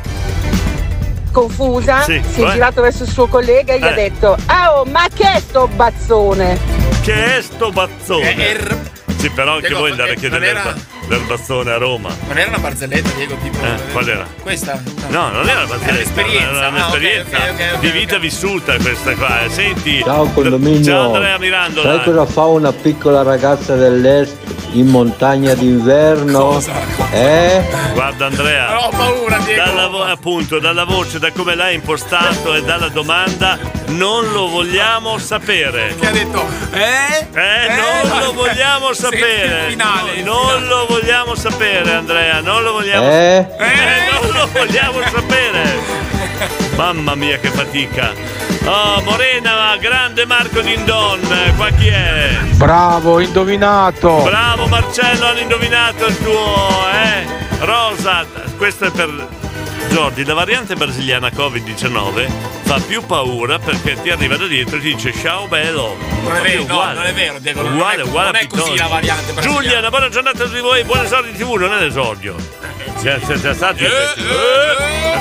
Speaker 10: confusa,
Speaker 21: Sì,
Speaker 10: si è
Speaker 21: eh.
Speaker 10: girato verso il suo collega e gli
Speaker 2: Eh.
Speaker 10: ha detto "Ah, oh, ma che è sto bazzone?"
Speaker 2: Che è sto bazzone?
Speaker 3: er-
Speaker 2: Sì, però anche voi andare a chiedere l'erba- l'erbazzone a Roma.
Speaker 3: Non era una barzelletta, Diego, tipo.
Speaker 2: Eh, qual era?
Speaker 3: Questa?
Speaker 2: No, non era una barzelletta.
Speaker 3: l'esperienza.
Speaker 2: Era
Speaker 3: Ah, ok,
Speaker 2: un'esperienza
Speaker 3: ok, ok, ok,
Speaker 2: di vita vissuta questa qua. eh. Senti.
Speaker 23: Ciao condominio.
Speaker 2: Ciao Andrea Mirandola.
Speaker 23: Sai cosa fa una piccola ragazza dell'est in montagna d'inverno? Eh?
Speaker 2: Guarda Andrea,
Speaker 3: Ah, ho paura, Diego.
Speaker 2: Dalla vo- appunto, dalla voce, da come l'hai impostato e dalla domanda, non lo vogliamo sapere.
Speaker 3: Che ha detto, eh?
Speaker 2: Eh, non lo vogliamo sapere. non lo vogliamo sapere, Andrea, non lo vogliamo
Speaker 23: Eh?
Speaker 2: Eh, non lo vogliamo sapere. Mamma mia che fatica. Oh, Morena, grande Marco Dindon, qua chi è?
Speaker 15: Bravo, indovinato.
Speaker 2: Bravo Marcello, hanno indovinato il tuo, eh? Rosa, questo è per Jordi, la variante brasiliana Covid-19 fa più paura perché ti arriva da dietro e ti dice ciao bello.
Speaker 3: Non è
Speaker 2: Proprio
Speaker 3: vero, no,
Speaker 2: uguale.
Speaker 3: non è vero, Diego. Non
Speaker 2: Uguale,
Speaker 3: è,
Speaker 2: uguale
Speaker 3: non
Speaker 2: a
Speaker 3: è così
Speaker 2: Pittoni.
Speaker 3: la variante brasiliana.
Speaker 2: Giulia, una buona giornata a tutti voi, buon esordio in tv, non è l'esordio. C'è, c'è, c'è stato
Speaker 3: Eh,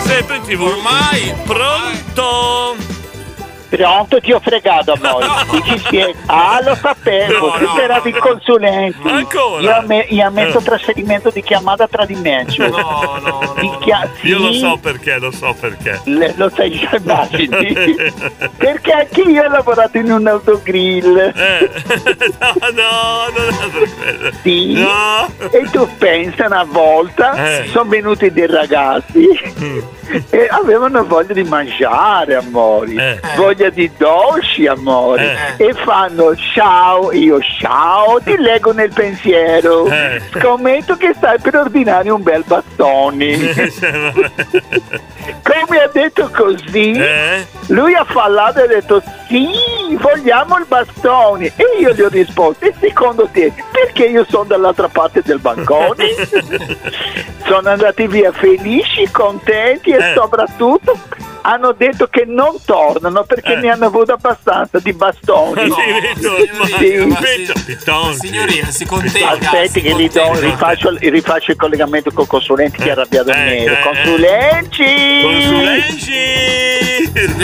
Speaker 2: sempre in tv. Ormai! Pronto!
Speaker 18: Pronto, ti ho
Speaker 2: <laughs>
Speaker 18: fregato a voi. Ti ci spiego. Ah, lo sapevo,
Speaker 2: No,
Speaker 18: tu
Speaker 2: no,
Speaker 18: speravi il consulente.
Speaker 2: Ancora? Eh.
Speaker 18: Io, ha me- io ha messo trasferimento di cioè. chiamata a tradimento.
Speaker 2: No, no, no. Io lo so perché, lo so perché.
Speaker 18: Le-
Speaker 2: <laughs>
Speaker 18: lo sai già immagini. Perché anche io ho lavorato in un autogrill.
Speaker 2: Eh. <laughs> no, no, non è per quello.
Speaker 18: Sì.
Speaker 2: No. Eh.
Speaker 18: E tu pensa una volta, sono venuti dei ragazzi
Speaker 2: Mm.
Speaker 18: <laughs> e avevano voglia di mangiare, amori, voglia di dolci, amori, e fanno ciao, io ciao, ti leggo nel pensiero, scommetto che stai per ordinare un bel battoni. Come ha detto così, lui ha fallato e ha detto sì, vogliamo il bastone. E io gli ho risposto, e secondo te perché io sono dall'altra parte del bancone?
Speaker 3: <laughs>
Speaker 18: sono andati via felici, contenti e soprattutto hanno detto che non tornano perché ne hanno avuto abbastanza di bastoni.
Speaker 2: Signoria,
Speaker 3: si
Speaker 18: Aspetti che li do- rifaccio, rifaccio il collegamento col consulente che è
Speaker 17: Ecco,
Speaker 18: arrabbiato nero. Consulenti!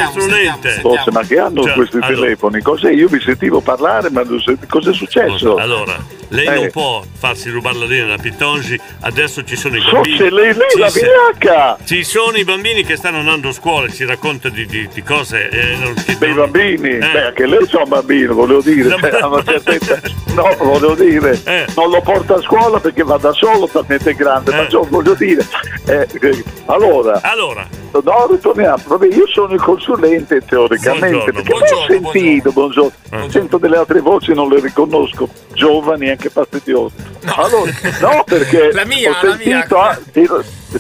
Speaker 2: Consulente!
Speaker 17: Forse, ma che
Speaker 2: Cioè,
Speaker 17: hanno questi telefoni? Cos'è? Io vi sentivo parlare, ma non senti- cos'è successo?
Speaker 2: Allora, lei
Speaker 17: Eh.
Speaker 2: non può farsi rubare la linea da Pitongi, adesso ci sono i
Speaker 17: So
Speaker 2: bambini.
Speaker 17: se lei- lei
Speaker 2: Ci
Speaker 17: la
Speaker 2: se-
Speaker 17: vigliacca!
Speaker 2: Ci sono i bambini che stanno andando a scuola e ci racconta di, di- di cose. eh, non- che
Speaker 17: Dei
Speaker 2: non-
Speaker 17: bambini,
Speaker 2: Eh.
Speaker 17: beh, anche lei c'ha un bambino, volevo dire, cioè,
Speaker 2: <laughs>
Speaker 17: a una certa età- no, volevo dire,
Speaker 2: Eh.
Speaker 17: non lo porta a scuola perché va da solo, talmente è grande, ma insomma, voglio dire, eh, eh, allora,
Speaker 2: Allora,
Speaker 17: no, ritorniamo, vabbè, io sono il consulente teoricamente,
Speaker 2: Buongiorno,
Speaker 17: perché ho sentito, buongiorno, sento delle altre voci, non le riconosco, giovani anche fastidiose, allora, no, perché
Speaker 3: <laughs> La mia,
Speaker 17: ho
Speaker 3: la mia. Eh,
Speaker 17: sentito,
Speaker 3: ecco.
Speaker 17: ah, ti-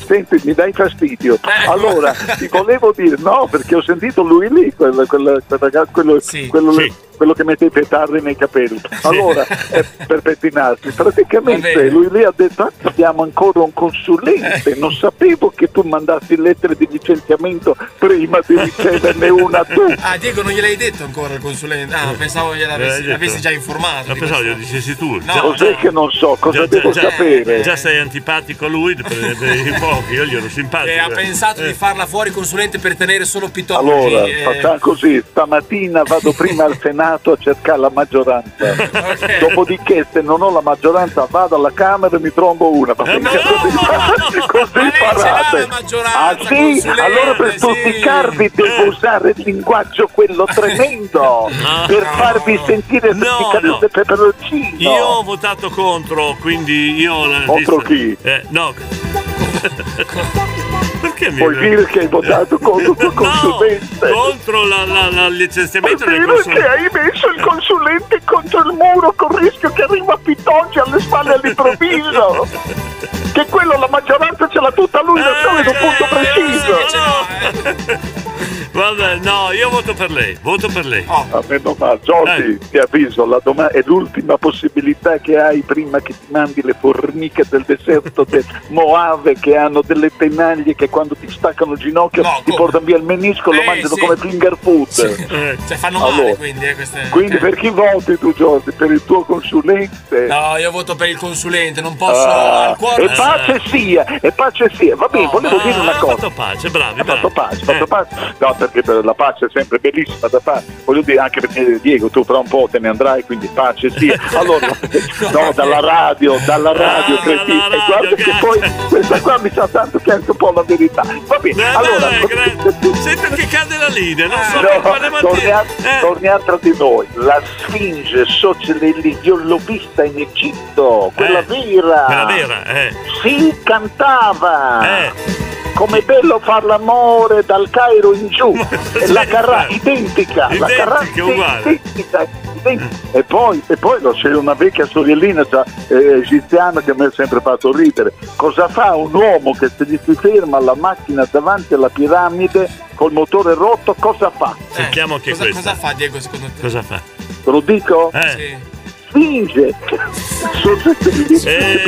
Speaker 17: Senti, mi dai fastidio. Allora, ti volevo dire, no, perché ho sentito lui lì, quel, quel- quel ragazzo, quello, quello- quello che mette i petardi nei capelli. Allora, eh, per pettinarsi, praticamente lui lì ha detto, "Ah, abbiamo ancora un consulente, non sapevo che tu mandassi lettere di licenziamento prima di riceverne una tu.
Speaker 3: Ah, Diego, non gliel'hai detto ancora al consulente? Ah,
Speaker 2: Eh.
Speaker 3: pensavo gliel'avessi
Speaker 2: Gliel'hai
Speaker 3: l'avessi
Speaker 2: detto?
Speaker 3: già informato.
Speaker 2: la
Speaker 3: di
Speaker 2: pensavo
Speaker 3: questo.
Speaker 2: glielo dicessi tu.
Speaker 3: No,
Speaker 2: Già-
Speaker 17: Cos'è che non so, cosa
Speaker 2: già-
Speaker 17: devo
Speaker 2: già-
Speaker 17: sapere?
Speaker 2: Già sei antipatico a lui per, per i pochi, io gli ero simpatico. Eh.
Speaker 3: E ha pensato di farla fuori consulente per tenere solo Pitocchi.
Speaker 17: Allora,
Speaker 3: eh,
Speaker 17: facciamo così, stamattina
Speaker 2: <laughs>
Speaker 17: vado prima al Senato a cercare la maggioranza, dopodiché se non ho la maggioranza vado alla Camera e mi trombo una, ma perché così, così parate. Ah sì? consulente, Allora per stuzzicarvi devo usare il linguaggio quello
Speaker 2: <laughs>
Speaker 17: tremendo, per farvi sentire stuzzicare
Speaker 2: no.
Speaker 17: il peperoncino.
Speaker 2: Io ho votato contro, quindi io.
Speaker 17: Contro
Speaker 2: chi? Eh,
Speaker 3: <laughs>
Speaker 2: no. Perché mi
Speaker 17: Vuol dire che hai votato contro il tuo consulente?
Speaker 2: contro la- la- la- il licenziamento del
Speaker 17: Vero che
Speaker 2: consulente?
Speaker 17: hai messo il consulente contro il muro con il rischio che arriva Pitongi alle spalle <laughs> all'improvviso. che quello la maggioranza ce l'ha tutta lui da solo in un punto preciso.
Speaker 2: Vabbè, no, io voto per lei. Voto per lei.
Speaker 17: A meno male, Giorgi, ti avviso, la doma- è l'ultima possibilità che hai prima che ti mandi le formiche del
Speaker 3: <laughs>
Speaker 17: deserto del Moave che hanno delle tenaglie che quando ti staccano il ginocchio ti portano via il menisco, lo
Speaker 3: Eh,
Speaker 17: mangiano
Speaker 3: sì.
Speaker 17: come finger food.
Speaker 3: Cioè, fanno male
Speaker 17: Allora,
Speaker 3: quindi, eh, queste.
Speaker 17: Quindi per chi voti tu Giorgi? Per il tuo consulente?
Speaker 3: No, io voto per il consulente, non posso.
Speaker 17: Ah,
Speaker 3: al cuore. Eh.
Speaker 17: e pace sia, e pace sia. Va bene, volevo dire una cosa.
Speaker 2: Fatto pace, bravi, Eh.
Speaker 17: Fatto pace, fatto pace. No, perché per- la pace è sempre bellissima da fare. Voglio dire, anche perché Diego, tu fra un po' te ne andrai, quindi pace
Speaker 2: <laughs>
Speaker 17: sia. <laughs> Allora, no, dalla radio, eh, dalla radio, Cretino. E guarda che poi questa qua mi sa tanto che è anche un po' la verità. Va bene, allora.
Speaker 2: Sento che cade la linea, non so per quale
Speaker 17: No,
Speaker 2: mattina.
Speaker 17: torniamo, torniamo tra di noi. La Sfinge, socio dell'idiollobista in Egitto,
Speaker 2: Eh.
Speaker 17: quella vera.
Speaker 2: Quella vera, eh.
Speaker 17: Si cantava. Come bello far l'amore dal Cairo in <laughs> giù. E la carra identica. la carra
Speaker 12: Identica, uguale.
Speaker 17: identica, identica. Eh. E poi, e poi lo- c'è una vecchia sorellina cioè, eh, egiziana che mi ha sempre fatto ridere. Cosa fa un uomo che se gli si ferma la macchina davanti alla piramide col motore rotto? Cosa fa?
Speaker 2: Sentiamo anche
Speaker 3: cosa,
Speaker 2: questo.
Speaker 3: cosa fa Diego secondo te?
Speaker 2: Cosa fa?
Speaker 17: Te lo dico?
Speaker 2: Eh.
Speaker 17: <laughs> Sfinge. E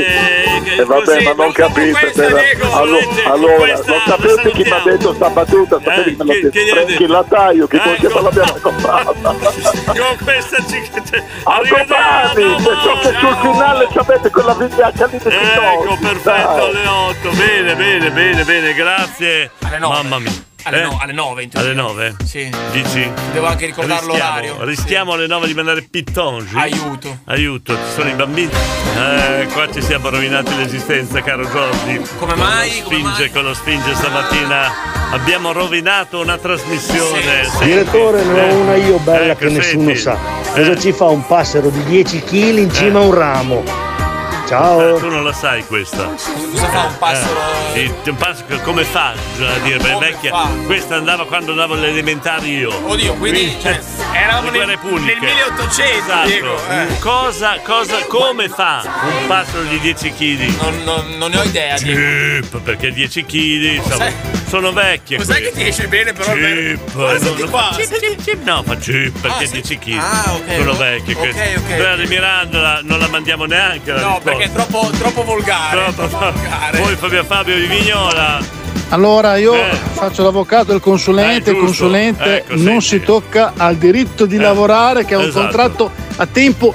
Speaker 17: Eh, vabbè, ma non capite. però- allo- allora, non sapete chi mi ha detto sta battuta, sapete Eh, chi me l'ha detto. Ecco. Franchi Lattaio, che forse me <laughs> l'abbiamo comprata.
Speaker 2: Confessaci che te...
Speaker 17: A domani, perciò che
Speaker 2: Ah.
Speaker 17: sul finale sapete quella vigliaccia lì di
Speaker 2: Ecco, perfetto, alle 8. Bene, bene, bene, bene, grazie. Mamma mia.
Speaker 3: Alle no-
Speaker 2: alle 9 Alle 9? Sì. Dici?
Speaker 3: Devo anche ricordare
Speaker 2: Rischiamo-
Speaker 3: l'orario.
Speaker 2: Rischiamo alle 9 di mandare Pittongi. Aiuto. Aiuto, ci sono i bambini. Eh, qua ci siamo rovinati l'esistenza, caro Giorgi. Come mai? Con lo spinge, con lo spinge stamattina. Abbiamo rovinato una trasmissione. Senti,
Speaker 1: Direttore, ne
Speaker 2: eh.
Speaker 1: ho una io bella
Speaker 2: Ecco,
Speaker 1: che nessuno
Speaker 2: senti.
Speaker 1: sa. Cosa ci fa un passero di 10 kg in cima a un ramo? Ciao.
Speaker 2: Eh, tu non la sai questa. Cosa fa un passero? un passero come fa a dire beh, vecchia? Questa andava quando andavo alle elementari io. eh,
Speaker 3: Oddio, quindi, cioè, eravamo
Speaker 2: Le guerre
Speaker 3: nel-
Speaker 2: puniche.
Speaker 3: nel 1800,
Speaker 2: Esatto.
Speaker 3: Diego, eh.
Speaker 2: Cosa, cosa, come fa un passero di 10 kg? Non, ne ho idea. perché 10 kg sono vecchie.
Speaker 3: Cos'è che ti esce bene però?
Speaker 2: Chip,
Speaker 3: Guarda, senti qua.
Speaker 2: No, ma chip, perché 10 kg.
Speaker 3: Ah, ok.
Speaker 2: Sono vecchie.
Speaker 3: Ok,
Speaker 2: queste.
Speaker 3: ok,
Speaker 2: Quella di Miranda la- non la mandiamo neanche. La
Speaker 3: No, perché è troppo, troppo volgare.
Speaker 2: Poi Fabio Fabio di Vignola.
Speaker 11: Allora io
Speaker 2: Eh.
Speaker 11: faccio l'avvocato e il consulente,
Speaker 2: Eh,
Speaker 11: il
Speaker 2: giusto.
Speaker 11: consulente
Speaker 2: Ecco, Eh.
Speaker 11: non si tocca al diritto di lavorare che è un
Speaker 2: esatto.
Speaker 11: contratto a tempo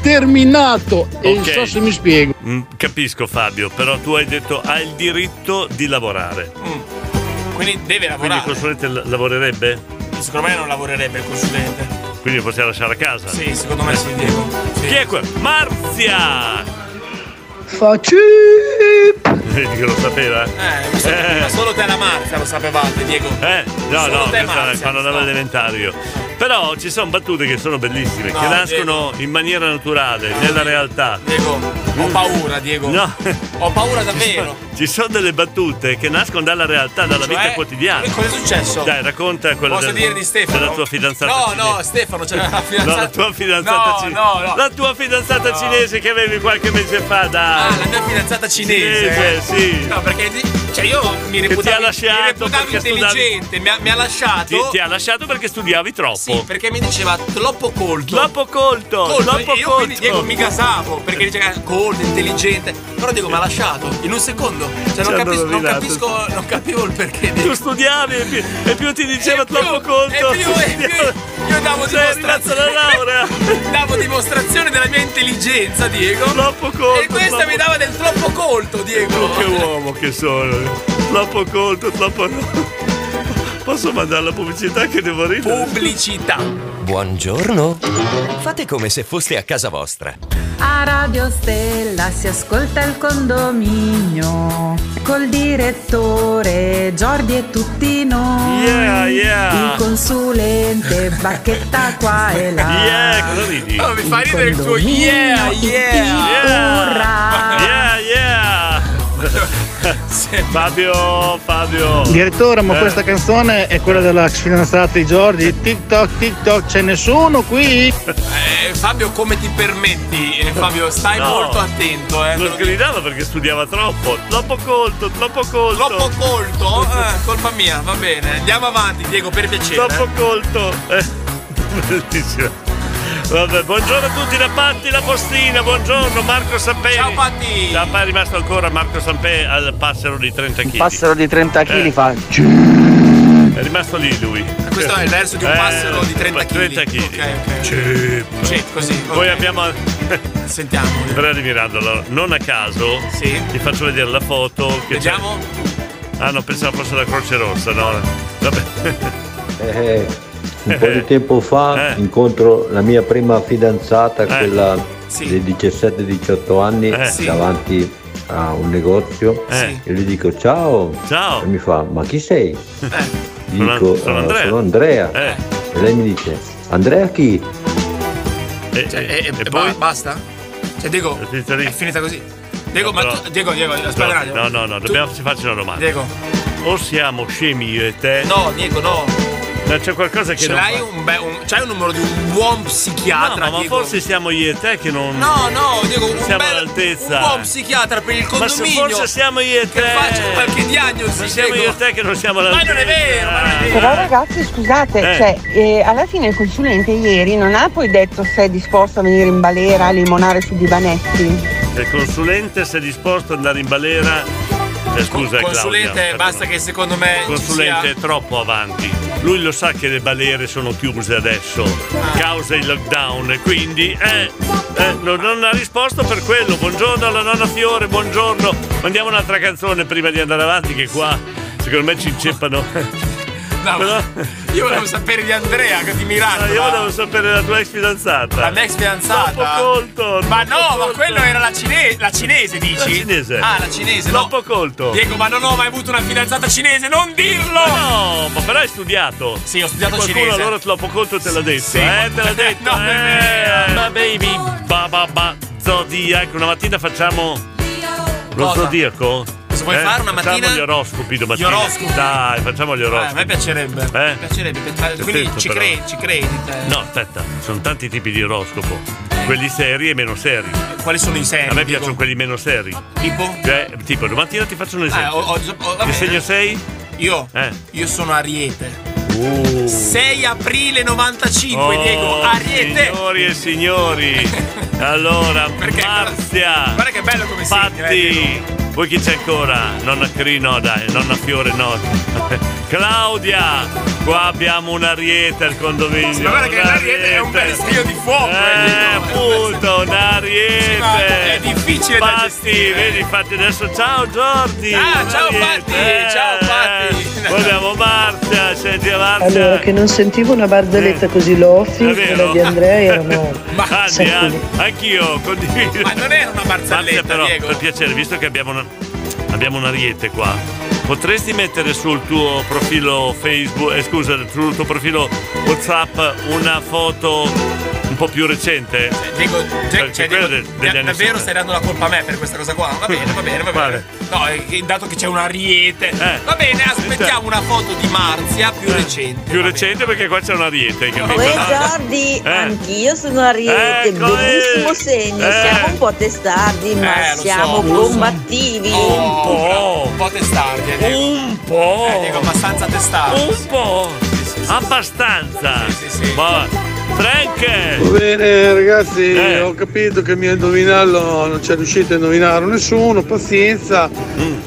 Speaker 11: indeterminato e non
Speaker 2: Ok.
Speaker 11: so se mi spiego.
Speaker 2: Mm, capisco Fabio, però tu hai detto hai il diritto di lavorare.
Speaker 3: Mm. Quindi deve
Speaker 2: Quindi il
Speaker 3: lavorare.
Speaker 2: consulente l- lavorerebbe?
Speaker 3: Secondo me non lavorerebbe il consulente.
Speaker 2: Quindi lo possiamo lasciare a casa?
Speaker 3: Sì, secondo me sì, Diego.
Speaker 2: Chi è qua? Marzia!
Speaker 19: Facci!
Speaker 2: Vedi che lo sapeva?
Speaker 3: Eh, mi sa-
Speaker 2: Eh.
Speaker 3: ma solo te la Marzia lo sapevate, Diego.
Speaker 2: Eh, no,
Speaker 3: Solo
Speaker 2: no,
Speaker 3: te,
Speaker 2: questa è
Speaker 3: Marzia,
Speaker 2: quando andavo
Speaker 3: no.
Speaker 2: elementare io. Però ci sono battute che sono bellissime,
Speaker 3: No,
Speaker 2: che nascono in maniera naturale, nella realtà. Diego, ho paura, Diego. No.
Speaker 3: Ho paura davvero. Cioè,
Speaker 2: Ci sono delle battute che nascono dalla realtà, dalla vita quotidiana. Cosa è successo? Dai, racconta quella
Speaker 3: Posso
Speaker 2: del-
Speaker 3: dire di Stefano?
Speaker 2: della tua fidanzata.
Speaker 3: No,
Speaker 2: cinese.
Speaker 3: no, Stefano, c'è la
Speaker 2: <laughs> No,
Speaker 3: fidanzata.
Speaker 2: la tua fidanzata
Speaker 3: No,
Speaker 2: cinese.
Speaker 3: no, no.
Speaker 2: La tua fidanzata cinese che avevi qualche mese fa, dai.
Speaker 3: Ah, la mia fidanzata cinese.
Speaker 2: sì.
Speaker 3: No, perché di- cioè io mi reputavo, mi reputavo
Speaker 2: perché studavi-
Speaker 3: intelligente, mi ha, mi ha lasciato.
Speaker 2: Ti, ti ha lasciato perché studiavi troppo.
Speaker 3: Sì, perché mi diceva troppo colto.
Speaker 2: Troppo colto. troppo
Speaker 3: e io quindi
Speaker 2: colto.
Speaker 3: Diego mi gasavo perché diceva colto, intelligente. Però Diego mi ha lasciato in un secondo. Cioè,
Speaker 2: Ci
Speaker 3: non,
Speaker 2: hanno
Speaker 3: capis- non
Speaker 2: rovinato.
Speaker 3: capisco, non capivo il perché.
Speaker 2: Tu studiavi e più, e più ti diceva troppo colto.
Speaker 3: E più, e più, io davo
Speaker 2: Sei
Speaker 3: dimostrazione.
Speaker 2: arrivato alla laurea.
Speaker 3: <laughs> davo dimostrazione della mia intelligenza, Diego.
Speaker 2: Troppo colto.
Speaker 3: E questa
Speaker 2: troppo-
Speaker 3: mi dava del troppo colto, Diego.
Speaker 2: Oh, Che uomo che sono. Troppo colto, troppo. Posso mandare la pubblicità che devo ridere?
Speaker 21: Pubblicità. Buongiorno. Fate come se foste a casa vostra.
Speaker 6: A Radio Stella si ascolta il condominio col direttore Giordi e tutti noi.
Speaker 2: Yeah, yeah.
Speaker 6: Il consulente Bacchetta qua e là.
Speaker 2: <laughs> Yeah, Eh, cosa ridi?
Speaker 6: No, mi fa ridere il tuo
Speaker 3: yeah, yeah.
Speaker 2: Yeah.
Speaker 6: Urrà.
Speaker 2: Yeah, yeah.
Speaker 6: <laughs>
Speaker 2: Fabio, Fabio.
Speaker 11: Direttore, ma
Speaker 2: Eh.
Speaker 11: questa canzone è quella della fidanzata di Giorgi. TikTok, TikTok, c'è
Speaker 2: <laughs>
Speaker 11: nessuno qui?
Speaker 3: Eh, Fabio, come ti permetti? Eh, Fabio, stai
Speaker 2: No.
Speaker 3: molto attento, eh.
Speaker 2: Non gridava perché studiava troppo. Troppo colto, troppo colto.
Speaker 3: Troppo colto? Eh, colpa mia, va bene. Andiamo avanti, Diego, per
Speaker 6: eh.
Speaker 3: piacere.
Speaker 2: Troppo colto. Eh, bellissimo. Vabbè, buongiorno a tutti da Patti la Postina, buongiorno Marco Samperi. Ciao Patti! Da è rimasto ancora Marco Samperi al passero di 30 kg.
Speaker 1: Passero di 30
Speaker 2: Eh.
Speaker 1: kg fa.
Speaker 2: È rimasto lì lui.
Speaker 3: Ah,
Speaker 2: Eh,
Speaker 3: Questo è il verso di un passero di 30 kg.
Speaker 2: 30 kg.
Speaker 3: così.
Speaker 2: Certo. Poi abbiamo.
Speaker 3: <laughs>
Speaker 2: Sentiamo. Andrea di Mirandola, non a caso ti faccio vedere la foto. Che Vediamo. Ah no, pensavo fosse la Croce Rossa, no? Vabbè.
Speaker 23: Eh, un po' di
Speaker 2: <laughs>
Speaker 23: tempo fa
Speaker 2: Eh.
Speaker 23: incontro la mia prima fidanzata, quella dei 17-18 anni,
Speaker 2: Eh. Sì.
Speaker 23: davanti a un negozio
Speaker 2: Eh.
Speaker 23: e le dico ciao.
Speaker 2: Ciao.
Speaker 23: E mi fa, ma chi sei?
Speaker 2: Sono-
Speaker 23: Dico,
Speaker 2: sono
Speaker 23: "Ah,
Speaker 2: Andrea."
Speaker 23: sono Andrea.
Speaker 2: Eh.
Speaker 23: E lei mi dice, Andrea chi?
Speaker 2: eh, E,
Speaker 3: e- e Eh, cioè, ba- basta? Cioè, Diego, è finita così. <laughs> Diego, ma
Speaker 2: però-
Speaker 3: tu, Diego, Diego, aspetta
Speaker 2: No,
Speaker 3: un attimo.
Speaker 2: no, no, no, dobbiamo farci una domanda.
Speaker 3: Diego.
Speaker 2: O siamo scemi io e te.
Speaker 3: No, Diego, no.
Speaker 2: No, c'è qualcosa che
Speaker 3: Ce
Speaker 2: non
Speaker 3: l'hai
Speaker 2: va.
Speaker 3: un, be- un- c'hai un numero di un buon
Speaker 2: No,
Speaker 3: psichiatra?
Speaker 2: ma, ma
Speaker 3: Diego?
Speaker 2: forse siamo io e te che non.
Speaker 3: No, no, dico un
Speaker 2: siamo
Speaker 3: bel-
Speaker 2: all'altezza.
Speaker 3: un buon psichiatra per il
Speaker 2: Ma se
Speaker 3: condominio.
Speaker 2: forse siamo io e te.
Speaker 3: Che faccia qualche diagnosi.
Speaker 2: Ma siamo
Speaker 3: Diego.
Speaker 2: io e te che non siamo
Speaker 3: Ma
Speaker 2: all'altezza. Ah,
Speaker 3: non è vero, ma non è
Speaker 10: Però ragazzi scusate,
Speaker 2: Eh.
Speaker 10: cioè, eh, alla fine il consulente ieri non ha poi detto se è disposto a venire in balera a limonare su divanetti.
Speaker 2: Se il consulente se è disposto ad andare in balera. Cioè, scusa,
Speaker 3: Consulente,
Speaker 2: Claudia,
Speaker 3: basta che secondo me.
Speaker 2: Il
Speaker 3: ci
Speaker 2: consulente
Speaker 3: sia-
Speaker 2: è troppo avanti. Lui lo sa che le balere sono chiuse adesso,
Speaker 3: Ah.
Speaker 2: causa il lockdown, e quindi eh, eh, non, non ha risposto per quello. Buongiorno alla nonna Fiore, buongiorno. Mandiamo un'altra canzone prima di andare avanti, che qua secondo me ci inceppano.
Speaker 3: No, Io volevo sapere di Andrea, che di
Speaker 2: No,
Speaker 3: Milano.
Speaker 2: Ah, io
Speaker 3: ma-
Speaker 2: volevo sapere la tua ex fidanzata.
Speaker 3: La mia ex fidanzata.
Speaker 2: Troppo colto.
Speaker 3: Ma
Speaker 2: troppo
Speaker 3: no, ma
Speaker 2: colto.
Speaker 3: quello era la cinese, la cinese dici?
Speaker 2: La cinese.
Speaker 3: Ah, la cinese.
Speaker 2: Troppo
Speaker 3: no.
Speaker 2: colto.
Speaker 3: Diego, ma non ho mai avuto una fidanzata cinese, non dirlo!
Speaker 2: Ma no, ma però hai studiato.
Speaker 3: Sì, ho studiato
Speaker 2: Qualcuno
Speaker 3: cinese.
Speaker 2: allora troppo colto te l'ha detto,
Speaker 3: Sì.
Speaker 2: eh? Te l'ha detto.
Speaker 3: <laughs> No, è
Speaker 2: eh, ma baby, ba ba ba, zodiaco. Una mattina facciamo lo
Speaker 3: Cosa?
Speaker 2: zodiaco? Eh,
Speaker 3: Cosa vuoi fare una mattina?
Speaker 2: Facciamo gli oroscopi domattina.
Speaker 3: Gli oroscopi?
Speaker 2: Dai, facciamo gli
Speaker 3: Eh,
Speaker 2: oroscopi.
Speaker 3: a me piacerebbe.
Speaker 2: Eh?
Speaker 3: Piacerebbe, piacerebbe. Quindi
Speaker 2: detto,
Speaker 3: ci,
Speaker 2: però.
Speaker 3: credi, ci credi. te.
Speaker 2: No, aspetta, sono tanti tipi di oroscopo. Quelli seri e meno seri.
Speaker 3: Quali sono i seri?
Speaker 2: A me piacciono quelli meno seri.
Speaker 3: Tipo?
Speaker 2: Cioè, tipo, domattina ti faccio un
Speaker 3: Ah,
Speaker 2: esempio.
Speaker 3: ho- ho- ho- va
Speaker 2: che
Speaker 3: bene.
Speaker 2: segno sei?
Speaker 3: Io?
Speaker 2: Eh.
Speaker 3: Io sono Ariete.
Speaker 2: Oh.
Speaker 3: 6 aprile 95, Diego. Ariete.
Speaker 2: Signori e signori,
Speaker 3: <laughs>
Speaker 2: allora Marzia.
Speaker 3: Guarda che bello come segno, eh,
Speaker 2: Fatti. Voi chi c'è ancora? Nonna Cri, no dai, nonna Fiore, no. <laughs> Claudia, qua abbiamo un ariete al condominio.
Speaker 3: Sì, ma guarda che
Speaker 2: un
Speaker 3: l'ariete è un bel segno di fuoco.
Speaker 2: Eh, appunto, un
Speaker 3: Sì, ma è
Speaker 2: ariete.
Speaker 3: difficile da
Speaker 2: Fatti,
Speaker 3: gestire.
Speaker 2: Vedi, infatti adesso ciao Giordi.
Speaker 3: Ah, ciao,
Speaker 2: un ariete.
Speaker 3: Fatti,
Speaker 2: Eh,
Speaker 3: ciao, Fatti.
Speaker 2: Vogliamo Marzia, senti Marzia.
Speaker 19: Allora, che non sentivo una barzelletta così loffi,
Speaker 2: È vero.
Speaker 19: quella di Andrea
Speaker 2: <laughs>
Speaker 19: erano...
Speaker 2: Anzi,
Speaker 19: Sai
Speaker 2: an- anch'io condivido. Ma non era una barzelletta, però, per piacere, visto che abbiamo, una, abbiamo un ariete qua, potresti mettere sul tuo profilo Facebook, eh, scusa, sul tuo profilo WhatsApp una foto un po' più recente?
Speaker 3: Diego,
Speaker 2: Perché quella de- degli
Speaker 3: Da-
Speaker 2: anni 70.
Speaker 3: davvero stai dando la colpa a me per questa cosa qua? Va bene, va bene, va bene. No, eh, che- dato che c'è un ariete.
Speaker 2: Eh.
Speaker 3: Va bene, aspettiamo una foto di Marzia più recente.
Speaker 2: Più recente perché qua c'è un ariete, capito?
Speaker 8: Uè Giordi,
Speaker 2: Eh.
Speaker 8: anch'io sono Ariete,
Speaker 2: Ecco,
Speaker 8: benissimo
Speaker 2: eh.
Speaker 8: segno,
Speaker 2: Eh.
Speaker 8: siamo un po' testardi, ma
Speaker 2: Eh, lo so,
Speaker 8: Ah, siamo
Speaker 2: lo so. un
Speaker 8: combattivi.
Speaker 2: po'. Un
Speaker 3: Oh, po' testardi, eh,
Speaker 2: Un po'.
Speaker 3: Diego, abbastanza testardi.
Speaker 2: Un po'. Abbastanza. Sì, sì, sì. Ma... Frank!
Speaker 4: Va bene ragazzi,
Speaker 2: Eh.
Speaker 4: ho capito che il mio indovinello non ci è riuscito a indovinare nessuno, pazienza.
Speaker 2: Mm.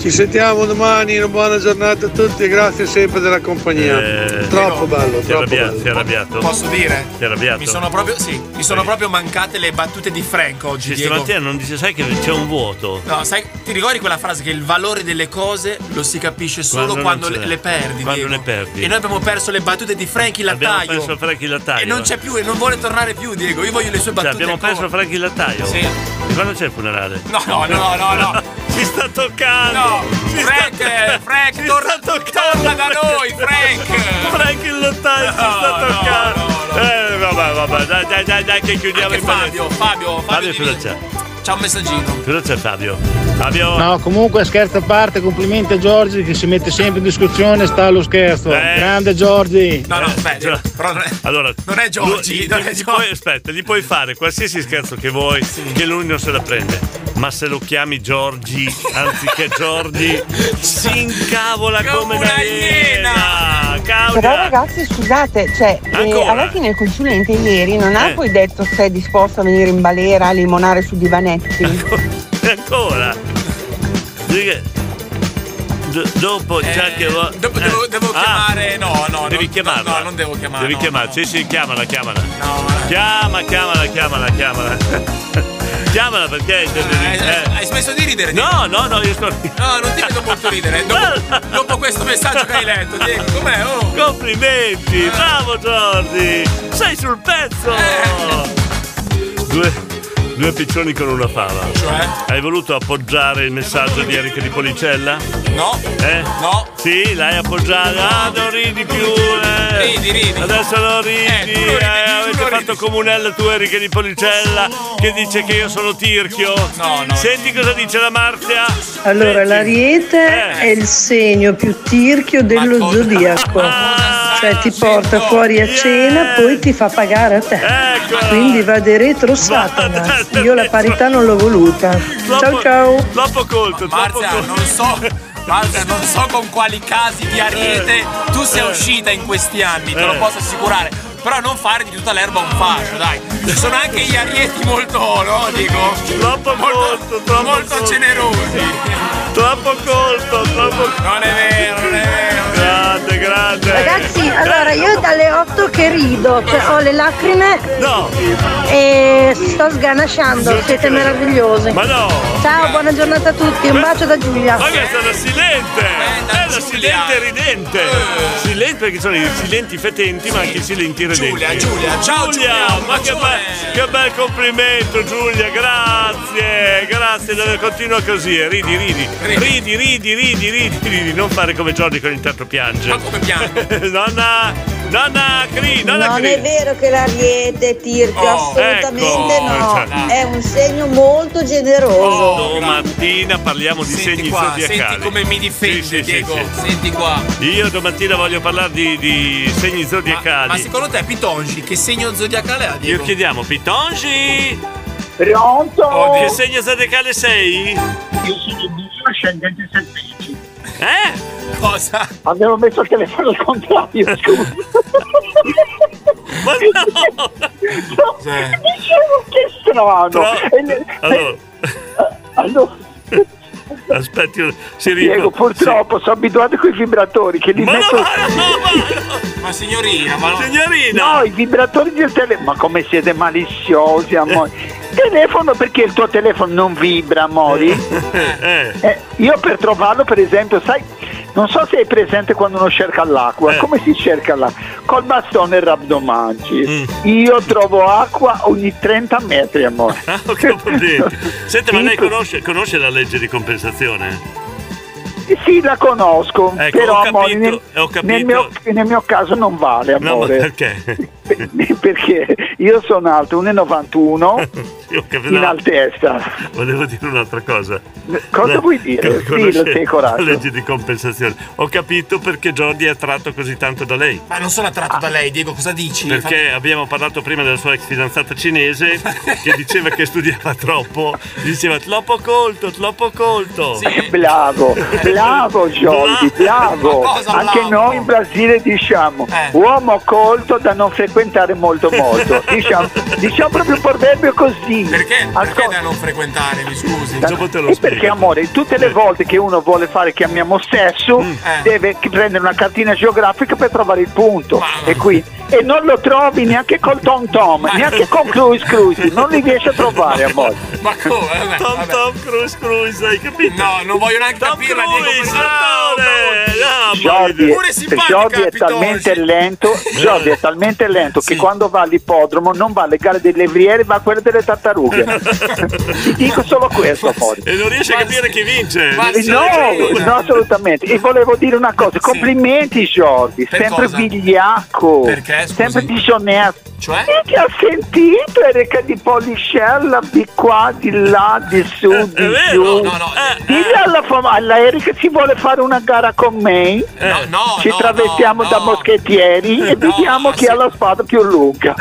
Speaker 4: Ci sentiamo domani, una buona giornata a tutti e grazie sempre della compagnia.
Speaker 2: Eh,
Speaker 4: troppo bello,
Speaker 2: Si è
Speaker 4: troppo
Speaker 2: arrabbiato,
Speaker 4: bello.
Speaker 2: si è arrabbiato.
Speaker 3: Posso dire?
Speaker 2: Si è arrabbiato.
Speaker 3: Mi sono proprio, sì, mi sono proprio mancate le battute di Frank oggi,
Speaker 2: Sì,
Speaker 3: Diego.
Speaker 2: stamattina non dice, sai che c'è un vuoto.
Speaker 3: No, sai, ti ricordi quella frase che il valore delle cose lo si capisce solo
Speaker 2: non
Speaker 3: quando,
Speaker 2: ce
Speaker 3: le,
Speaker 2: l'è.
Speaker 3: le perdi.
Speaker 2: Quando
Speaker 3: Diego.
Speaker 2: le perdi.
Speaker 3: E noi abbiamo perso le battute di Frankie Lattaio.
Speaker 2: Abbiamo perso Frankie Lattaio.
Speaker 3: E non c'è più, e non vuole tornare più, Diego. Io voglio le sue
Speaker 2: Cioè,
Speaker 3: battute.
Speaker 2: abbiamo
Speaker 3: ancora.
Speaker 2: perso Frankie Lattaio.
Speaker 3: Sì.
Speaker 2: E quando c'è il funerale?
Speaker 3: No, no, no,
Speaker 2: <laughs>
Speaker 3: no, no.
Speaker 2: si sta toccando.
Speaker 3: No, Frank, eh, Frank, torna, torna da noi, Frank.
Speaker 2: Frank il lottaio si sta toccando. Eh, vabbè, vabbè, dai, dai, dai, dai che chiudiamo il
Speaker 3: Fabio, Fabio,
Speaker 2: Fabio, cosa c'è?
Speaker 3: C'è un messaggino.
Speaker 2: Cosa c'è Fabio? Fabio.
Speaker 11: No, comunque scherzo a parte, complimenti a Giorgi che si mette sempre in discussione, sta allo scherzo.
Speaker 2: Eh.
Speaker 11: Grande Giorgi.
Speaker 2: No, no, aspetta. Eh, allora, non è Giorgi. non è Puoi, aspetta, gli puoi fare qualsiasi scherzo che vuoi, che lui non se la prende. Ma se lo chiami Giorgi anziché
Speaker 3: <laughs>
Speaker 2: Giorgi, si incavola come, una iena.
Speaker 10: Però
Speaker 2: Claudia,
Speaker 10: ragazzi scusate, cioè, eh,
Speaker 2: Ancora?
Speaker 10: alla fine il consulente ieri non ha
Speaker 2: Eh.
Speaker 10: poi detto se è disposto a venire in balera a limonare su
Speaker 2: <laughs>
Speaker 10: divanetti.
Speaker 2: ancora. Dica- do- dopo già che vo-
Speaker 3: Eh,
Speaker 2: eh. Ah.
Speaker 3: Dopo devo, devo chiamare. No, no,
Speaker 2: devi
Speaker 3: non,
Speaker 2: chiamarla.
Speaker 3: No, no, non devo chiamare.
Speaker 2: Devi
Speaker 3: no.
Speaker 2: chiamarla, sì, sì, chiamala, chiamala. Chiama, chiamala, chiamala, chiamala. chiamala <laughs> perché.
Speaker 3: Eh,
Speaker 2: eh.
Speaker 3: Hai smesso di ridere? Diego?
Speaker 2: No, no, no, io sto.
Speaker 3: No, non ti vedo molto
Speaker 2: <laughs>
Speaker 3: ridere. Dopo, dopo questo messaggio che hai letto, Diego, com'è? Oh? Eh.
Speaker 2: Complimenti, bravo Jordi! Sei sul pezzo!
Speaker 3: Eh.
Speaker 2: Due, due piccioni con una fava. Hai voluto appoggiare il messaggio di Enrico di Policella?
Speaker 3: No.
Speaker 2: Eh? No. Sì, l'hai appoggiato. Ah, non ridi più. Eh. Ridi, ridi. Adesso non ridi. eh, avete fatto comunello tu, Enrico di Policella, che dice che io sono tirchio. No, no. Senti cosa dice la Marzia? Eh. Ah,
Speaker 19: Allora, l'ariete è il segno più tirchio dello zodiaco. Cioè ti porta fuori a cena, poi ti fa pagare a te.
Speaker 2: Ecco.
Speaker 19: Quindi va di retro Satana. Io la parità non l'ho voluta. Ciao ciao.
Speaker 2: Troppo colto,
Speaker 3: troppo colto. non so. Marta, non so con quali casi di
Speaker 2: Eh.
Speaker 3: ariete tu sei uscita in questi anni, te lo posso assicurare. Però non fare di tutta l'erba un fascio, dai. Ci sono anche gli arieti molto, no, dico?
Speaker 2: Troppo colto, troppo
Speaker 3: Molto generosi.
Speaker 2: Troppo colto, troppo colto.
Speaker 3: Non è vero, non è vero.
Speaker 2: Grande, grande.
Speaker 24: Ragazzi, allora io dalle 8 che rido, però ho le lacrime
Speaker 2: No.
Speaker 24: e sto sganasciando, siete meravigliosi.
Speaker 2: Ma no.
Speaker 24: Ciao, buona giornata a tutti, un bacio da Giulia.
Speaker 2: Ma che è stata silente! È la silente ridente!
Speaker 3: Eh.
Speaker 2: Silente perché sono i silenti fetenti, ma anche i silenti ridenti. Giulia,
Speaker 3: Giulia, ciao Giulia, un
Speaker 2: ma che bel, che bel complimento Giulia, grazie, grazie, deve- continua così, eh, ridi, ridi, ridi, ridi, ridi, ridi, ridi, non fare come Giordi che ogni tanto piange. Ma
Speaker 3: come piange?
Speaker 2: <laughs> nonna, nonna Cri, nonna
Speaker 24: Non
Speaker 2: Cri.
Speaker 24: è vero che l'ariete tirchio,
Speaker 2: Oh,
Speaker 24: assolutamente
Speaker 2: ecco.
Speaker 24: no.
Speaker 2: Cioè, no.
Speaker 24: È un segno molto generoso.
Speaker 2: Domattina parliamo di segni
Speaker 3: qua,
Speaker 2: zodiacali.
Speaker 3: Oh, senti come mi difendi, Diego. Senti qua.
Speaker 2: Io domattina voglio parlare di, di segni zodiacali.
Speaker 3: Ma secondo te Pitongi che segno zodiacale ha
Speaker 2: Ah, Io
Speaker 3: Diego?
Speaker 2: chiediamo, Pitongi!
Speaker 18: Pronto?
Speaker 3: Oh,
Speaker 2: Che segno zodiacale sei?
Speaker 18: Io sono Dio, scendente serpenti.
Speaker 2: Eh?
Speaker 3: Cosa?
Speaker 18: Abbiamo messo il telefono al contrario,
Speaker 2: <laughs>
Speaker 18: scusa.
Speaker 2: Ma no!
Speaker 18: Dicevo che strano.
Speaker 2: Però-
Speaker 18: E le-
Speaker 2: Allora, <laughs>
Speaker 18: allora,
Speaker 2: aspetti, un- si ri-
Speaker 18: Diego, purtroppo sono abituato con i vibratori che li metto.
Speaker 3: Ma signorina, ma no.
Speaker 18: No, i vibratori del telefono. Ma come siete maliziosi, amore.
Speaker 2: Eh.
Speaker 18: telefono perché il tuo telefono non vibra, amori.
Speaker 2: <laughs>
Speaker 18: Eh, io per trovarlo, per esempio, sai, non so se hai presente quando uno cerca
Speaker 2: Eh.
Speaker 18: l'acqua. Come si cerca l'acqua? Col bastone e il rabdomanci.
Speaker 2: Mm.
Speaker 18: Io trovo acqua ogni 30 metri, amore.
Speaker 2: <laughs> ah, Ho capito. Senta, ma lei conosce, conosce la legge di compensazione?
Speaker 18: Sì, la conosco,
Speaker 2: Ecco,
Speaker 18: però
Speaker 2: ho
Speaker 18: amore,
Speaker 2: capito,
Speaker 18: nel,
Speaker 2: ho capito.
Speaker 18: nel mio, nel mio caso non vale,
Speaker 2: No, ma
Speaker 18: amore.
Speaker 2: perché?
Speaker 18: <laughs>
Speaker 2: <laughs>
Speaker 18: perché io sono alto 1,91
Speaker 2: Io ho capito.
Speaker 18: in altezza.
Speaker 2: Volevo dire un'altra cosa.
Speaker 18: Cosa
Speaker 2: La- <laughs>
Speaker 18: vuoi dire?
Speaker 2: che conosce
Speaker 18: Dillo, sei coraggio.
Speaker 2: La legge di compensazione. Ho capito perché Jordi è attratto così tanto da lei.
Speaker 3: Ma non sono attratto da lei, Diego, cosa dici?
Speaker 2: Perché abbiamo parlato prima della sua ex fidanzata
Speaker 3: <laughs>
Speaker 2: cinese che diceva che studiava troppo, diceva troppo colto, troppo colto.
Speaker 18: Eh, Bravo, bravo Giorgi, bravo.
Speaker 2: cosa
Speaker 18: Anche noi in Brasile diciamo uomo colto da non frequentare molto molto. Diciamo, diciamo proprio un proverbio così.
Speaker 3: Perché? Perché da non frequentare, mi scusi?
Speaker 18: E perché amore, tutte le volte che uno vuole fare chiamiamo sesso, deve prendere una cartina geografica per trovare il punto. E, qui, e non lo trovi neanche col Tom Tom, neanche con Cruise Cruise, non li riesci a trovare amore.
Speaker 3: Ma come? Vabbè,
Speaker 2: Tom Tom Cruise Cruise, hai capito?
Speaker 3: No, non voglio neanche capirla, Diego.
Speaker 18: Jordi,
Speaker 3: Pure simpatica,
Speaker 18: Jordi è
Speaker 3: Pitongi.
Speaker 18: talmente lento, Jordi è talmente lento che quando va all'ippodromo non va alle gare delle levriere ma a quelle delle
Speaker 3: <laughs>
Speaker 18: tartarughe. Ti dico solo questo amore.
Speaker 2: E non riesce a capire chi vince.
Speaker 18: Eh, No, no, assolutamente. E volevo dire una cosa: complimenti, Jordi.
Speaker 2: Per
Speaker 18: sempre
Speaker 2: cosa?
Speaker 18: vigliacco,
Speaker 2: Perché, scusi?
Speaker 18: sempre disonesto. Cioè? ti ha sentito, Erika di Poliscella, di qua, di là, di su,
Speaker 3: Eh,
Speaker 18: di giù. Dille alla, fam- alla Erika si vuole fare una gara con me.
Speaker 3: Eh,
Speaker 18: Eh,
Speaker 3: No, no,
Speaker 18: Ci
Speaker 3: no,
Speaker 18: travestiamo da moschettieri
Speaker 3: <laughs>
Speaker 18: e vediamo chi ha la spada più lunga.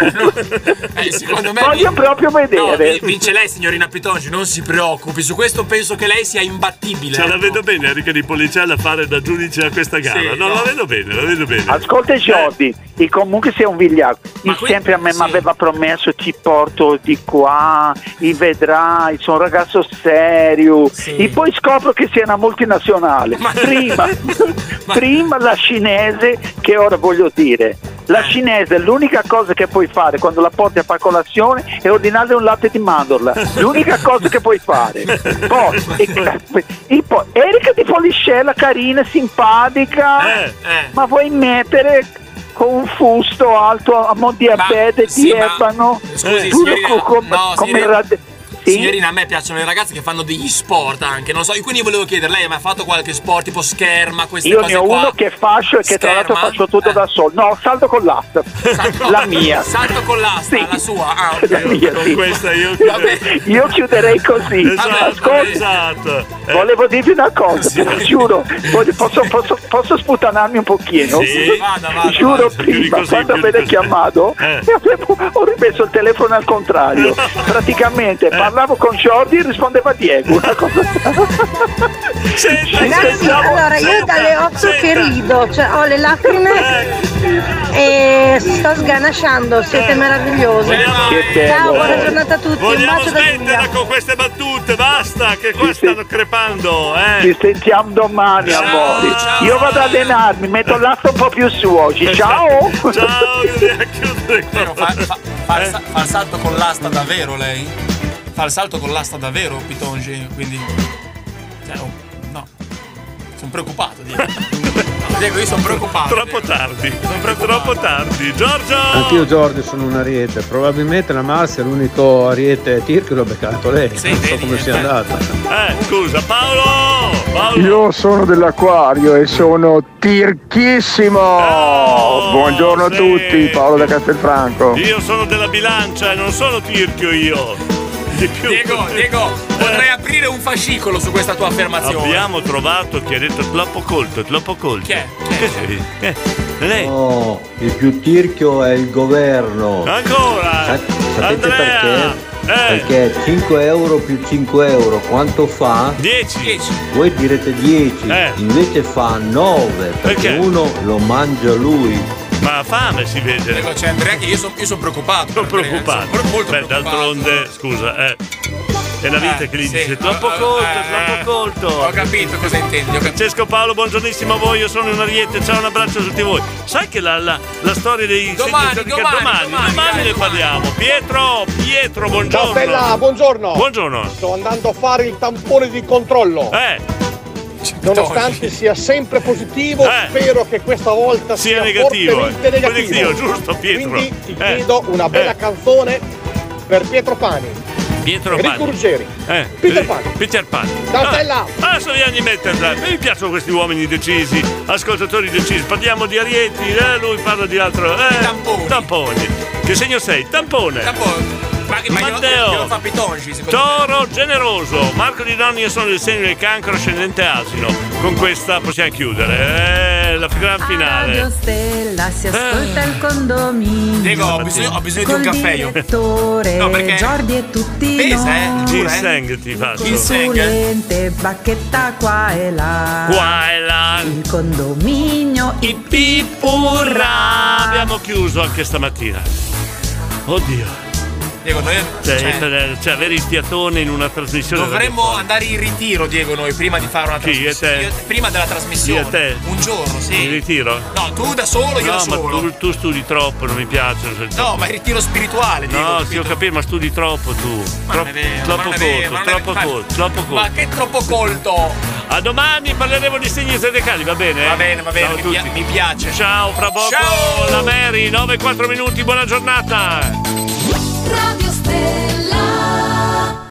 Speaker 3: Eh,
Speaker 19: <laughs>
Speaker 3: secondo me
Speaker 18: Voglio proprio
Speaker 3: No,
Speaker 18: vedere.
Speaker 3: vi- vince lei, signorina Pitongi, non si preoccupi. Su questo penso che lei sia imbattibile.
Speaker 2: Ce la vedo bene Enrica di Policella fare da giudice a questa gara.
Speaker 3: Sì,
Speaker 2: no,
Speaker 3: no.
Speaker 2: la vedo bene, la vedo bene.
Speaker 18: Ascolta Jordi, e comunque sei un vigliacco. Il sempre a me mi aveva promesso ti porto di qua, i vedrai, sono un ragazzo serio. E poi scopro che sei una multinazionale. Prima, <laughs> prima la cinese, che ora voglio dire. La cinese l'unica cosa che puoi fare quando la porti a fare colazione è ordinarle un latte di mandorla. L'unica cosa che puoi fare. Poi, e- e poi- Erika di Poliscella, carina, simpatica.
Speaker 3: Eh,
Speaker 18: Ma vuoi mettere con un fusto alto a mo' diabete
Speaker 3: sì,
Speaker 18: di
Speaker 3: ma-
Speaker 18: ebano?
Speaker 3: Scusi,
Speaker 18: Tu
Speaker 3: signorina,
Speaker 18: co- co-
Speaker 3: no,
Speaker 18: come
Speaker 3: signorina-
Speaker 18: rad-
Speaker 3: Signorina, a me piacciono le ragazze che fanno degli sport anche, non so, io quindi volevo chiedere, lei ha mai fatto qualche sport tipo scherma, queste
Speaker 18: Io
Speaker 3: cose
Speaker 18: ne ho
Speaker 3: qua?
Speaker 18: uno che faccio e che tra l'altro
Speaker 3: Scherma? Eh.
Speaker 18: faccio tutto da solo. No, salto con l'asta. La mia.
Speaker 3: <laughs> Salto con l'asta, la sua. Ah, ok.
Speaker 18: La mia,
Speaker 2: con
Speaker 18: sì.
Speaker 2: questa io chiuderei.
Speaker 18: Io chiuderei così.
Speaker 2: Esatto,
Speaker 18: Ascolti,
Speaker 2: esatto. Eh.
Speaker 18: volevo dirvi una cosa, te lo giuro. Voglio- Posso, posso, posso sputanarmi un pochino?
Speaker 2: Sì. Vada, vada,
Speaker 18: giuro
Speaker 2: vada, se chiudi
Speaker 18: prima,
Speaker 2: così,
Speaker 18: quando
Speaker 2: chiudi
Speaker 18: me l'hai
Speaker 2: così.
Speaker 18: chiamato,
Speaker 2: Eh.
Speaker 18: mi avevo- ho rimesso il telefono
Speaker 2: <laughs>
Speaker 18: al contrario. Praticamente parlavo con Jordi e rispondeva
Speaker 2: <laughs>
Speaker 18: Diego. Una cosa
Speaker 2: eh.
Speaker 24: Ragazzi,
Speaker 18: sentiamo-
Speaker 24: allora io dalle 8 che rido, cioè ho le lacrime e sto sganasciando, siete meravigliosi. Ciao, buona giornata a tutti, un
Speaker 2: Vogliamo
Speaker 24: bacio da
Speaker 2: smetterla con queste battute, basta, che qua stanno crepando, eh.
Speaker 18: Ci sentiamo domani, amori. Io vado ad allenarmi, metto l'asta un po' più su oggi. Ciao!
Speaker 2: Eh, Ciao, Ecco.
Speaker 3: Vero, fa, fa- fa
Speaker 2: Eh.
Speaker 3: il sa- fa il salto con l'asta davvero lei? Fa il salto con l'asta davvero Pitongi, quindi... Cioè, oh, no. Sono preoccupato,
Speaker 2: <laughs>
Speaker 3: Diego. Diego, io sono preoccupato.
Speaker 2: Troppo tardi, troppo tardi. Giorgio!
Speaker 20: Anch'io Giorgio sono un ariete, probabilmente la Marcia è l'unico ariete tir che l'ho beccato lei, non so come sia andata.
Speaker 2: Eh, scusa, Paolo! Paolo!
Speaker 13: Io sono dell'acquario e sono tirchissimo! Buongiorno a tutti, Paolo da Castelfranco.
Speaker 2: Io sono della bilancia e non sono tirchio io. Di più.
Speaker 3: Diego, Diego, potrei aprire un fascicolo su questa tua affermazione.
Speaker 2: Abbiamo trovato chi ha detto troppo colto, troppo colto. Chi è? Lei.
Speaker 23: No, il più tirchio è il governo.
Speaker 2: Ancora?
Speaker 23: sapete
Speaker 2: Andrea! Eh.
Speaker 23: perché? Perché 5 euro più 5 euro quanto fa?
Speaker 2: 10.
Speaker 23: Voi direte 10, invece fa 9, perché,
Speaker 2: Eh. Perché?
Speaker 23: uno lo mangia lui.
Speaker 2: Ma ha fame si vede.
Speaker 3: Diego, Ecco, c'è Andrea che io sono preoccupato.
Speaker 2: Sono preoccupato. Beh, d'altronde, scusa, eh, è la
Speaker 3: Eh,
Speaker 2: vita che gli dice troppo colto, troppo colto. Ho
Speaker 3: capito cosa intendi.
Speaker 2: Francesco Paolo, buongiornissimo a voi, io sono un ariete, ciao, un abbraccio a tutti voi. Sai che la, la- la storia dei
Speaker 3: Domani,
Speaker 2: segni zodiacali-
Speaker 3: domani,
Speaker 2: domani,
Speaker 3: domani,
Speaker 2: domani ne parliamo. Pietro, Pietro, buongiorno.
Speaker 5: Ciao bella, buongiorno.
Speaker 2: Buongiorno.
Speaker 5: Sto andando a fare il tampone di controllo.
Speaker 2: Eh.
Speaker 5: Nonostante sia sempre positivo, spero che questa volta
Speaker 2: Eh. Sia
Speaker 5: sia,
Speaker 2: negativo,
Speaker 5: fortemente
Speaker 2: eh.
Speaker 5: negativo.
Speaker 2: Positivo, giusto, Pietro.
Speaker 5: Quindi ti
Speaker 2: Eh.
Speaker 5: chiedo una bella
Speaker 2: Eh.
Speaker 5: canzone per Pietro Pani.
Speaker 2: Pietro
Speaker 5: Enrico
Speaker 2: Pani.
Speaker 5: Ruggeri.
Speaker 2: Eh,
Speaker 5: Peter
Speaker 2: eh,
Speaker 5: Pan.
Speaker 2: Peter Pan.
Speaker 5: Ciao,
Speaker 2: Ah,
Speaker 5: Stella.
Speaker 2: Adesso vieni di metterla. Mi piacciono questi uomini decisi, ascoltatori decisi. Parliamo di arieti, eh, lui parla di altro. Eh, tamponi. Che segno sei? Tampone.
Speaker 3: Ma che ma che lo-
Speaker 2: Matteo.
Speaker 3: che lo fa Pitongi, secondo me.
Speaker 2: Toro generoso, Marco Di Donno, io sono il segno del cancro ascendente asino. Con questa possiamo chiudere. Eh, la gran
Speaker 6: Radio
Speaker 2: finale.
Speaker 6: Stella si ascolta il condominio.
Speaker 2: Diego, ho bisogno- ho bisogno di un
Speaker 6: Col
Speaker 2: caffè io.
Speaker 6: direttore,
Speaker 2: No, perché- eh,
Speaker 6: Giordi e tutti noi.
Speaker 2: Ginseng ti faccio.
Speaker 6: Consulente, bacchetta qua e là.
Speaker 2: Qua e là.
Speaker 6: Il condominio,
Speaker 2: Urrà!
Speaker 6: ippipurra.
Speaker 2: Abbiamo chiuso anche stamattina. Oddio.
Speaker 3: Diego, noi
Speaker 2: Cioè,
Speaker 3: cioè,
Speaker 2: per- cioè, avere il piatone in una trasmissione.
Speaker 3: dovremmo andare in ritiro, Diego, noi, prima di fare una
Speaker 2: Chi, io e
Speaker 3: trasmissione.
Speaker 2: te?
Speaker 3: Io- Prima della trasmissione.
Speaker 2: Io e te?
Speaker 3: Un giorno, sì.
Speaker 2: in ritiro?
Speaker 3: No, tu da solo, io
Speaker 2: no,
Speaker 3: da
Speaker 2: ma
Speaker 3: solo.
Speaker 2: tu, tu studi troppo, non mi piace.
Speaker 3: No, ma il ritiro spirituale,
Speaker 2: No,
Speaker 3: Diego.
Speaker 2: sì, ho capito, ma studi troppo tu. Tro-
Speaker 3: non è vero, ma
Speaker 2: troppo
Speaker 3: non è vero,
Speaker 2: colto,
Speaker 3: ma non è
Speaker 2: troppo
Speaker 3: vero.
Speaker 2: colto, troppo colto.
Speaker 3: Ma che troppo colto!
Speaker 2: A domani parleremo di segni zodiacali, va bene? Va bene, va bene, mi, piace. Ciao, fra poco la Mary, 9-4 minuti, buona giornata.